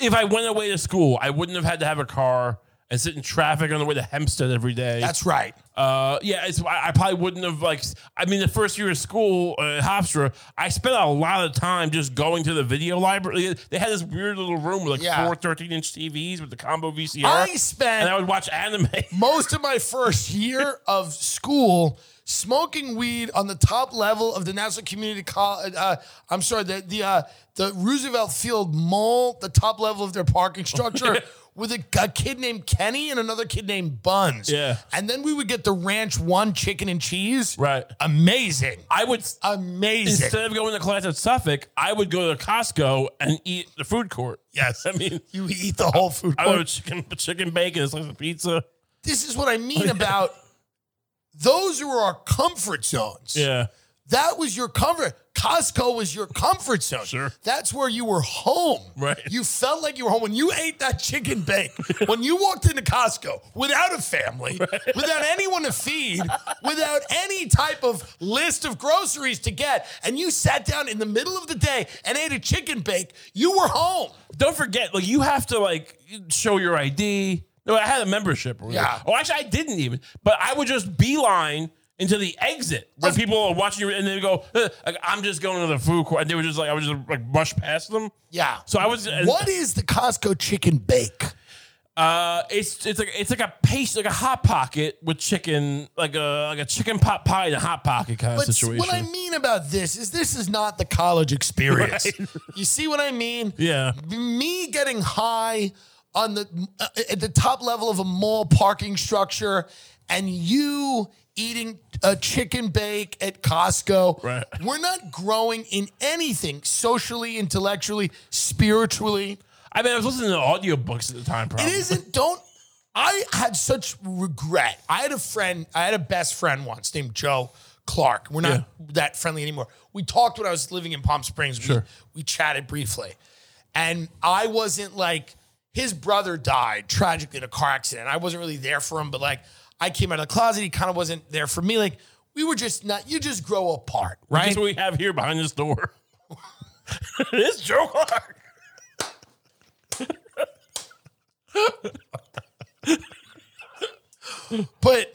[SPEAKER 2] If I went away to school, I wouldn't have had to have a car. and sit in traffic on the way to Hempstead every day.
[SPEAKER 3] That's right.
[SPEAKER 2] Uh, yeah, it's, I I probably wouldn't have like. I mean, the first year of school uh, at Hofstra, I spent a lot of time just going to the video library. They had this weird little room with like
[SPEAKER 3] Yeah.
[SPEAKER 2] four 13 inch TVs with the combo VCR.
[SPEAKER 3] I spent-
[SPEAKER 2] and I would watch anime. *laughs*
[SPEAKER 3] Most of my first
[SPEAKER 1] year of school smoking weed on the top level of the National Community College. Uh, I'm sorry, the the uh, the Roosevelt Field Mall, the top level of their parking
[SPEAKER 2] *laughs*
[SPEAKER 1] structure. With a, a kid named Kenny and another kid named Buns.
[SPEAKER 2] Yeah.
[SPEAKER 1] And then we would get the ranch one chicken and cheese.
[SPEAKER 2] Right.
[SPEAKER 1] Amazing.
[SPEAKER 2] I would
[SPEAKER 1] Amazing.
[SPEAKER 2] instead of going to class at Suffolk, I would go to Costco and eat the food court.
[SPEAKER 1] Yes.
[SPEAKER 2] *laughs* I mean,
[SPEAKER 1] you eat the whole food.
[SPEAKER 2] I
[SPEAKER 1] court.
[SPEAKER 2] would chicken chicken bacon, a slice of pizza.
[SPEAKER 1] this is what I mean about those who are our comfort zones.
[SPEAKER 2] Yeah,
[SPEAKER 1] That was your comfort. Costco was your comfort zone.
[SPEAKER 2] Sure.
[SPEAKER 1] That's where you were home.
[SPEAKER 2] Right.
[SPEAKER 1] You felt like you were home when you ate that chicken bake. *laughs* when you walked into Costco without a family, without anyone to feed, without any type of list of groceries to get, and you sat down in the middle of the day and ate a chicken bake, you were home.
[SPEAKER 2] don't forget, like you have to like show your ID. No, I had a membership. or whatever.
[SPEAKER 1] Yeah.
[SPEAKER 2] Oh, actually, I didn't even. But I would just beeline into the exit where people are watching you, and they go, "Uh, like, "I'm just going to the food court," and they were just like, "I was just like rush past them."
[SPEAKER 1] Yeah.
[SPEAKER 2] So I was. uh, and-
[SPEAKER 1] What is the Costco chicken bake?
[SPEAKER 2] Uh, it's it's like it's like a paste, like a hot pocket with chicken, like a like a chicken pot pie and a hot pocket kind of
[SPEAKER 1] But
[SPEAKER 2] situation.
[SPEAKER 1] what I mean about this is this is not the college experience. You see what I mean?
[SPEAKER 2] Yeah.
[SPEAKER 1] Me getting high on the uh, at the top level of a mall parking structure and you eating a chicken bake at Costco.
[SPEAKER 2] Right.
[SPEAKER 1] We're not growing in anything socially, intellectually, spiritually.
[SPEAKER 2] I mean, I was listening to audiobooks at the time. Probably.
[SPEAKER 1] It isn't. Don't. I had such regret. I had a friend. I had a best friend once named Joe Clark. We're not that friendly anymore. We talked when I was living in Palm Springs. We,
[SPEAKER 2] Sure.
[SPEAKER 1] we chatted briefly, and I wasn't like his brother died tragically in a car accident. I wasn't really there for him, but like I came out of the closet. He kind of wasn't there for me. Like we were just not. You just grow apart, right?
[SPEAKER 2] That's what we have here behind this door. *laughs* it is Joe Clark.
[SPEAKER 1] But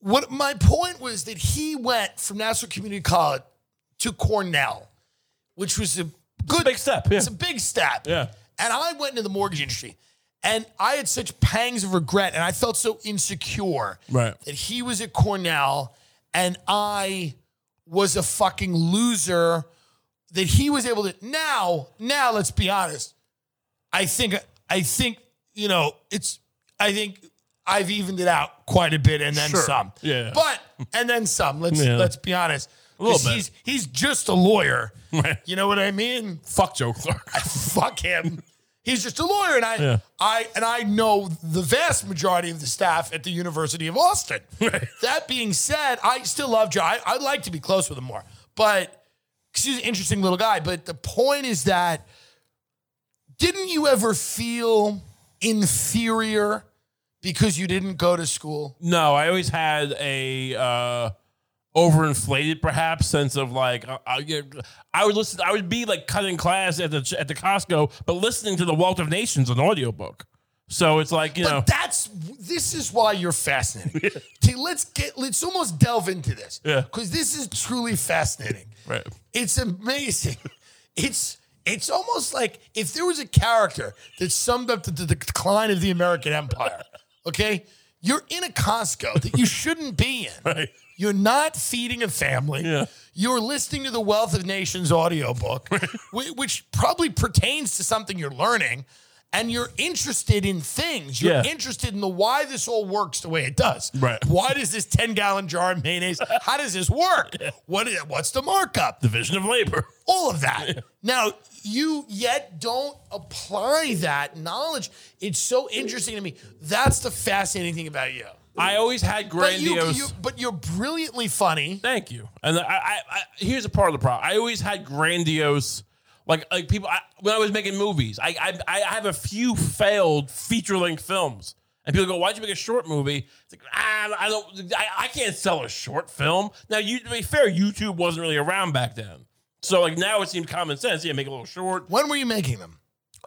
[SPEAKER 1] what my point was that he went from National Community College to Cornell, which was a good
[SPEAKER 2] Big step. Yeah.
[SPEAKER 1] It's a big step.
[SPEAKER 2] Yeah.
[SPEAKER 1] And I went into the mortgage industry, and I had such pangs of regret, and I felt so insecure
[SPEAKER 2] Right.
[SPEAKER 1] that he was at Cornell, and I was a fucking loser. That he was able to now, now let's be honest. I think I think you know it's I think I've evened it out quite a bit and then some.
[SPEAKER 2] Yeah.
[SPEAKER 1] But and then some. Let's
[SPEAKER 2] Yeah.
[SPEAKER 1] let's be honest. A
[SPEAKER 2] little bit.
[SPEAKER 1] He's he's just a lawyer. You know what I mean?
[SPEAKER 2] Fuck Joe Clark.
[SPEAKER 1] *laughs* Fuck him. He's just a lawyer and I
[SPEAKER 2] Yeah.
[SPEAKER 1] I and I know the vast majority of the staff at the University of Austin. That being said, I still love Joe. I, I'd like to be close with him more. But 'cause he's an interesting little guy. But the point is that didn't you ever feel inferior because you didn't go to school?
[SPEAKER 2] No, I always had a uh, overinflated, perhaps, sense of like uh, I, I, I would listen. I would be like cutting class at the at the Costco, but listening to the Wealth of Nations on audiobook. So it's like you know,
[SPEAKER 1] But that's this is why you're
[SPEAKER 2] *laughs*
[SPEAKER 1] fascinating. T- let's get let's almost delve into this.
[SPEAKER 2] Yeah.
[SPEAKER 1] Because this is truly fascinating.
[SPEAKER 2] Right.
[SPEAKER 1] It's amazing. *laughs* It's it's almost like if there was a character that summed up the, the decline of the American Empire, okay? You're in a Costco that you shouldn't be in.
[SPEAKER 2] *laughs* Right.
[SPEAKER 1] You're not feeding a family.
[SPEAKER 2] Yeah.
[SPEAKER 1] You're listening to the Wealth of Nations
[SPEAKER 2] *laughs*
[SPEAKER 1] audiobook, whi- which probably pertains to something you're learning. And you're interested in things. You're
[SPEAKER 2] Yeah.
[SPEAKER 1] interested in the why this all works the way it does.
[SPEAKER 2] Right.
[SPEAKER 1] Why does this 10 gallon jar of mayonnaise, how does this work? What is, what's the markup?
[SPEAKER 2] division of labor.
[SPEAKER 1] all of that. Now, you yet don't apply that knowledge. It's so interesting to me. That's the fascinating thing about you.
[SPEAKER 2] I always had
[SPEAKER 1] But, you,
[SPEAKER 2] grandiose.
[SPEAKER 1] you, but you're brilliantly funny.
[SPEAKER 2] Thank you. And I, I, I here's a part of the problem. I always had grandiose, like like people I, when I was making movies. I, I I have a few failed feature length films, and people go, "Why'd you make a short movie?" It's like, ah, I don't, I, I can't sell a short film. Now, you to be fair, YouTube wasn't really around back then. So like now it seemed common sense. Yeah, make a little short.
[SPEAKER 1] When were you making them?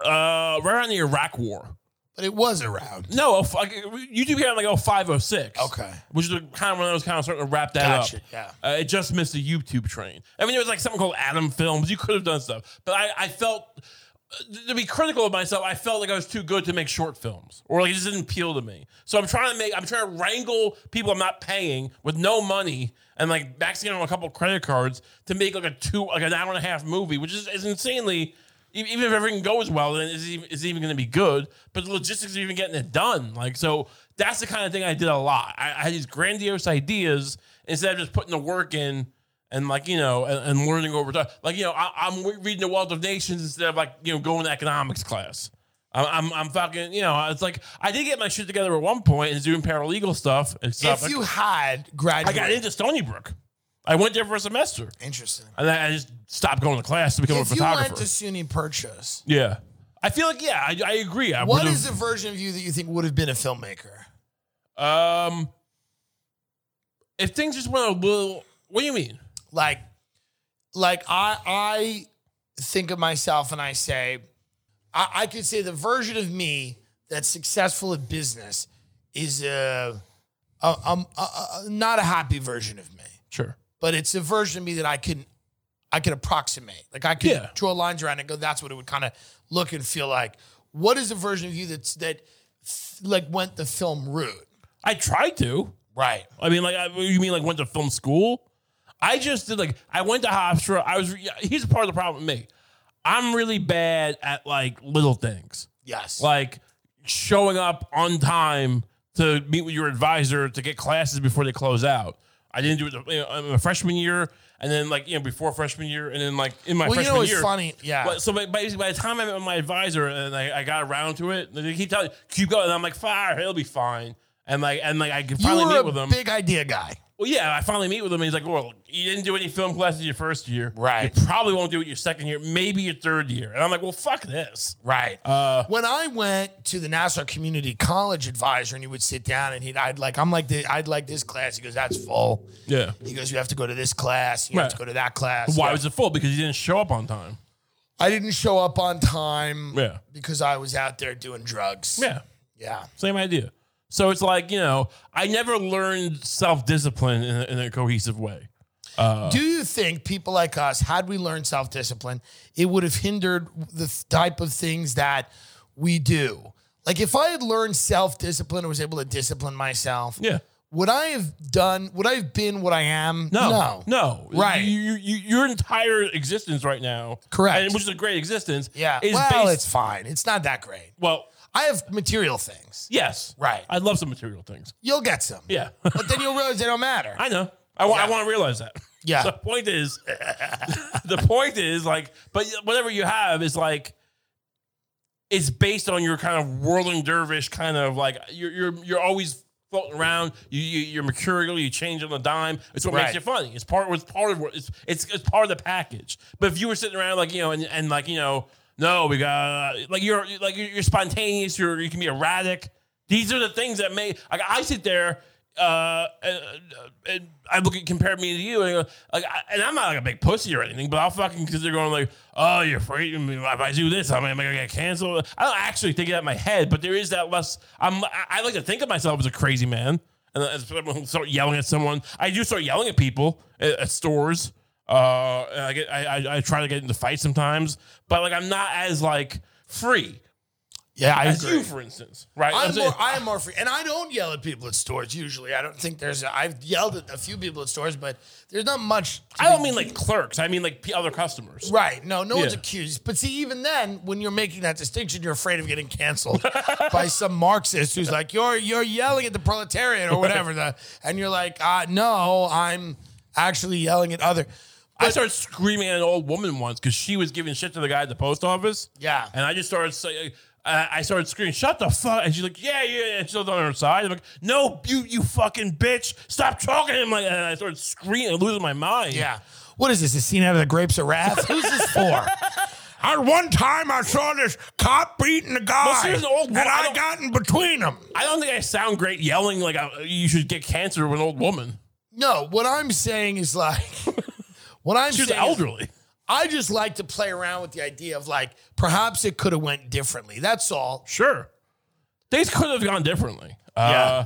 [SPEAKER 2] Uh, right around the Iraq War.
[SPEAKER 1] but it was around.
[SPEAKER 2] No, oh, fuck, you do get like oh five oh six.
[SPEAKER 1] Okay.
[SPEAKER 2] which is kind of when I was kind of starting to wrap that
[SPEAKER 1] Gotcha,
[SPEAKER 2] up.
[SPEAKER 1] yeah.
[SPEAKER 2] uh, it just missed the YouTube train. I mean, there was like something called Adam Films. You could have done stuff, but I, I felt uh, to be critical of myself. I felt like I was too good to make short films, or like it just didn't appeal to me. So I'm trying to make, I'm trying to wrangle people I'm not paying with no money and like maxing out on a couple credit cards to make like a two, like an hour and a half movie, which is, is insanely. e- Even if everything goes well, then it's even, it's even going to be good. But the logistics of even getting it done, like so, that's the kind of thing I did a lot. I, I had these grandiose ideas instead of just putting the work in and like you know and, and learning over time. Like you know, I, I'm re- reading the Wealth of Nations instead of like you know going to economics class. I'm, I'm I'm fucking you know. It's like I did get my shit together at one point and doing paralegal stuff and stuff.
[SPEAKER 1] If you had graduated,
[SPEAKER 2] I got into Stony Brook. I went there for a semester
[SPEAKER 1] interesting.
[SPEAKER 2] and I, I just stopped going to class to become a
[SPEAKER 1] If you
[SPEAKER 2] photographer.
[SPEAKER 1] went to SUNY Purchase,
[SPEAKER 2] yeah, I feel like yeah, I, I agree. I
[SPEAKER 1] what
[SPEAKER 2] would've-
[SPEAKER 1] is the version of you that you think would have been a filmmaker?
[SPEAKER 2] Um, if things just went a little, what do you mean?
[SPEAKER 1] like like i i think of myself and i say i, I could say the version of me that's successful at business is a, a, a, a, a- not a happy version of me
[SPEAKER 2] Sure.
[SPEAKER 1] but it's a version of me that i can i can approximate like i could
[SPEAKER 2] Yeah.
[SPEAKER 1] draw lines around and go that's what it would kind of look and feel like what is the version of you that's that like went the film route
[SPEAKER 2] I tried to.
[SPEAKER 1] right
[SPEAKER 2] I mean, like, I, you mean like went to film school? I just did like I went to Hofstra. I was. Here's part of the problem with me. I'm really bad at like little things,
[SPEAKER 1] yes
[SPEAKER 2] like showing up on time to meet with your advisor to get classes before they close out. I didn't do it you know, in my freshman year, and then like you know before freshman year, and then like in my
[SPEAKER 1] well you
[SPEAKER 2] freshman
[SPEAKER 1] know it's
[SPEAKER 2] year.
[SPEAKER 1] funny yeah
[SPEAKER 2] Well, so by, by, by the time I met with my advisor and I, I got around to it, they keep telling, keep going. And I'm like, fire, it'll be fine. And like, and like, I can
[SPEAKER 1] you
[SPEAKER 2] finally
[SPEAKER 1] were
[SPEAKER 2] meet
[SPEAKER 1] a
[SPEAKER 2] with him.
[SPEAKER 1] big idea guy
[SPEAKER 2] well, yeah, I finally meet with him. And he's like, well, you didn't do any film classes your first year,
[SPEAKER 1] Right.
[SPEAKER 2] You probably won't do it your second year, maybe your third year. And I'm like, well, fuck this.
[SPEAKER 1] Right.
[SPEAKER 2] Uh,
[SPEAKER 1] when I went to the Nassau Community College advisor, and he would sit down and he'd, I'd like, I'm like, the, I'd like this class. He goes, that's full.
[SPEAKER 2] Yeah.
[SPEAKER 1] He goes, you have to go to this class. You have
[SPEAKER 2] Right.
[SPEAKER 1] to go to that class.
[SPEAKER 2] Why
[SPEAKER 1] Yeah.
[SPEAKER 2] was it full? Because you didn't show up on time.
[SPEAKER 1] I didn't show up on time
[SPEAKER 2] Yeah.
[SPEAKER 1] because I was out there doing drugs.
[SPEAKER 2] Yeah.
[SPEAKER 1] Yeah.
[SPEAKER 2] Same idea. So it's like you know, I never learned self discipline in, a- in a cohesive way. Uh.
[SPEAKER 1] Do you think people like us, had we learned self discipline, it would have hindered the th- type of things that we do? Like if I had learned self discipline and was able to discipline myself,
[SPEAKER 2] Yeah.
[SPEAKER 1] would I have done? Would I have been what I am?
[SPEAKER 2] No,
[SPEAKER 1] no,
[SPEAKER 2] no,
[SPEAKER 1] Right.
[SPEAKER 2] You, you, you, your entire existence right now,
[SPEAKER 1] Correct.
[SPEAKER 2] and- which is a great existence.
[SPEAKER 1] Yeah.
[SPEAKER 2] is
[SPEAKER 1] well,
[SPEAKER 2] based.
[SPEAKER 1] it's fine. It's not that great.
[SPEAKER 2] well,
[SPEAKER 1] I have material things.
[SPEAKER 2] yes,
[SPEAKER 1] Right.
[SPEAKER 2] I love some material things.
[SPEAKER 1] You'll get some.
[SPEAKER 2] Yeah, *laughs*
[SPEAKER 1] But then you'll realize they don't matter.
[SPEAKER 2] I know. I want. I want to realize that.
[SPEAKER 1] Yeah.
[SPEAKER 2] *laughs* The point is, the point is like, but whatever you have is like, it's based on your kind of whirling dervish kind of like you're you're you're always floating around. You, you you're mercurial. You change on the dime. It's what
[SPEAKER 1] Right.
[SPEAKER 2] makes you funny. It's part. It's part of what it's, it's it's part of the package. But if you were sitting around like you know and, and like you know no we got uh, like you're like you're, you're spontaneous. You're you can be erratic. These are the things that may like I sit there. Uh, and, and I look at compare me to you, and I go, like, I, and I'm not like a big pussy or anything, but I'll fucking because they're going like, oh, you're afraid. of me. If I do this, I'm gonna get canceled. I don't actually think that in my head, but there is that less. I'm I, I like to think of myself as a crazy man, and as someone who start yelling at someone, I do start yelling at people at, at stores. Uh, and I get I, I, I try to get into fights sometimes, but like I'm not as like free
[SPEAKER 1] yeah, I
[SPEAKER 2] as you, for instance, right?
[SPEAKER 1] I'm
[SPEAKER 2] saying-
[SPEAKER 1] more, I'm more free, and I don't yell at people at stores usually. I don't think there's. i I've yelled at a few people at stores, but there's not much. to
[SPEAKER 2] I don't
[SPEAKER 1] be-
[SPEAKER 2] mean like clerks. I mean like p- other customers.
[SPEAKER 1] Right. No, no one's
[SPEAKER 2] Yeah.
[SPEAKER 1] accused. But see, even then, when you're making that distinction, you're afraid of getting canceled *laughs* by some Marxist who's like, "You're you're yelling at the proletariat or whatever," the, and you're like, uh, "No, I'm actually yelling at other."
[SPEAKER 2] I started screaming at an old woman once because she was giving shit to the guy at the post office.
[SPEAKER 1] Yeah.
[SPEAKER 2] and I just started saying. I I started screaming, "Shut the fuck!" And she's like, "Yeah, yeah." And she's on her side. I'm like, "No, you, you fucking bitch! Stop talking!" to him!" like, and I started screaming, losing my
[SPEAKER 1] *laughs*
[SPEAKER 2] mind.
[SPEAKER 1] Yeah. What is this? A scene out of the Grapes of Wrath? Who's this *laughs* for? At one time, I saw this cop beating a guy,
[SPEAKER 2] Well, she was an old woman. I don't-
[SPEAKER 1] got in between them.
[SPEAKER 2] I don't think I sound great yelling like I, you should get cancer with an old woman.
[SPEAKER 1] No, what I'm saying is like, *laughs* what I'm
[SPEAKER 2] She was
[SPEAKER 1] saying, is
[SPEAKER 2] elderly.
[SPEAKER 1] I just like to play around with the idea of like, perhaps it could have went differently. That's all.
[SPEAKER 2] Sure. Things could have gone differently. Uh,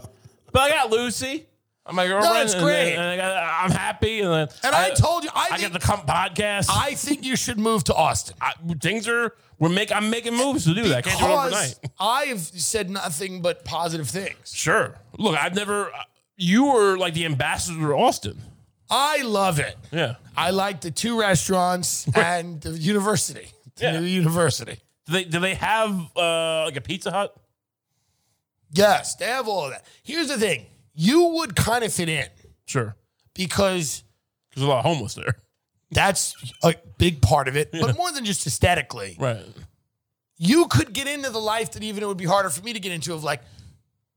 [SPEAKER 2] But I got Lucy. I'm my girlfriend.
[SPEAKER 1] that's
[SPEAKER 2] and
[SPEAKER 1] great.
[SPEAKER 2] then- And, I got, uh, I'm happy. And, then
[SPEAKER 1] And I told you, I
[SPEAKER 2] I
[SPEAKER 1] think-
[SPEAKER 2] got the comp podcast. I,
[SPEAKER 1] I think you should move to Austin.
[SPEAKER 2] things are we're make. I'm making moves to do that. I can't do it overnight.
[SPEAKER 1] Because I've said nothing but positive things.
[SPEAKER 2] Sure. Look, I've never. uh, You were like the ambassador to Austin.
[SPEAKER 1] I love it.
[SPEAKER 2] Yeah.
[SPEAKER 1] I like the two
[SPEAKER 2] *laughs*
[SPEAKER 1] restaurants and the university. The
[SPEAKER 2] Yeah.
[SPEAKER 1] new university.
[SPEAKER 2] Do they do they have uh, like a Pizza Hut?
[SPEAKER 1] Yes, they have all of that. Here's the thing. You would kind of fit in
[SPEAKER 2] Sure.
[SPEAKER 1] because
[SPEAKER 2] Because there's a lot of homeless there.
[SPEAKER 1] that's a big part of it, but more than just aesthetically.
[SPEAKER 2] Right.
[SPEAKER 1] You could get into the life that even it would be harder for me to get into of like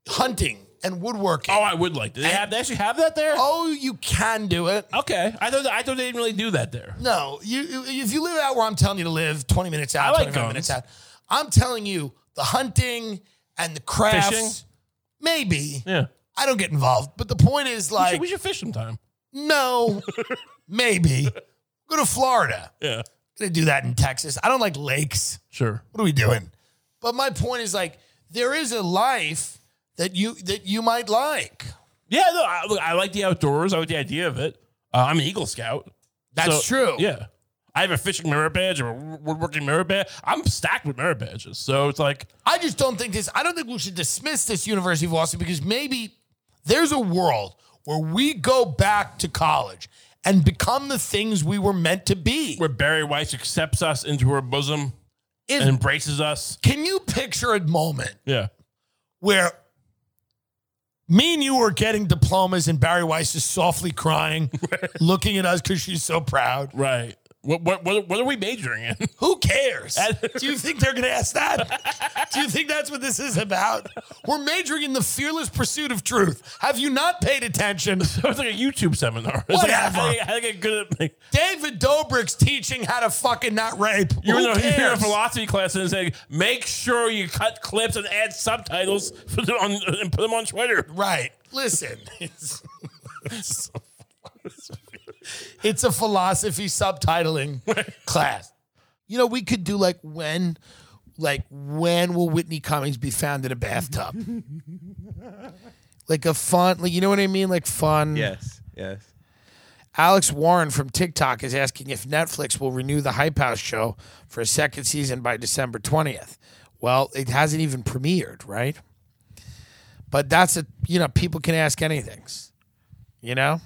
[SPEAKER 1] hunting and woodworking.
[SPEAKER 2] Oh, I would like. Do they have? They actually have that there?
[SPEAKER 1] oh you can do it.
[SPEAKER 2] Okay. I thought I thought they didn't really do that there.
[SPEAKER 1] No, you you- if you live out where I'm telling you to live, 20 minutes out,
[SPEAKER 2] I like
[SPEAKER 1] 25
[SPEAKER 2] guns.
[SPEAKER 1] minutes out. I'm telling you, the hunting and the crafts,
[SPEAKER 2] Fishing?
[SPEAKER 1] maybe.
[SPEAKER 2] Yeah.
[SPEAKER 1] I don't get involved, but the point is
[SPEAKER 2] We should-
[SPEAKER 1] like,
[SPEAKER 2] we should fish sometime.
[SPEAKER 1] no, maybe. Go to Florida.
[SPEAKER 2] Yeah.
[SPEAKER 1] Gonna do that in Texas. I don't like lakes.
[SPEAKER 2] Sure.
[SPEAKER 1] What are we doing? But my point is like, there is a life that you that you might like.
[SPEAKER 2] Yeah. No. I, look, I like the outdoors. I like the idea of it. Uh, I'm an Eagle Scout.
[SPEAKER 1] That's true.
[SPEAKER 2] Yeah. I have a fishing merit badge or a woodworking merit badge. I'm stacked with merit badges. So it's like,
[SPEAKER 1] I just don't think this. I don't think we should dismiss this University of Austin because maybe there's a world where we go back to college and become the things we were meant to be.
[SPEAKER 2] where Barry Weiss accepts us into her bosom
[SPEAKER 1] If-
[SPEAKER 2] and embraces us.
[SPEAKER 1] Can you picture a moment
[SPEAKER 2] Yeah.
[SPEAKER 1] where me and you were getting diplomas and Barry Weiss is softly crying, looking at us because she's so proud?
[SPEAKER 2] Right. What, what, what, what are we majoring in? *laughs*
[SPEAKER 1] Who cares? *laughs* Do you think they're going to ask that? Do you think that's what this is about? We're majoring in the fearless pursuit of truth. Have you not paid
[SPEAKER 2] *laughs*
[SPEAKER 1] attention?
[SPEAKER 2] so it's like a YouTube seminar. It's like, I,
[SPEAKER 1] Whatever.
[SPEAKER 2] think- I think I could like,
[SPEAKER 1] David Dobrik's teaching how to fucking not rape.
[SPEAKER 2] you were
[SPEAKER 1] Who
[SPEAKER 2] in a- you were in a
[SPEAKER 1] cares?
[SPEAKER 2] philosophy class and saying, make sure you cut clips and add subtitles for them on, and put them on Twitter.
[SPEAKER 1] right. Listen. *laughs* It's, it's a philosophy- *laughs* it's a philosophy subtitling class. You know, we could do like when like when will Whitney Cummings be found in a bathtub? like a fun like you know what I mean? Like fun.
[SPEAKER 4] Yes. Yes.
[SPEAKER 1] Alex Warren from TikTok is asking if Netflix will renew the Hype House show for a second season by December 20th. Well, it hasn't even premiered, right? But that's a, you know, people can ask anything, you know?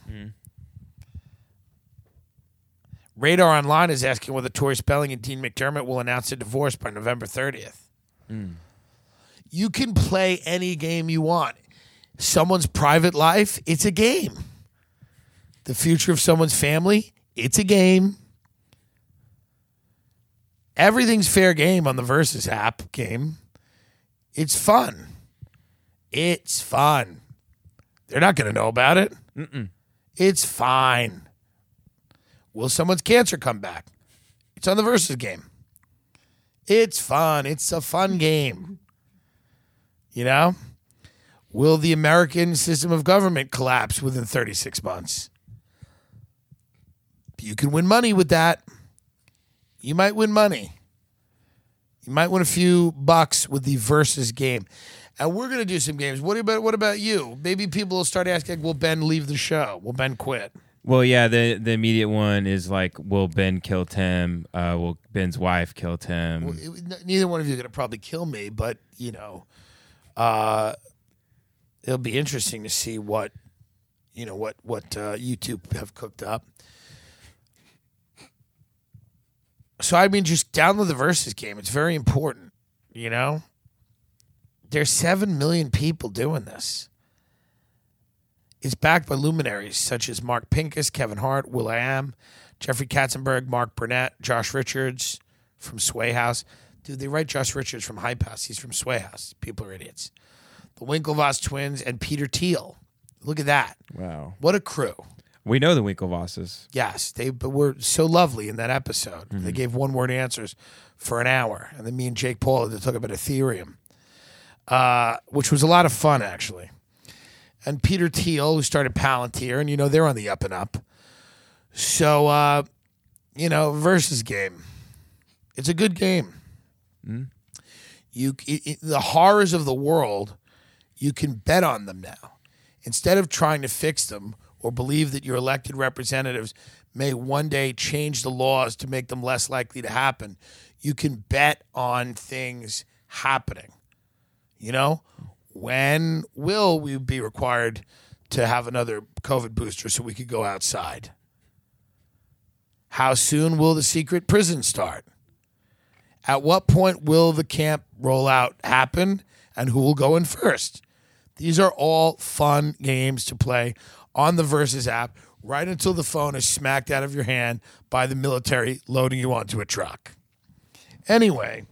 [SPEAKER 1] Radar Online is asking whether Tori Spelling and Dean McDermott will announce a divorce by November 30th. You can play any game you want. Someone's private life, it's a game the future of someone's family, it's a game. Everything's fair game on the Versus app game. It's fun. It's fun. They're not going to know about it. Mm-mm. It's fine. Will someone's cancer come back? It's on the Versus game. It's fun. It's a fun game. You know? Will the American system of government collapse within 36 months? You can win money with that. You might win money. You might win a few bucks with the versus game. And we're going to do some games. What about what about you? Maybe people will start asking, will Ben leave the show? Will Ben quit?
[SPEAKER 4] Well, yeah, the the immediate one is like, will Ben kill Tim? Uh, will Ben's wife kill Tim?
[SPEAKER 1] It- it- neither one of you are going to probably kill me, but you know, uh, it'll be interesting to see what you know what what uh, you two have cooked up. So I mean, just download the versus game. It's very important, you know. There's seven million people doing this. It's backed by luminaries such as Mark Pincus, Kevin Hart, Will I Am, Jeffrey Katzenberg, Mark Burnett, Josh Richards from Sway House. Dude, they write Josh Richards from Hype House. He's from Sway House. People are idiots. The Winklevoss twins and Peter Thiel. Look at that.
[SPEAKER 4] Wow,
[SPEAKER 1] What a crew.
[SPEAKER 4] we know the Winklevosses.
[SPEAKER 1] Yes, they but were so lovely in that episode. They gave one word answers for an hour, and then me and Jake Paul had to talk about Ethereum, uh, which was a lot of fun actually. And Peter Thiel, who started Palantir, and you know they're on the up and up. So uh, you know, versus game, it's a good game. You it, it- the horrors of the world, you can bet on them now. Instead of trying to fix them or believe that your elected representatives may one day change the laws to make them less likely to happen, you can bet on things happening. You know, when will we be required to have another COVID booster so we could go outside? How soon will the secret prison start? At what point will the camp rollout happen and who will go in first? These are all fun games to play on the Versus app right until the phone is smacked out of your hand by the military loading you onto a truck. Anyway,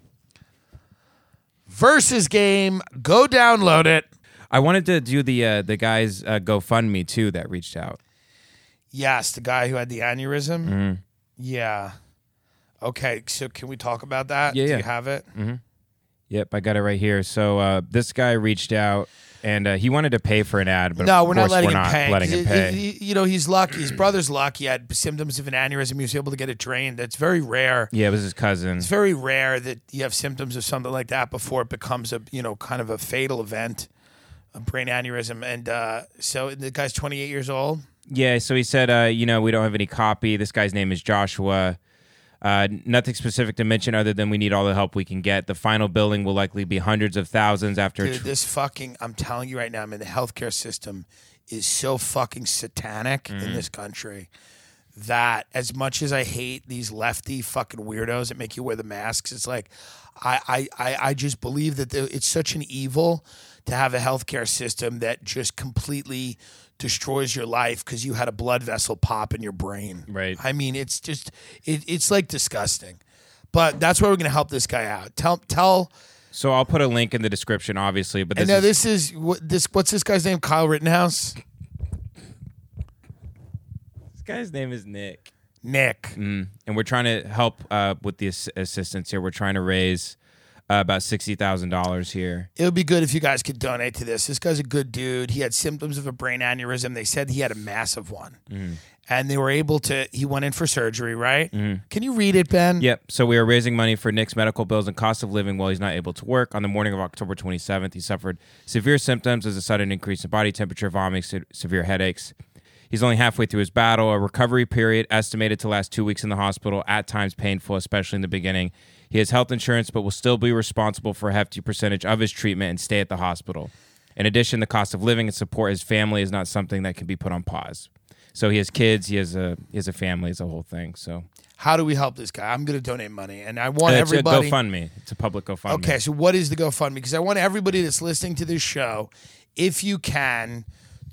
[SPEAKER 1] Versus game, go download it.
[SPEAKER 4] I wanted to do the uh, the guys uh, GoFundMe too that reached out.
[SPEAKER 1] Yes, the guy who had the aneurysm.
[SPEAKER 4] Mm-hmm.
[SPEAKER 1] Yeah. Okay, so can we talk about that?
[SPEAKER 4] Yeah,
[SPEAKER 1] Do
[SPEAKER 4] yeah. Mm-hmm.
[SPEAKER 1] you have it?
[SPEAKER 4] Yep, I got it right here. So uh, this guy reached out and uh, he wanted to pay for an ad, but
[SPEAKER 1] No,
[SPEAKER 4] of
[SPEAKER 1] we're not
[SPEAKER 4] course
[SPEAKER 1] letting
[SPEAKER 4] we're
[SPEAKER 1] him
[SPEAKER 4] not
[SPEAKER 1] pay.
[SPEAKER 4] letting
[SPEAKER 1] 'cause
[SPEAKER 4] him
[SPEAKER 1] he-
[SPEAKER 4] pay.
[SPEAKER 1] he- you know, he's lucky. His brother's lucky. He had symptoms of an aneurysm. He was able to get it drained. That's very rare.
[SPEAKER 4] yeah, it was his cousin.
[SPEAKER 1] It's very rare that you have symptoms of something like that before it becomes a you know kind of a fatal event, a brain aneurysm. And uh, so the guy's 28 years old.
[SPEAKER 4] Yeah, so he said, uh, you know, we don't have any copy. This guy's name is Joshua. Uh, nothing specific to mention other than we need all the help we can get. The final billing will likely be hundreds of thousands after.
[SPEAKER 1] Dude, this fucking, I'm telling you right now, I mean, the healthcare system is so fucking satanic in this country that as much as I hate these lefty fucking weirdos that make you wear the masks, it's like, I, I, I, I just believe that the, it's such an evil to have a healthcare system that just completely destroys your life because you had a blood vessel pop in your brain.
[SPEAKER 4] Right.
[SPEAKER 1] I mean, it's just, it, it's like disgusting. But that's why we're going to help this guy out. Tell, tell,
[SPEAKER 4] so I'll put a link in the description, obviously. But
[SPEAKER 1] and
[SPEAKER 4] this
[SPEAKER 1] now
[SPEAKER 4] is,
[SPEAKER 1] this is what this what's this guy's name? Kyle Rittenhouse?
[SPEAKER 4] this guy's name is Nick.
[SPEAKER 1] Nick.
[SPEAKER 4] and we're trying to help uh, with the ass- assistance here. We're trying to raise uh, about sixty thousand dollars here.
[SPEAKER 1] It would be good if you guys could donate to this. This guy's a good dude. He had symptoms of a brain aneurysm. They said he had a massive one.
[SPEAKER 4] Mm.
[SPEAKER 1] And they were able to he went in for surgery, right?
[SPEAKER 4] Mm-hmm.
[SPEAKER 1] Can you read it, Ben?
[SPEAKER 4] Yep. So we are raising money for Nick's medical bills and cost of living while he's not able to work. On the morning of October 27th, he suffered severe symptoms as a sudden increase in body temperature, vomiting, se- severe headaches. He's only halfway through his battle, a recovery period estimated to last two weeks in the hospital, at times painful, especially in the beginning. He has health insurance, but will still be responsible for a hefty percentage of his treatment and stay at the hospital. In addition, the cost of living and support his family is not something that can be put on pause. So he has kids, he has a he has a family, it's a whole thing. So
[SPEAKER 1] How do we help this guy? I'm gonna donate money. And I want
[SPEAKER 4] it's
[SPEAKER 1] everybody
[SPEAKER 4] Uh, a GoFundMe. It's a public GoFundMe.
[SPEAKER 1] Okay, so what is the GoFundMe? Because I want everybody that's listening to this show, if you can,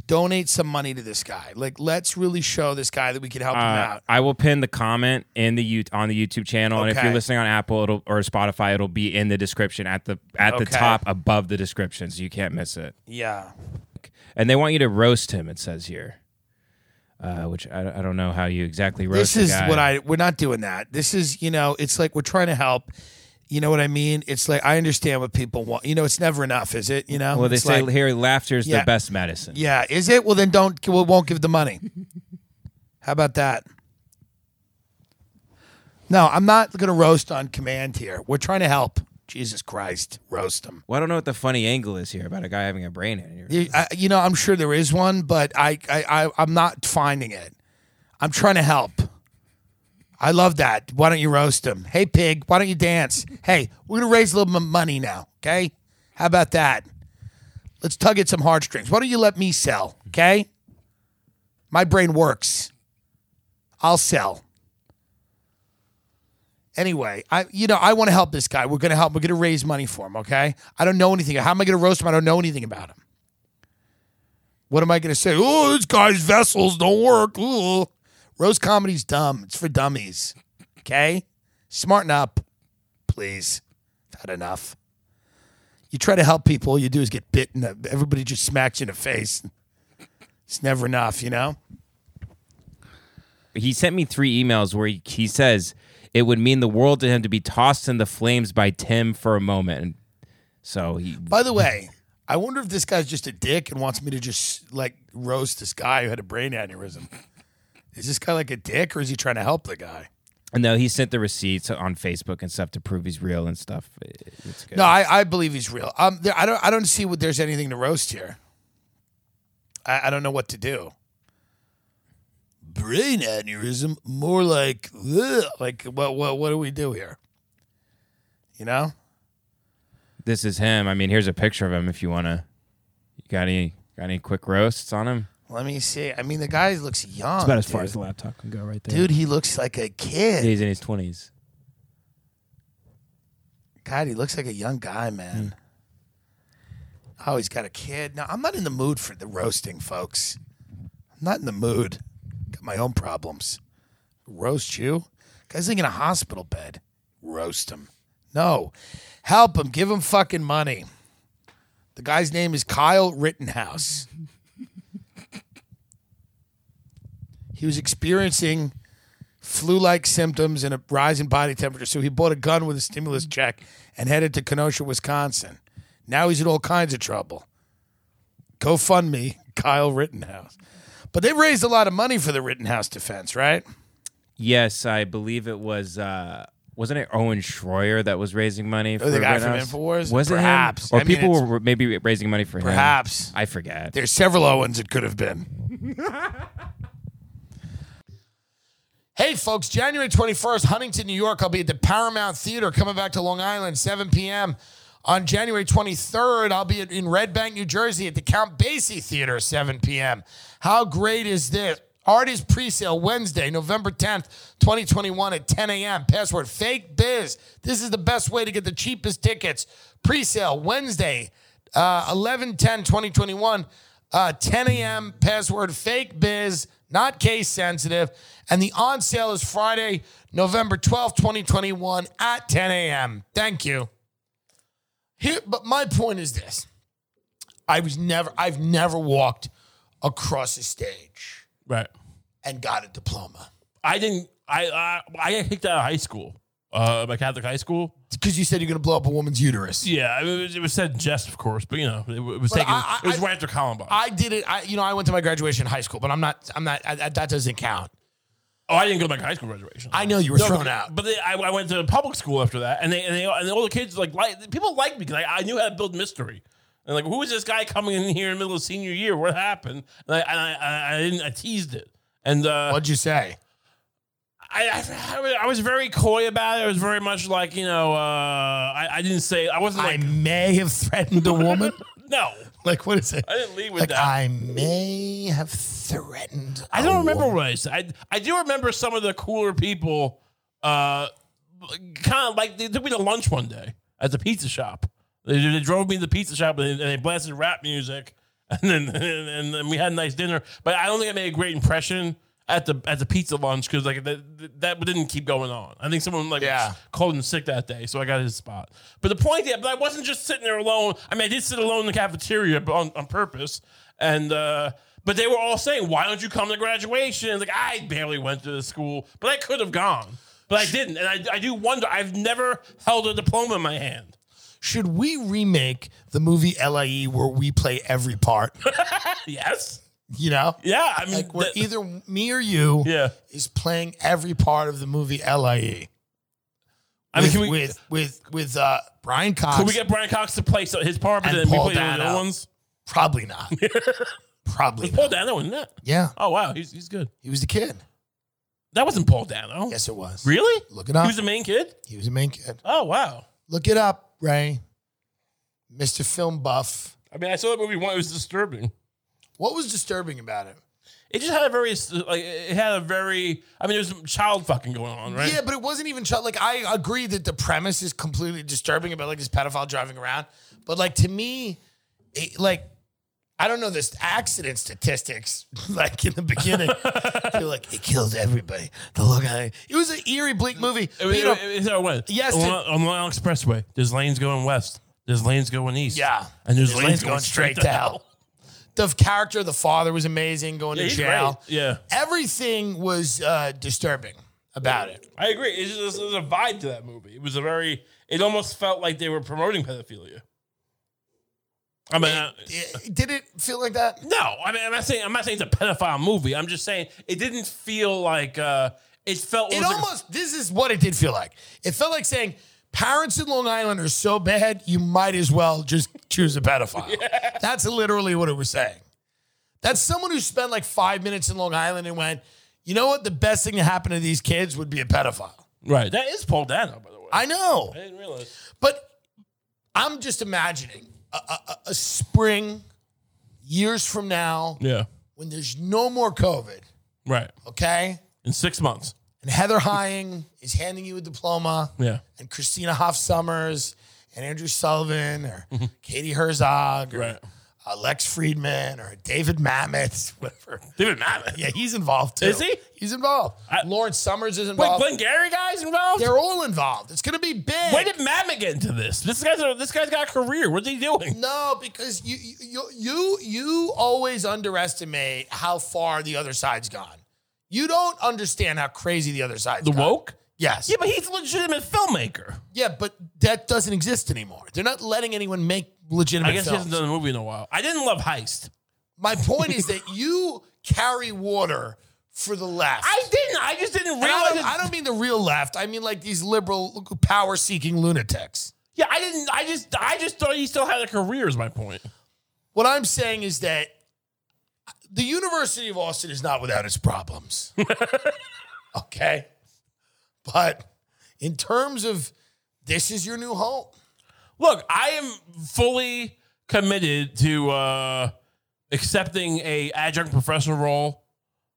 [SPEAKER 1] donate some money to this guy. Like let's really show this guy that we can help him
[SPEAKER 4] Uh,
[SPEAKER 1] out.
[SPEAKER 4] I will pin the comment in the you on the YouTube channel, and if
[SPEAKER 1] Okay.
[SPEAKER 4] you're listening on Apple it'll, or Spotify, it'll be in the description at the at the
[SPEAKER 1] Okay.
[SPEAKER 4] top above the description, so you can't miss it.
[SPEAKER 1] Yeah.
[SPEAKER 4] And they want you to roast him. It says here, uh, which I, I don't know how you exactly roast.
[SPEAKER 1] this is
[SPEAKER 4] the guy.
[SPEAKER 1] what I we're not doing that. This is you know it's like we're trying to help. You know what I mean? It's like I understand what people want. You know, it's never enough, is it? You know,
[SPEAKER 4] Well, they
[SPEAKER 1] It's
[SPEAKER 4] say
[SPEAKER 1] like-
[SPEAKER 4] here laughter is
[SPEAKER 1] Yeah.
[SPEAKER 4] the best medicine.
[SPEAKER 1] yeah, is it? Well, then don't. We won't give the money. How about that? No, I'm not going to roast on command here. We're trying to help. Jesus Christ, roast them.
[SPEAKER 4] Well, I don't know what the funny angle is here about a guy having a brain aneurysm.
[SPEAKER 1] You- I, you know, I'm sure there is one, but I, I, I, I'm not finding it. I'm trying to help. I love that. Why don't you roast him? Hey, pig, why don't you dance? Hey, we're going to raise a little m- money now, okay? How about that? Let's tug at some heartstrings. Why don't you let me sell, okay? My brain works. I'll sell. Anyway, I you know I want to help this guy. We're gonna help. We're gonna raise money for him. Okay. I don't know anything. How am I gonna roast him? I don't know anything about him. What am I gonna say? Oh, this guy's vessels don't work. Ooh. Roast comedy's dumb. It's for dummies. Okay. Smarten up, please. Not enough. You try to help people. All you do is get bitten. Everybody just smacks you in the face. It's never enough, you know.
[SPEAKER 4] he sent me three emails where he, he says it would mean the world to him to be tossed in the flames by Tim for a moment. So he,
[SPEAKER 1] By the way, I wonder if this guy's just a dick and wants me to just like roast this guy who had a brain aneurysm. Is this guy like a dick or is he trying to help the guy?
[SPEAKER 4] No, he sent the receipts on Facebook and stuff to prove he's real and stuff. It- It's good.
[SPEAKER 1] No, I, I believe he's real. Um, there, I don't I don't see what there's anything to roast here. I, I don't know what to do. Brain aneurysm, more like ugh, like what what what do we do here? You know,
[SPEAKER 4] this is him. I mean, here's a picture of him if you wanna. You got any got any quick roasts on him?
[SPEAKER 1] let me see. I mean, the guy looks young.
[SPEAKER 5] about as
[SPEAKER 1] dude.
[SPEAKER 5] far as the laptop can go, right there.
[SPEAKER 1] dude, he looks like a kid.
[SPEAKER 4] He's in his twenties.
[SPEAKER 1] God, he looks like a young guy, man. Oh, he's got a kid. Now, I'm not in the mood for the roasting, folks. I'm not in the mood. Got my own problems. Roast you? Guy's like in a hospital bed. Roast him. No. Help him. Give him fucking money. The guy's name is Kyle Rittenhouse. *laughs* he was experiencing flu like symptoms and a rise in body temperature. So he bought a gun with a stimulus check and headed to Kenosha, Wisconsin. Now he's in all kinds of trouble. GoFundMe, *laughs* Kyle Rittenhouse. But they raised a lot of money for the Rittenhouse defense, right?
[SPEAKER 4] Yes, I believe it was. uh wasn't it Owen Schroyer that was raising money for
[SPEAKER 1] Oh, the guy
[SPEAKER 4] Red
[SPEAKER 1] from
[SPEAKER 4] House?
[SPEAKER 1] InfoWars?
[SPEAKER 4] Was
[SPEAKER 1] Perhaps. I
[SPEAKER 4] it him? Or
[SPEAKER 1] mean,
[SPEAKER 4] people
[SPEAKER 1] it's-
[SPEAKER 4] were maybe raising money for him?
[SPEAKER 1] Perhaps.
[SPEAKER 4] I forget.
[SPEAKER 1] There's several Owens it could have been. *laughs* hey, folks, January 21st, Huntington, New York. I'll be at the Paramount Theater coming back to Long Island, 7 p.m. On January 23rd, I'll be at- in Red Bank, New Jersey at the Count Basie Theater, 7 p.m. How great is this? Artist presale Wednesday, November 10th, 2021 at 10 a.m. Password fake biz. This is the best way to get the cheapest tickets. Presale Wednesday, uh, 11 10 2021 uh, 10 a.m password fake biz not case sensitive and the on sale is friday november twelfth, 2021 at 10 a.m thank you here but my point is this i was never i've never walked across a stage
[SPEAKER 2] Right.
[SPEAKER 1] and got a diploma
[SPEAKER 2] I didn't. I I, I got kicked out of high school. Uh, my Catholic high school.
[SPEAKER 1] because you said you're going to blow up a woman's uterus
[SPEAKER 2] Yeah, I mean, it was, it was said jest, of course, but you know, it, was
[SPEAKER 1] But
[SPEAKER 2] taken.
[SPEAKER 1] I- I-
[SPEAKER 2] it was
[SPEAKER 1] I-
[SPEAKER 2] right after Columbine.
[SPEAKER 1] i did it i you know i went to my graduation in high school but i'm not i'm not I, I- that doesn't count
[SPEAKER 2] oh, I didn't go to my high school graduation.
[SPEAKER 1] i know you were
[SPEAKER 2] No,
[SPEAKER 1] thrown
[SPEAKER 2] but-
[SPEAKER 1] out
[SPEAKER 2] But they, I, I went to public school after that, and they and, they, and all the kids like, like people liked me because I, I knew how to build mystery. And like, who is this guy coming in here in the middle of senior year? What happened? And I and I, I, I didn't I teased it, and uh,
[SPEAKER 1] what'd you say
[SPEAKER 2] I, I- I was- I was very coy about it. It was very much like you know, uh, I, I didn't say I wasn't
[SPEAKER 1] I
[SPEAKER 2] like
[SPEAKER 1] may have threatened a woman.
[SPEAKER 2] no.
[SPEAKER 1] *laughs* like what is it?
[SPEAKER 2] I didn't lead with
[SPEAKER 1] Like
[SPEAKER 2] that.
[SPEAKER 1] I may have threatened.
[SPEAKER 2] I
[SPEAKER 1] a
[SPEAKER 2] don't remember
[SPEAKER 1] woman.
[SPEAKER 2] what I said. I, I do remember some of the cooler people, uh, kind of like they took me to lunch one day at the pizza shop. They, they drove me to the pizza shop and they, and they blasted rap music, *laughs* and then and, and then we had a nice dinner. But I don't think I made a great impression at the at the pizza lunch because like that, that didn't keep going on. I think someone like
[SPEAKER 1] Yeah.
[SPEAKER 2] was cold and sick that day, so I got his spot. But the point, yeah, but I wasn't just sitting there alone. I mean, I did sit alone in the cafeteria, but on, on purpose. And uh, but they were all saying, "Why don't you come to graduation?" It's Like I barely went to the school, but I could have gone, but I didn't. And I, I do wonder. I've never held a diploma in my hand.
[SPEAKER 1] Should we remake the movie LIE where we play every part? *laughs*
[SPEAKER 2] Yes.
[SPEAKER 1] You know,
[SPEAKER 2] Yeah. I mean,
[SPEAKER 1] like where
[SPEAKER 2] that-
[SPEAKER 1] either me or you
[SPEAKER 2] yeah.
[SPEAKER 1] is playing every part of the movie LIE.
[SPEAKER 2] I mean,
[SPEAKER 1] with,
[SPEAKER 2] can we
[SPEAKER 1] with with with uh, Brian Cox?
[SPEAKER 2] can we get Brian Cox to play so- his part, but
[SPEAKER 1] And
[SPEAKER 2] then we
[SPEAKER 1] Paul
[SPEAKER 2] play the
[SPEAKER 1] Dano.
[SPEAKER 2] other ones?
[SPEAKER 1] probably
[SPEAKER 2] *laughs*
[SPEAKER 1] not. probably
[SPEAKER 2] It's
[SPEAKER 1] not.
[SPEAKER 2] Paul Dano, isn't it?
[SPEAKER 1] Yeah,
[SPEAKER 2] Oh wow, he's he's good.
[SPEAKER 1] he was the kid.
[SPEAKER 2] That wasn't Paul Dano.
[SPEAKER 1] Yes, it was.
[SPEAKER 2] Really?
[SPEAKER 1] Look it up.
[SPEAKER 2] He was the main kid.
[SPEAKER 1] He was a main kid.
[SPEAKER 2] Oh wow.
[SPEAKER 1] Look it up, Ray. Mr. Film Buff.
[SPEAKER 2] I mean, I saw that movie once. It was disturbing.
[SPEAKER 1] What was disturbing about it?
[SPEAKER 2] It just had a very like it had a very. I mean, there was some child fucking going on, right?
[SPEAKER 1] Yeah, but it wasn't even child. Like I agree that the premise is completely disturbing about like this pedophile driving around, but like to me, it, like I don't know this accident statistics. *laughs* Like in the
[SPEAKER 2] *laughs*
[SPEAKER 1] beginning, they're like it kills everybody. The look guy. It was an eerie, bleak movie.
[SPEAKER 2] It,
[SPEAKER 1] but,
[SPEAKER 2] it,
[SPEAKER 1] you know,
[SPEAKER 2] it- it's how it went.
[SPEAKER 1] Yes,
[SPEAKER 2] on,
[SPEAKER 1] it-
[SPEAKER 2] on Long Island Expressway, there's lanes going west. There's lanes going east.
[SPEAKER 1] yeah,
[SPEAKER 2] and there's,
[SPEAKER 1] His
[SPEAKER 2] lanes, going, straight to hell.
[SPEAKER 1] The character, of the father, was amazing. Going
[SPEAKER 2] Yeah,
[SPEAKER 1] to
[SPEAKER 2] he's
[SPEAKER 1] jail.
[SPEAKER 2] great. Yeah,
[SPEAKER 1] Everything was uh, disturbing about it.
[SPEAKER 2] I agree. It's just, there's a vibe to that movie. It was a very. It almost felt like they were promoting pedophilia. I mean, uh,
[SPEAKER 1] It- Did it feel like that?
[SPEAKER 2] No, I mean I'm not saying I'm not saying it's a pedophile movie. I'm just saying it didn't feel like uh, It felt
[SPEAKER 1] It
[SPEAKER 2] almost like a-
[SPEAKER 1] almost, this is what it did feel like. It felt like saying, parents in Long Island are so bad, you might as well just choose a
[SPEAKER 2] *laughs*
[SPEAKER 1] pedophile. That's literally what it was saying. That's someone who spent like five minutes in Long Island and went, you know what? The best thing to happen to these kids would be a pedophile.
[SPEAKER 2] right. That is Paul Dano, by the way. I,
[SPEAKER 1] I know.
[SPEAKER 2] didn't realize.
[SPEAKER 1] But I'm just imagining a, a, a- a spring years from now
[SPEAKER 2] Yeah.
[SPEAKER 1] when there's no more COVID,
[SPEAKER 2] Right.
[SPEAKER 1] okay?
[SPEAKER 2] In six months.
[SPEAKER 1] And Heather Hying is handing you a diploma,
[SPEAKER 2] Yeah.
[SPEAKER 1] and Christina Hoff Summers, and Andrew Sullivan, or
[SPEAKER 2] *laughs*
[SPEAKER 1] Katie Herzog, or
[SPEAKER 2] Right.
[SPEAKER 1] uh, Lex Friedman, or David Mamet, whatever.
[SPEAKER 2] David Mamet.
[SPEAKER 1] *laughs* Yeah, he's involved too.
[SPEAKER 2] Is he?
[SPEAKER 1] He's involved.
[SPEAKER 2] I-
[SPEAKER 1] Lawrence Summers is
[SPEAKER 2] Wait,
[SPEAKER 1] involved.
[SPEAKER 2] Glenn Gary guys involved?
[SPEAKER 1] They're all involved. It's going to be big.
[SPEAKER 2] When did Mamet get into this? This guy's a, this guy's got a career. What's he doing?
[SPEAKER 1] No, because you you you you always underestimate how far the other side's gone. You don't understand how crazy the other side's
[SPEAKER 2] The
[SPEAKER 1] gone.
[SPEAKER 2] woke?
[SPEAKER 1] Yes.
[SPEAKER 2] Yeah, but he's a legitimate filmmaker.
[SPEAKER 1] Yeah, but that doesn't exist anymore. They're not letting anyone make legitimate
[SPEAKER 2] I guess he
[SPEAKER 1] films.
[SPEAKER 2] hasn't done a movie in a while. I didn't love Heist.
[SPEAKER 1] My point is that you carry water for the left.
[SPEAKER 2] I didn't. I just didn't
[SPEAKER 1] And I
[SPEAKER 2] realize.
[SPEAKER 1] don't,
[SPEAKER 2] it-
[SPEAKER 1] I don't mean the real left. I mean like these liberal, power-seeking lunatics.
[SPEAKER 2] yeah, I didn't. I just. I just thought he still had a career. Is my point.
[SPEAKER 1] What I'm saying is that the University of Austin is not without its problems. okay. But in terms of this is your new home.
[SPEAKER 2] Look, I am fully committed to uh accepting a adjunct professor role.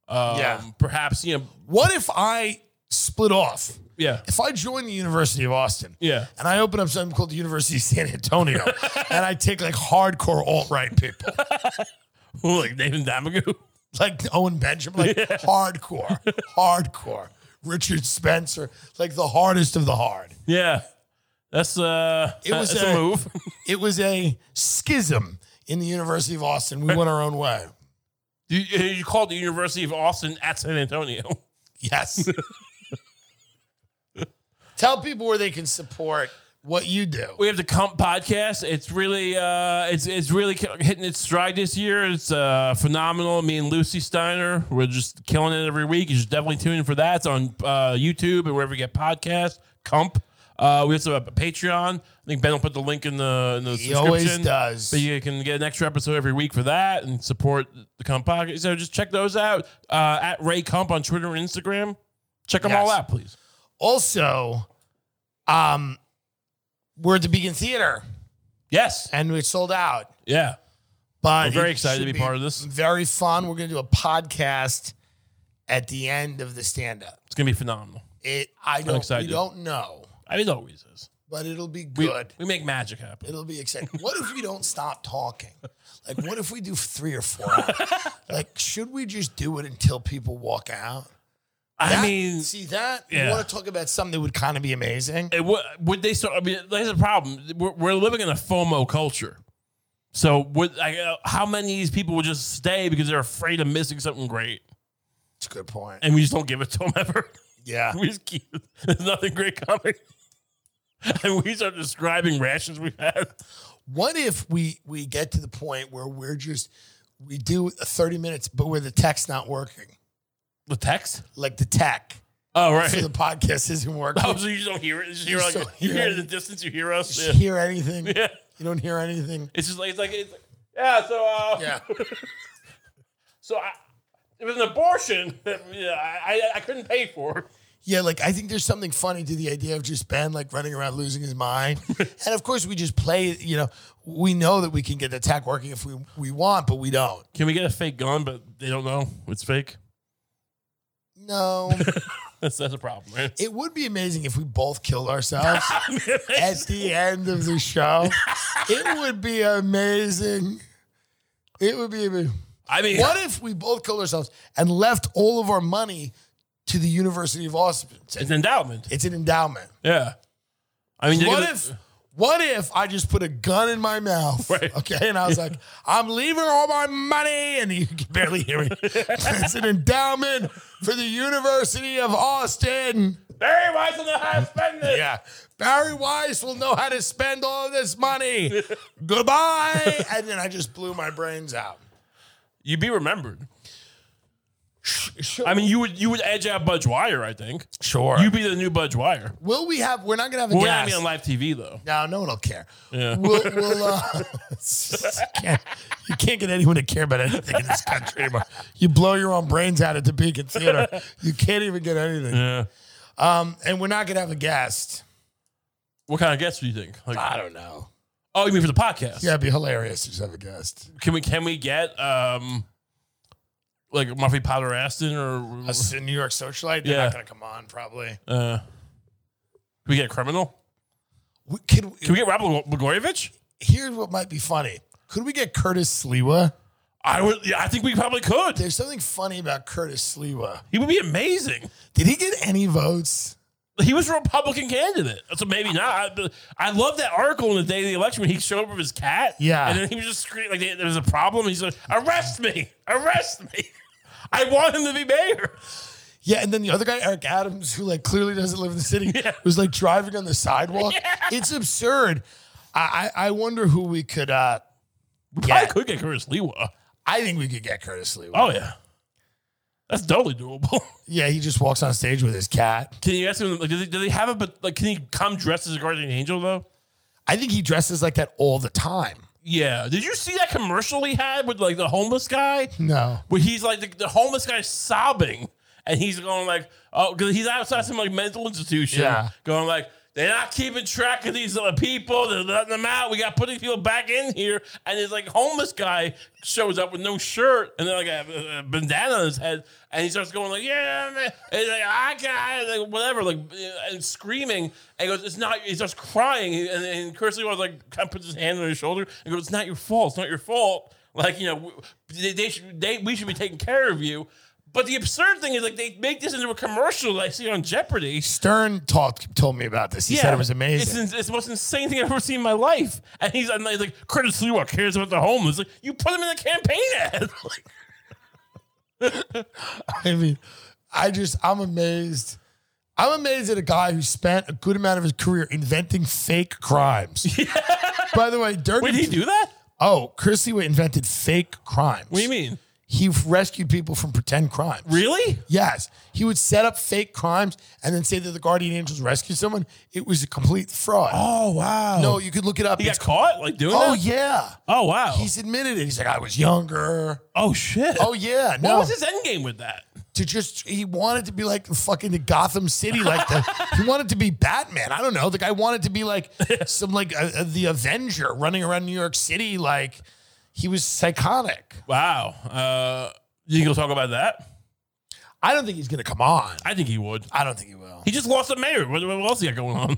[SPEAKER 2] Um,
[SPEAKER 1] Yeah.
[SPEAKER 2] Perhaps you know.
[SPEAKER 1] What if I split off?
[SPEAKER 2] Yeah.
[SPEAKER 1] If I join the University of Austin
[SPEAKER 2] Yeah.
[SPEAKER 1] and I open up something called the University of San
[SPEAKER 2] *laughs*
[SPEAKER 1] Antonio and I take like hardcore alt right people,
[SPEAKER 2] *laughs*
[SPEAKER 1] *laughs*
[SPEAKER 2] like David Damagoo.
[SPEAKER 1] like Owen Benjamin, like hardcore, hardcore, Richard Spencer, like the hardest of the hard.
[SPEAKER 2] Yeah. That's uh.
[SPEAKER 1] It was
[SPEAKER 2] that's
[SPEAKER 1] a-
[SPEAKER 2] a move.
[SPEAKER 1] It was a schism in the University of Austin. We went our own way.
[SPEAKER 2] you, you called the University of Austin at San Antonio. *laughs*
[SPEAKER 1] Yes. Tell people where they can support what you do.
[SPEAKER 2] we have the Comp podcast. It's really uh, it's it's really ki- hitting its stride this year. It's uh, phenomenal. Me and Lucy Steiner, we're just killing it every week. You should definitely tune in for that. It's on uh, YouTube and wherever you get podcasts. Comp. Uh, we also have a Patreon. I think Ben will put the link in the in the
[SPEAKER 1] He always
[SPEAKER 2] description.
[SPEAKER 1] does.
[SPEAKER 2] But you can get an extra episode every week for that and support the Comp podcast. So just check those out uh, at Ray Comp on Twitter and Instagram. Check them
[SPEAKER 1] Yes.
[SPEAKER 2] all out, please.
[SPEAKER 1] Also, um, we're at the Beacon Theater
[SPEAKER 2] Yes.
[SPEAKER 1] and we sold out.
[SPEAKER 2] Yeah.
[SPEAKER 1] But
[SPEAKER 2] We're very
[SPEAKER 1] it
[SPEAKER 2] excited to
[SPEAKER 1] should
[SPEAKER 2] be part of this.
[SPEAKER 1] Very fun. We're going to do a podcast at the end of the stand up.
[SPEAKER 2] It's gonna be phenomenal.
[SPEAKER 1] It I don't we
[SPEAKER 2] excited.
[SPEAKER 1] don't know,
[SPEAKER 2] I mean, it always is.
[SPEAKER 1] but it'll be
[SPEAKER 2] We,
[SPEAKER 1] good.
[SPEAKER 2] we make magic happen.
[SPEAKER 1] It'll be exciting. What if we don't stop talking? Like, what if we do three or four? Hours? Like, should we just do it until people walk out?
[SPEAKER 2] I
[SPEAKER 1] That-
[SPEAKER 2] mean,
[SPEAKER 1] see that?
[SPEAKER 2] yeah.
[SPEAKER 1] You want to talk about something that would kind of be amazing?
[SPEAKER 2] it, would, would they start? I mean, there's a problem. We're, we're living in a FOMO culture. So, would I, uh, how many of these people would just stay because they're afraid of missing something great,
[SPEAKER 1] It's a good point.
[SPEAKER 2] and we just don't give it to them *laughs* ever?
[SPEAKER 1] Yeah.
[SPEAKER 2] we just keep there's nothing great coming, *laughs* and we start describing rations we've had.
[SPEAKER 1] What if we we get to the point where we're just we do thirty minutes, but where the tech's not working,
[SPEAKER 2] The text.
[SPEAKER 1] like the tech
[SPEAKER 2] Oh
[SPEAKER 1] for
[SPEAKER 2] right.
[SPEAKER 1] the podcast isn't working.
[SPEAKER 2] *laughs* Oh, so you just don't hear it. You just hear,
[SPEAKER 1] You
[SPEAKER 2] like,
[SPEAKER 1] still
[SPEAKER 2] you
[SPEAKER 1] hear
[SPEAKER 2] hear
[SPEAKER 1] it.
[SPEAKER 2] it in the distance. You hear us.
[SPEAKER 1] You *laughs*
[SPEAKER 2] Yeah.
[SPEAKER 1] just hear anything?
[SPEAKER 2] yeah.
[SPEAKER 1] You don't hear anything.
[SPEAKER 2] It's just like it's like, it's like yeah. So uh,
[SPEAKER 1] Yeah.
[SPEAKER 2] So I, it was an abortion *laughs* that yeah, I, I, I couldn't pay for.
[SPEAKER 1] *laughs* Yeah, like I think there's something funny to the idea of just Ben like running around losing his
[SPEAKER 2] *laughs*
[SPEAKER 1] mind. and of course, we just play. You know, we know that we can get the tech working if we we want, but we don't.
[SPEAKER 2] Can we get a fake gun, but they don't know it's fake? *laughs*
[SPEAKER 1] No,
[SPEAKER 2] That's, that's a problem, right?
[SPEAKER 1] it would be amazing if we both killed
[SPEAKER 2] *laughs*
[SPEAKER 1] ourselves at the end of the show. it would be amazing. It would be amazing.
[SPEAKER 2] I mean,
[SPEAKER 1] What if we both killed ourselves and left all of our money to the University of Austin?
[SPEAKER 2] *laughs* it's an endowment.
[SPEAKER 1] It's an endowment.
[SPEAKER 2] Yeah. I mean, they're
[SPEAKER 1] What
[SPEAKER 2] gonna- *laughs*
[SPEAKER 1] if? What if I just put a gun in my mouth?
[SPEAKER 2] Right.
[SPEAKER 1] Okay, and I was like, "I'm leaving all my money," and you can barely hear me. *laughs* it's an endowment for the University of Austin.
[SPEAKER 2] *laughs* Barry Weiss on the high spending?
[SPEAKER 1] Yeah, Barry Weiss will know how to spend all this money. *laughs* Goodbye, and then I just blew my brains out.
[SPEAKER 2] You'd be remembered. I mean, you would you would edge out Budge Wire, I think.
[SPEAKER 1] Sure.
[SPEAKER 2] You'd be the new Budge Wire.
[SPEAKER 1] Will we have? We're not gonna have a
[SPEAKER 2] We're not
[SPEAKER 1] guest.
[SPEAKER 2] gonna be on live TV though.
[SPEAKER 1] No, no one will care. We'll, we'll, *laughs* uh, can't, you can't get anyone to care about anything in this country anymore. You blow your own brains out at Topeka Theater. You can't even get anything.
[SPEAKER 2] Yeah.
[SPEAKER 1] Um, and we're not going to have a guest.
[SPEAKER 2] What kind of guests do you think? Like,
[SPEAKER 1] I don't know.
[SPEAKER 2] oh, you mean for the podcast?
[SPEAKER 1] Yeah, it'd be hilarious to just have a guest.
[SPEAKER 2] Can we can we get um like Muffy Powder Aston or
[SPEAKER 6] A s- New York socialite, they're
[SPEAKER 2] Yeah.
[SPEAKER 6] not going to come on, probably.
[SPEAKER 2] uh, can we get a criminal?
[SPEAKER 1] We, could,
[SPEAKER 2] Can we get Rob Blagor- Blagojevich?
[SPEAKER 1] here's what might be funny. Could we get Curtis Slewa?
[SPEAKER 2] I would. Yeah, I think we probably could.
[SPEAKER 1] There's something funny about Curtis Slewa.
[SPEAKER 2] He would be amazing.
[SPEAKER 1] Did he get any votes?
[SPEAKER 2] He was a Republican candidate, so maybe not. I, I love that article on the day of the election when he showed up with his cat.
[SPEAKER 1] Yeah.
[SPEAKER 2] and then he was just screaming like there was a problem. He's like, "Arrest me! Arrest me! *laughs* I want him to be mayor." *laughs*
[SPEAKER 1] Yeah, and then the other guy, Eric Adams, who like clearly doesn't live in the city, was like driving on the sidewalk. It's absurd. I, I I wonder who we could. uh
[SPEAKER 2] We
[SPEAKER 1] Yeah.
[SPEAKER 2] probably could get Curtis Lewa.
[SPEAKER 1] I think we could get Curtis Lee.
[SPEAKER 2] Oh yeah, that's totally doable. *laughs*
[SPEAKER 1] yeah, he just walks on stage with his cat.
[SPEAKER 2] Can you ask him? Like, do they, do they have a? But like, can he come dressed as a guardian angel though?
[SPEAKER 1] I think he dresses like that all the time.
[SPEAKER 2] Yeah. Did you see that commercial he had with like the homeless guy?
[SPEAKER 1] No,
[SPEAKER 2] Where he's like the, the homeless guy sobbing, and he's going like, oh, because he's outside some like mental institution,
[SPEAKER 1] Yeah.
[SPEAKER 2] going like. They're not keeping track of these other people. They're letting them out. We got putting people back in here. And this like homeless guy shows up with no shirt and then like a, a bandana on his head, and he starts going like, "Yeah, man," and he's like, "I got like whatever," like and screaming. And he goes, "It's not." He starts crying, and, and Kirsty was like, kind of puts his hand on his shoulder and goes, "It's not your fault. It's not your fault. Like you know, w- they, they should they we should be taking care of you." But the absurd thing is like they make this into a commercial that I see on Jeopardy.
[SPEAKER 1] Stern talked told me about this. He said it was
[SPEAKER 2] It's,
[SPEAKER 1] amazing.
[SPEAKER 2] ins- it's the most insane thing I've ever seen in my life. And he's, and he's like, Curtis Lewa cares about the homeless. Like, you put him in a campaign ad. *laughs* Like,
[SPEAKER 1] I mean, I just I'm amazed. I'm amazed at a guy who spent a good amount of his career inventing fake
[SPEAKER 2] *laughs*
[SPEAKER 1] crimes. By the way, Dirty.
[SPEAKER 2] would he do that?
[SPEAKER 1] Oh, Chris Lewa invented fake crimes.
[SPEAKER 2] What do you mean?
[SPEAKER 1] He f- rescued people from pretend crimes.
[SPEAKER 2] Really?
[SPEAKER 1] Yes. He would set up fake crimes and then say that the Guardian Angels rescued someone. It was a complete fraud.
[SPEAKER 2] Oh wow.
[SPEAKER 1] no, you could look it up.
[SPEAKER 2] he got
[SPEAKER 1] It's-
[SPEAKER 2] caught like doing
[SPEAKER 1] oh,
[SPEAKER 2] that.
[SPEAKER 1] yeah.
[SPEAKER 2] Oh wow.
[SPEAKER 1] He's admitted it. He's like, I was younger.
[SPEAKER 2] oh shit.
[SPEAKER 1] Oh, yeah. No.
[SPEAKER 2] What was his end game with that?
[SPEAKER 1] to just, he wanted to be like fucking the Gotham City. Like, the, he wanted to be Batman. I don't know. The guy wanted to be
[SPEAKER 2] *laughs*
[SPEAKER 1] like some, like, uh, uh, the Avenger running around New York City. Like, he was psychotic.
[SPEAKER 2] Wow. Uh, you think he'll talk about that?
[SPEAKER 1] I don't think he's going to come on.
[SPEAKER 2] I think he would.
[SPEAKER 1] I don't think he will.
[SPEAKER 2] He just lost the mayor. What, what else he got going on?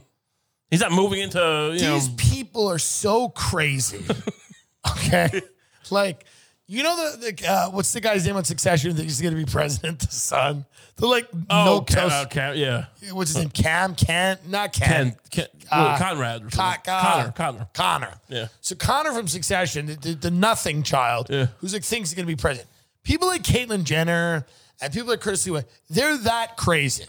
[SPEAKER 2] He's not moving into you know.
[SPEAKER 1] These people are so
[SPEAKER 2] *laughs*
[SPEAKER 1] crazy. okay, like you know the, the uh, what's the guy's name on Succession that he's going to be president? The son. They're like
[SPEAKER 2] Oh,
[SPEAKER 1] no
[SPEAKER 2] Cam,
[SPEAKER 1] toast.
[SPEAKER 2] uh, Cam- yeah.
[SPEAKER 1] What's his name? Cam? Kent? Not Cam.
[SPEAKER 2] Ken, Ken
[SPEAKER 1] Uh,
[SPEAKER 2] well, Conrad. Or
[SPEAKER 1] Con-
[SPEAKER 2] something. Connor. Connor.
[SPEAKER 1] Connor.
[SPEAKER 2] Yeah.
[SPEAKER 1] So Connor from Succession, the, the, the nothing child,
[SPEAKER 2] Yeah.
[SPEAKER 1] who's like thinks he's going to be president. People like Caitlyn Jenner and people like Chris Lee, they're that crazy.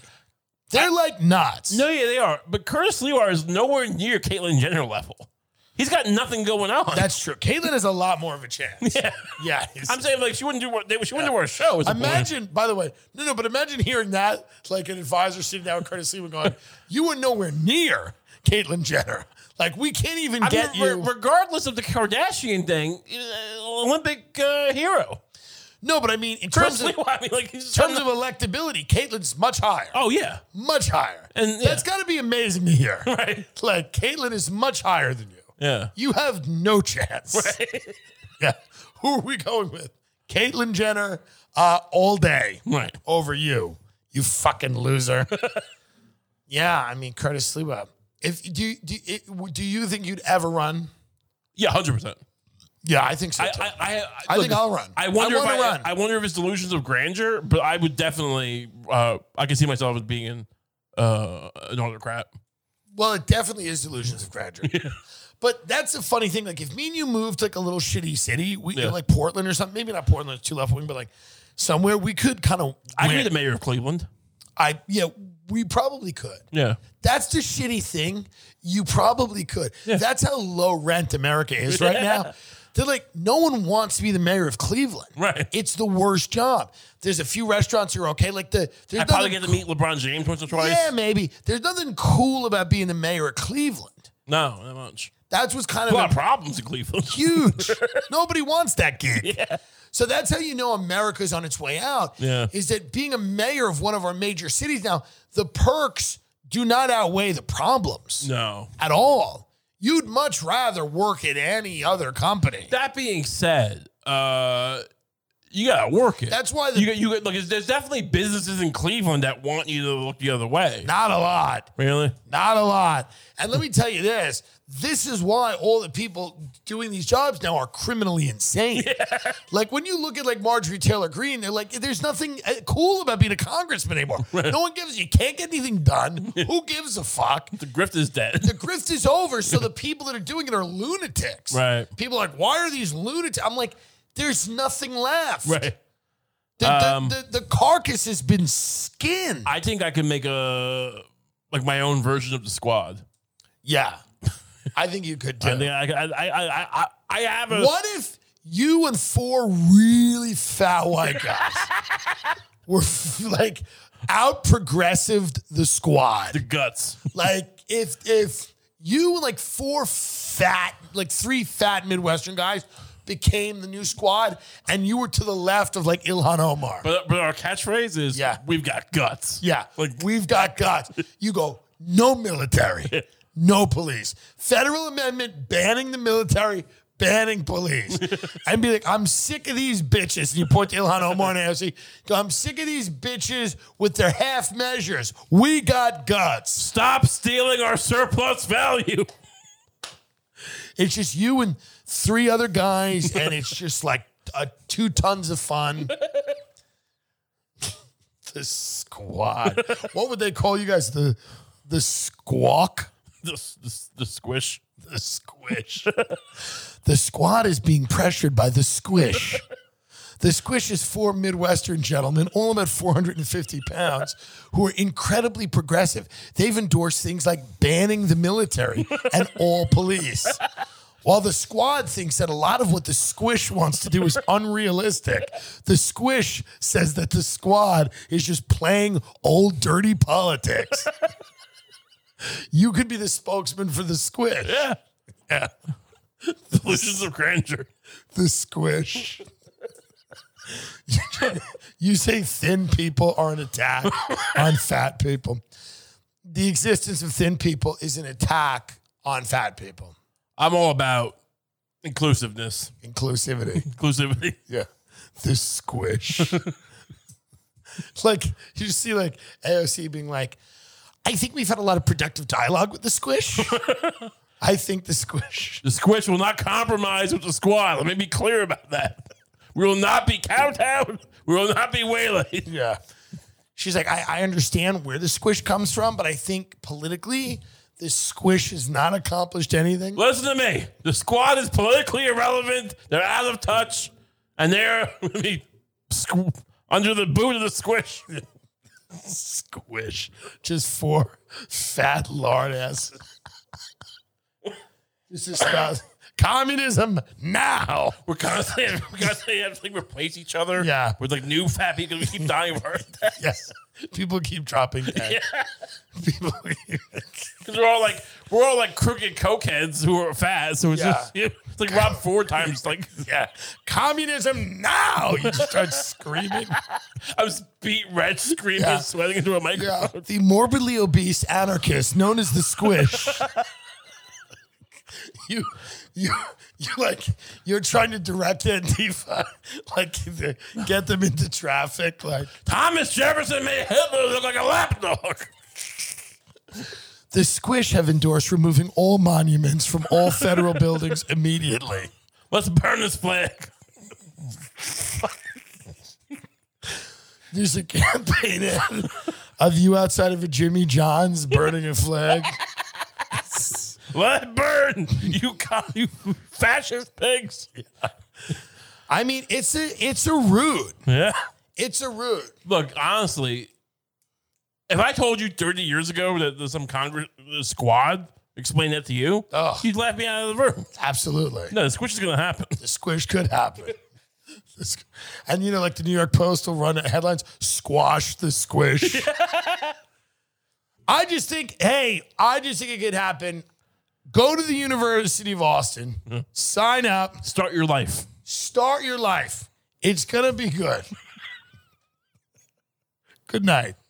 [SPEAKER 1] They're like nuts.
[SPEAKER 2] No, yeah, they are. But Curtis Lewar is nowhere near Caitlyn Jenner level. He's got nothing going on.
[SPEAKER 1] That's true. Caitlyn has a lot more of a chance.
[SPEAKER 2] *laughs* yeah.
[SPEAKER 1] Yeah.
[SPEAKER 2] I'm saying like she wouldn't do what they, she wouldn't do our show. is the point.
[SPEAKER 1] Imagine, by the way, no, no, but imagine hearing that, like an advisor sitting down with Curtis Lee going, You were nowhere near Caitlyn Jenner. Like, we can't even
[SPEAKER 2] I
[SPEAKER 1] get
[SPEAKER 2] mean, re-
[SPEAKER 1] you.
[SPEAKER 2] regardless of the Kardashian thing, uh, Olympic uh, hero.
[SPEAKER 1] no, but I mean, in terms
[SPEAKER 2] Curtis
[SPEAKER 1] of,
[SPEAKER 2] Lewar. I mean, like he's
[SPEAKER 1] terms of electability, Caitlyn's much higher.
[SPEAKER 2] oh yeah, *laughs*
[SPEAKER 1] Much higher.
[SPEAKER 2] And, yeah.
[SPEAKER 1] that's got to be amazing to hear.
[SPEAKER 2] *laughs* Right.
[SPEAKER 1] Like, Caitlyn is much higher than you.
[SPEAKER 2] yeah.
[SPEAKER 1] You have no chance. *laughs* yeah. Who are we going with? Caitlyn Jenner uh, all day.
[SPEAKER 2] Right.
[SPEAKER 1] over you, you fucking loser. *laughs* yeah, I mean Curtis Sliwa. If do you, do it, do you think you'd ever run?
[SPEAKER 2] Yeah, hundred percent.
[SPEAKER 1] Yeah, I think so.
[SPEAKER 2] I,
[SPEAKER 1] too.
[SPEAKER 2] I, I,
[SPEAKER 1] I think I'll run.
[SPEAKER 2] I wonder
[SPEAKER 1] I wanna
[SPEAKER 2] if I,
[SPEAKER 1] run.
[SPEAKER 2] I wonder if it's delusions of grandeur, but I would definitely. Uh, I can see myself as being uh, an autocrat.
[SPEAKER 1] well, it definitely is delusions of
[SPEAKER 2] *laughs*
[SPEAKER 1] grandeur. But that's a funny thing. Like if me and you moved to, like a little shitty city, we
[SPEAKER 2] Yeah.
[SPEAKER 1] like Portland or something. Maybe not Portland, it's too left wing, but like somewhere we could kind of.
[SPEAKER 2] I could be the mayor of Cleveland.
[SPEAKER 1] I yeah, we probably could.
[SPEAKER 2] Yeah.
[SPEAKER 1] That's the
[SPEAKER 2] *laughs*
[SPEAKER 1] shitty thing. You probably could. That's how low rent America is right now. They're like, no one wants to be the mayor of Cleveland.
[SPEAKER 2] Right.
[SPEAKER 1] It's the worst job. There's a few restaurants who are okay. Like the there's
[SPEAKER 2] I probably
[SPEAKER 1] nothing
[SPEAKER 2] get to meet LeBron James once or
[SPEAKER 1] cool-
[SPEAKER 2] twice.
[SPEAKER 1] Yeah, maybe. There's nothing cool about being the mayor of Cleveland.
[SPEAKER 2] No, not much.
[SPEAKER 1] That's what's kind
[SPEAKER 2] A
[SPEAKER 1] of
[SPEAKER 2] lot of problems in Cleveland. *laughs*
[SPEAKER 1] huge. Nobody wants that gig. So that's how you know America's on its way out.
[SPEAKER 2] Yeah.
[SPEAKER 1] Is that being a mayor of one of our major cities now, the perks do not outweigh the problems
[SPEAKER 2] No.
[SPEAKER 1] at all. You'd much rather work at any other company.
[SPEAKER 2] That being said, uh, you gotta work it.
[SPEAKER 1] That's why the-
[SPEAKER 2] you got you got, look. There's definitely businesses in Cleveland that want you to look the other way.
[SPEAKER 1] not a lot.
[SPEAKER 2] really?
[SPEAKER 1] Not a lot. And let me tell you this this is why all the people doing these jobs now are criminally insane. Like when you look at like Marjorie Taylor Greene, they're like, there's nothing uh, cool about being a congressman
[SPEAKER 2] *laughs*
[SPEAKER 1] anymore. No one gives, you can't get anything done. Who gives a fuck?
[SPEAKER 2] The grift is dead.
[SPEAKER 1] The grift is over, so the people that are doing it are lunatics.
[SPEAKER 2] Right.
[SPEAKER 1] People are like, why are these lunatics? I'm like, there's nothing left.
[SPEAKER 2] *laughs* right.
[SPEAKER 1] The, the-
[SPEAKER 2] Um,
[SPEAKER 1] the, the carcass has been skinned.
[SPEAKER 2] I think I can make a like my own version of the squad.
[SPEAKER 1] yeah. I think you could do
[SPEAKER 2] I think I I I I, I, I have a
[SPEAKER 1] *laughs* What if you and four really fat white guys were like out progressive the
[SPEAKER 2] the
[SPEAKER 1] squad?
[SPEAKER 2] guts.
[SPEAKER 1] Like if if you and like four fat like three fat Midwestern guys became the new squad and you were to the left of like Ilhan Omar.
[SPEAKER 2] But but our catchphrase is
[SPEAKER 1] Yeah.
[SPEAKER 2] we've got guts.
[SPEAKER 1] yeah.
[SPEAKER 2] Like
[SPEAKER 1] we've got guts. You go, no military, no police. Federal amendment banning the military, banning police. and be like, I'm sick of these bitches. And you point to Ilhan Omar and AOC, go, I'm sick of these bitches with their half measures. We got guts.
[SPEAKER 2] stop stealing our surplus value.
[SPEAKER 1] It's just you and three other guys, and it's just like uh, two tons of fun. the squad. What would they call you guys? The the squawk,
[SPEAKER 2] *laughs* The, the, the squish.
[SPEAKER 1] the
[SPEAKER 2] *laughs*
[SPEAKER 1] squish. the squad is being pressured by the squish. The squish is four Midwestern gentlemen, all about 450 pounds, who are incredibly progressive. They've endorsed things like banning the military and all police. While the squad thinks that a lot of what the squish wants to do is unrealistic, the squish says that the squad is just playing old dirty politics. you could be the spokesman for the squish.
[SPEAKER 2] Yeah. Yeah. Delusions of grandeur.
[SPEAKER 1] the squish. you say thin people are an attack on fat people. The existence of thin people is an attack on fat people.
[SPEAKER 2] I'm all about inclusiveness, *laughs*
[SPEAKER 1] Inclusivity.
[SPEAKER 2] inclusivity.
[SPEAKER 1] Yeah. The squish. *laughs* like, you see, like, AOC being like, I think we've had a lot of productive dialogue with the
[SPEAKER 2] *laughs*
[SPEAKER 1] squish. I think the squish.
[SPEAKER 2] The squish will not compromise with the squad. Let me be clear about that. We will not be cowed. We will not be waylaid. *laughs*
[SPEAKER 1] Yeah. She's like, I, I understand where the squish comes from, but I think politically, this squish has not accomplished anything.
[SPEAKER 2] Listen to me. The squad is politically irrelevant. They're out of touch, and they're *laughs* gonna be squ- under the boot of the squish. *laughs*
[SPEAKER 1] Squish. Just four fat lard asses. this is about *laughs* communism now.
[SPEAKER 2] We're constantly, *laughs* we're constantly having to like, replace each other.
[SPEAKER 1] Yeah.
[SPEAKER 2] with like new fat people. We keep dying of heart attacks.
[SPEAKER 1] Yes. People keep dropping dead. People keep-
[SPEAKER 2] Because we're all like we're all like crooked cokeheads who are fat, so it's
[SPEAKER 1] Yeah.
[SPEAKER 2] just *laughs* it's like Rob Ford times
[SPEAKER 1] *laughs*
[SPEAKER 2] like yeah.
[SPEAKER 1] communism now. You just start screaming.
[SPEAKER 2] I was beat red, screaming,
[SPEAKER 1] Yeah.
[SPEAKER 2] sweating into a
[SPEAKER 1] Yeah.
[SPEAKER 2] microphone.
[SPEAKER 1] *laughs* The morbidly obese anarchist known as the squish. *laughs* you you you like you're trying to direct *laughs* Antifa, like the, get them into traffic. Like
[SPEAKER 2] Thomas Jefferson made Hitler look like a lapdog.
[SPEAKER 1] the squish have endorsed removing all monuments from all *laughs* federal buildings immediately.
[SPEAKER 2] Let's burn this flag.
[SPEAKER 1] There's a campaign ad of you outside of a Jimmy John's burning a *laughs* flag.
[SPEAKER 2] Let it burn. *laughs* You co- you fascist pigs.
[SPEAKER 1] I mean, it's a it's a route.
[SPEAKER 2] Yeah.
[SPEAKER 1] It's a route.
[SPEAKER 2] Look, honestly, if I told you 30 years ago that there's some Congress the squad explain that to you,
[SPEAKER 1] Ugh.
[SPEAKER 2] you'd laugh me out of the room.
[SPEAKER 1] Absolutely.
[SPEAKER 2] No, the squish is going to happen.
[SPEAKER 1] The squish could happen. The squ- and you know, like the New York Post will run headlines, squash the squish. I just think, hey, I just think it could happen. Go to the University of Austin, sign up,
[SPEAKER 2] Start your life.
[SPEAKER 1] start your life. It's going to be good. good night.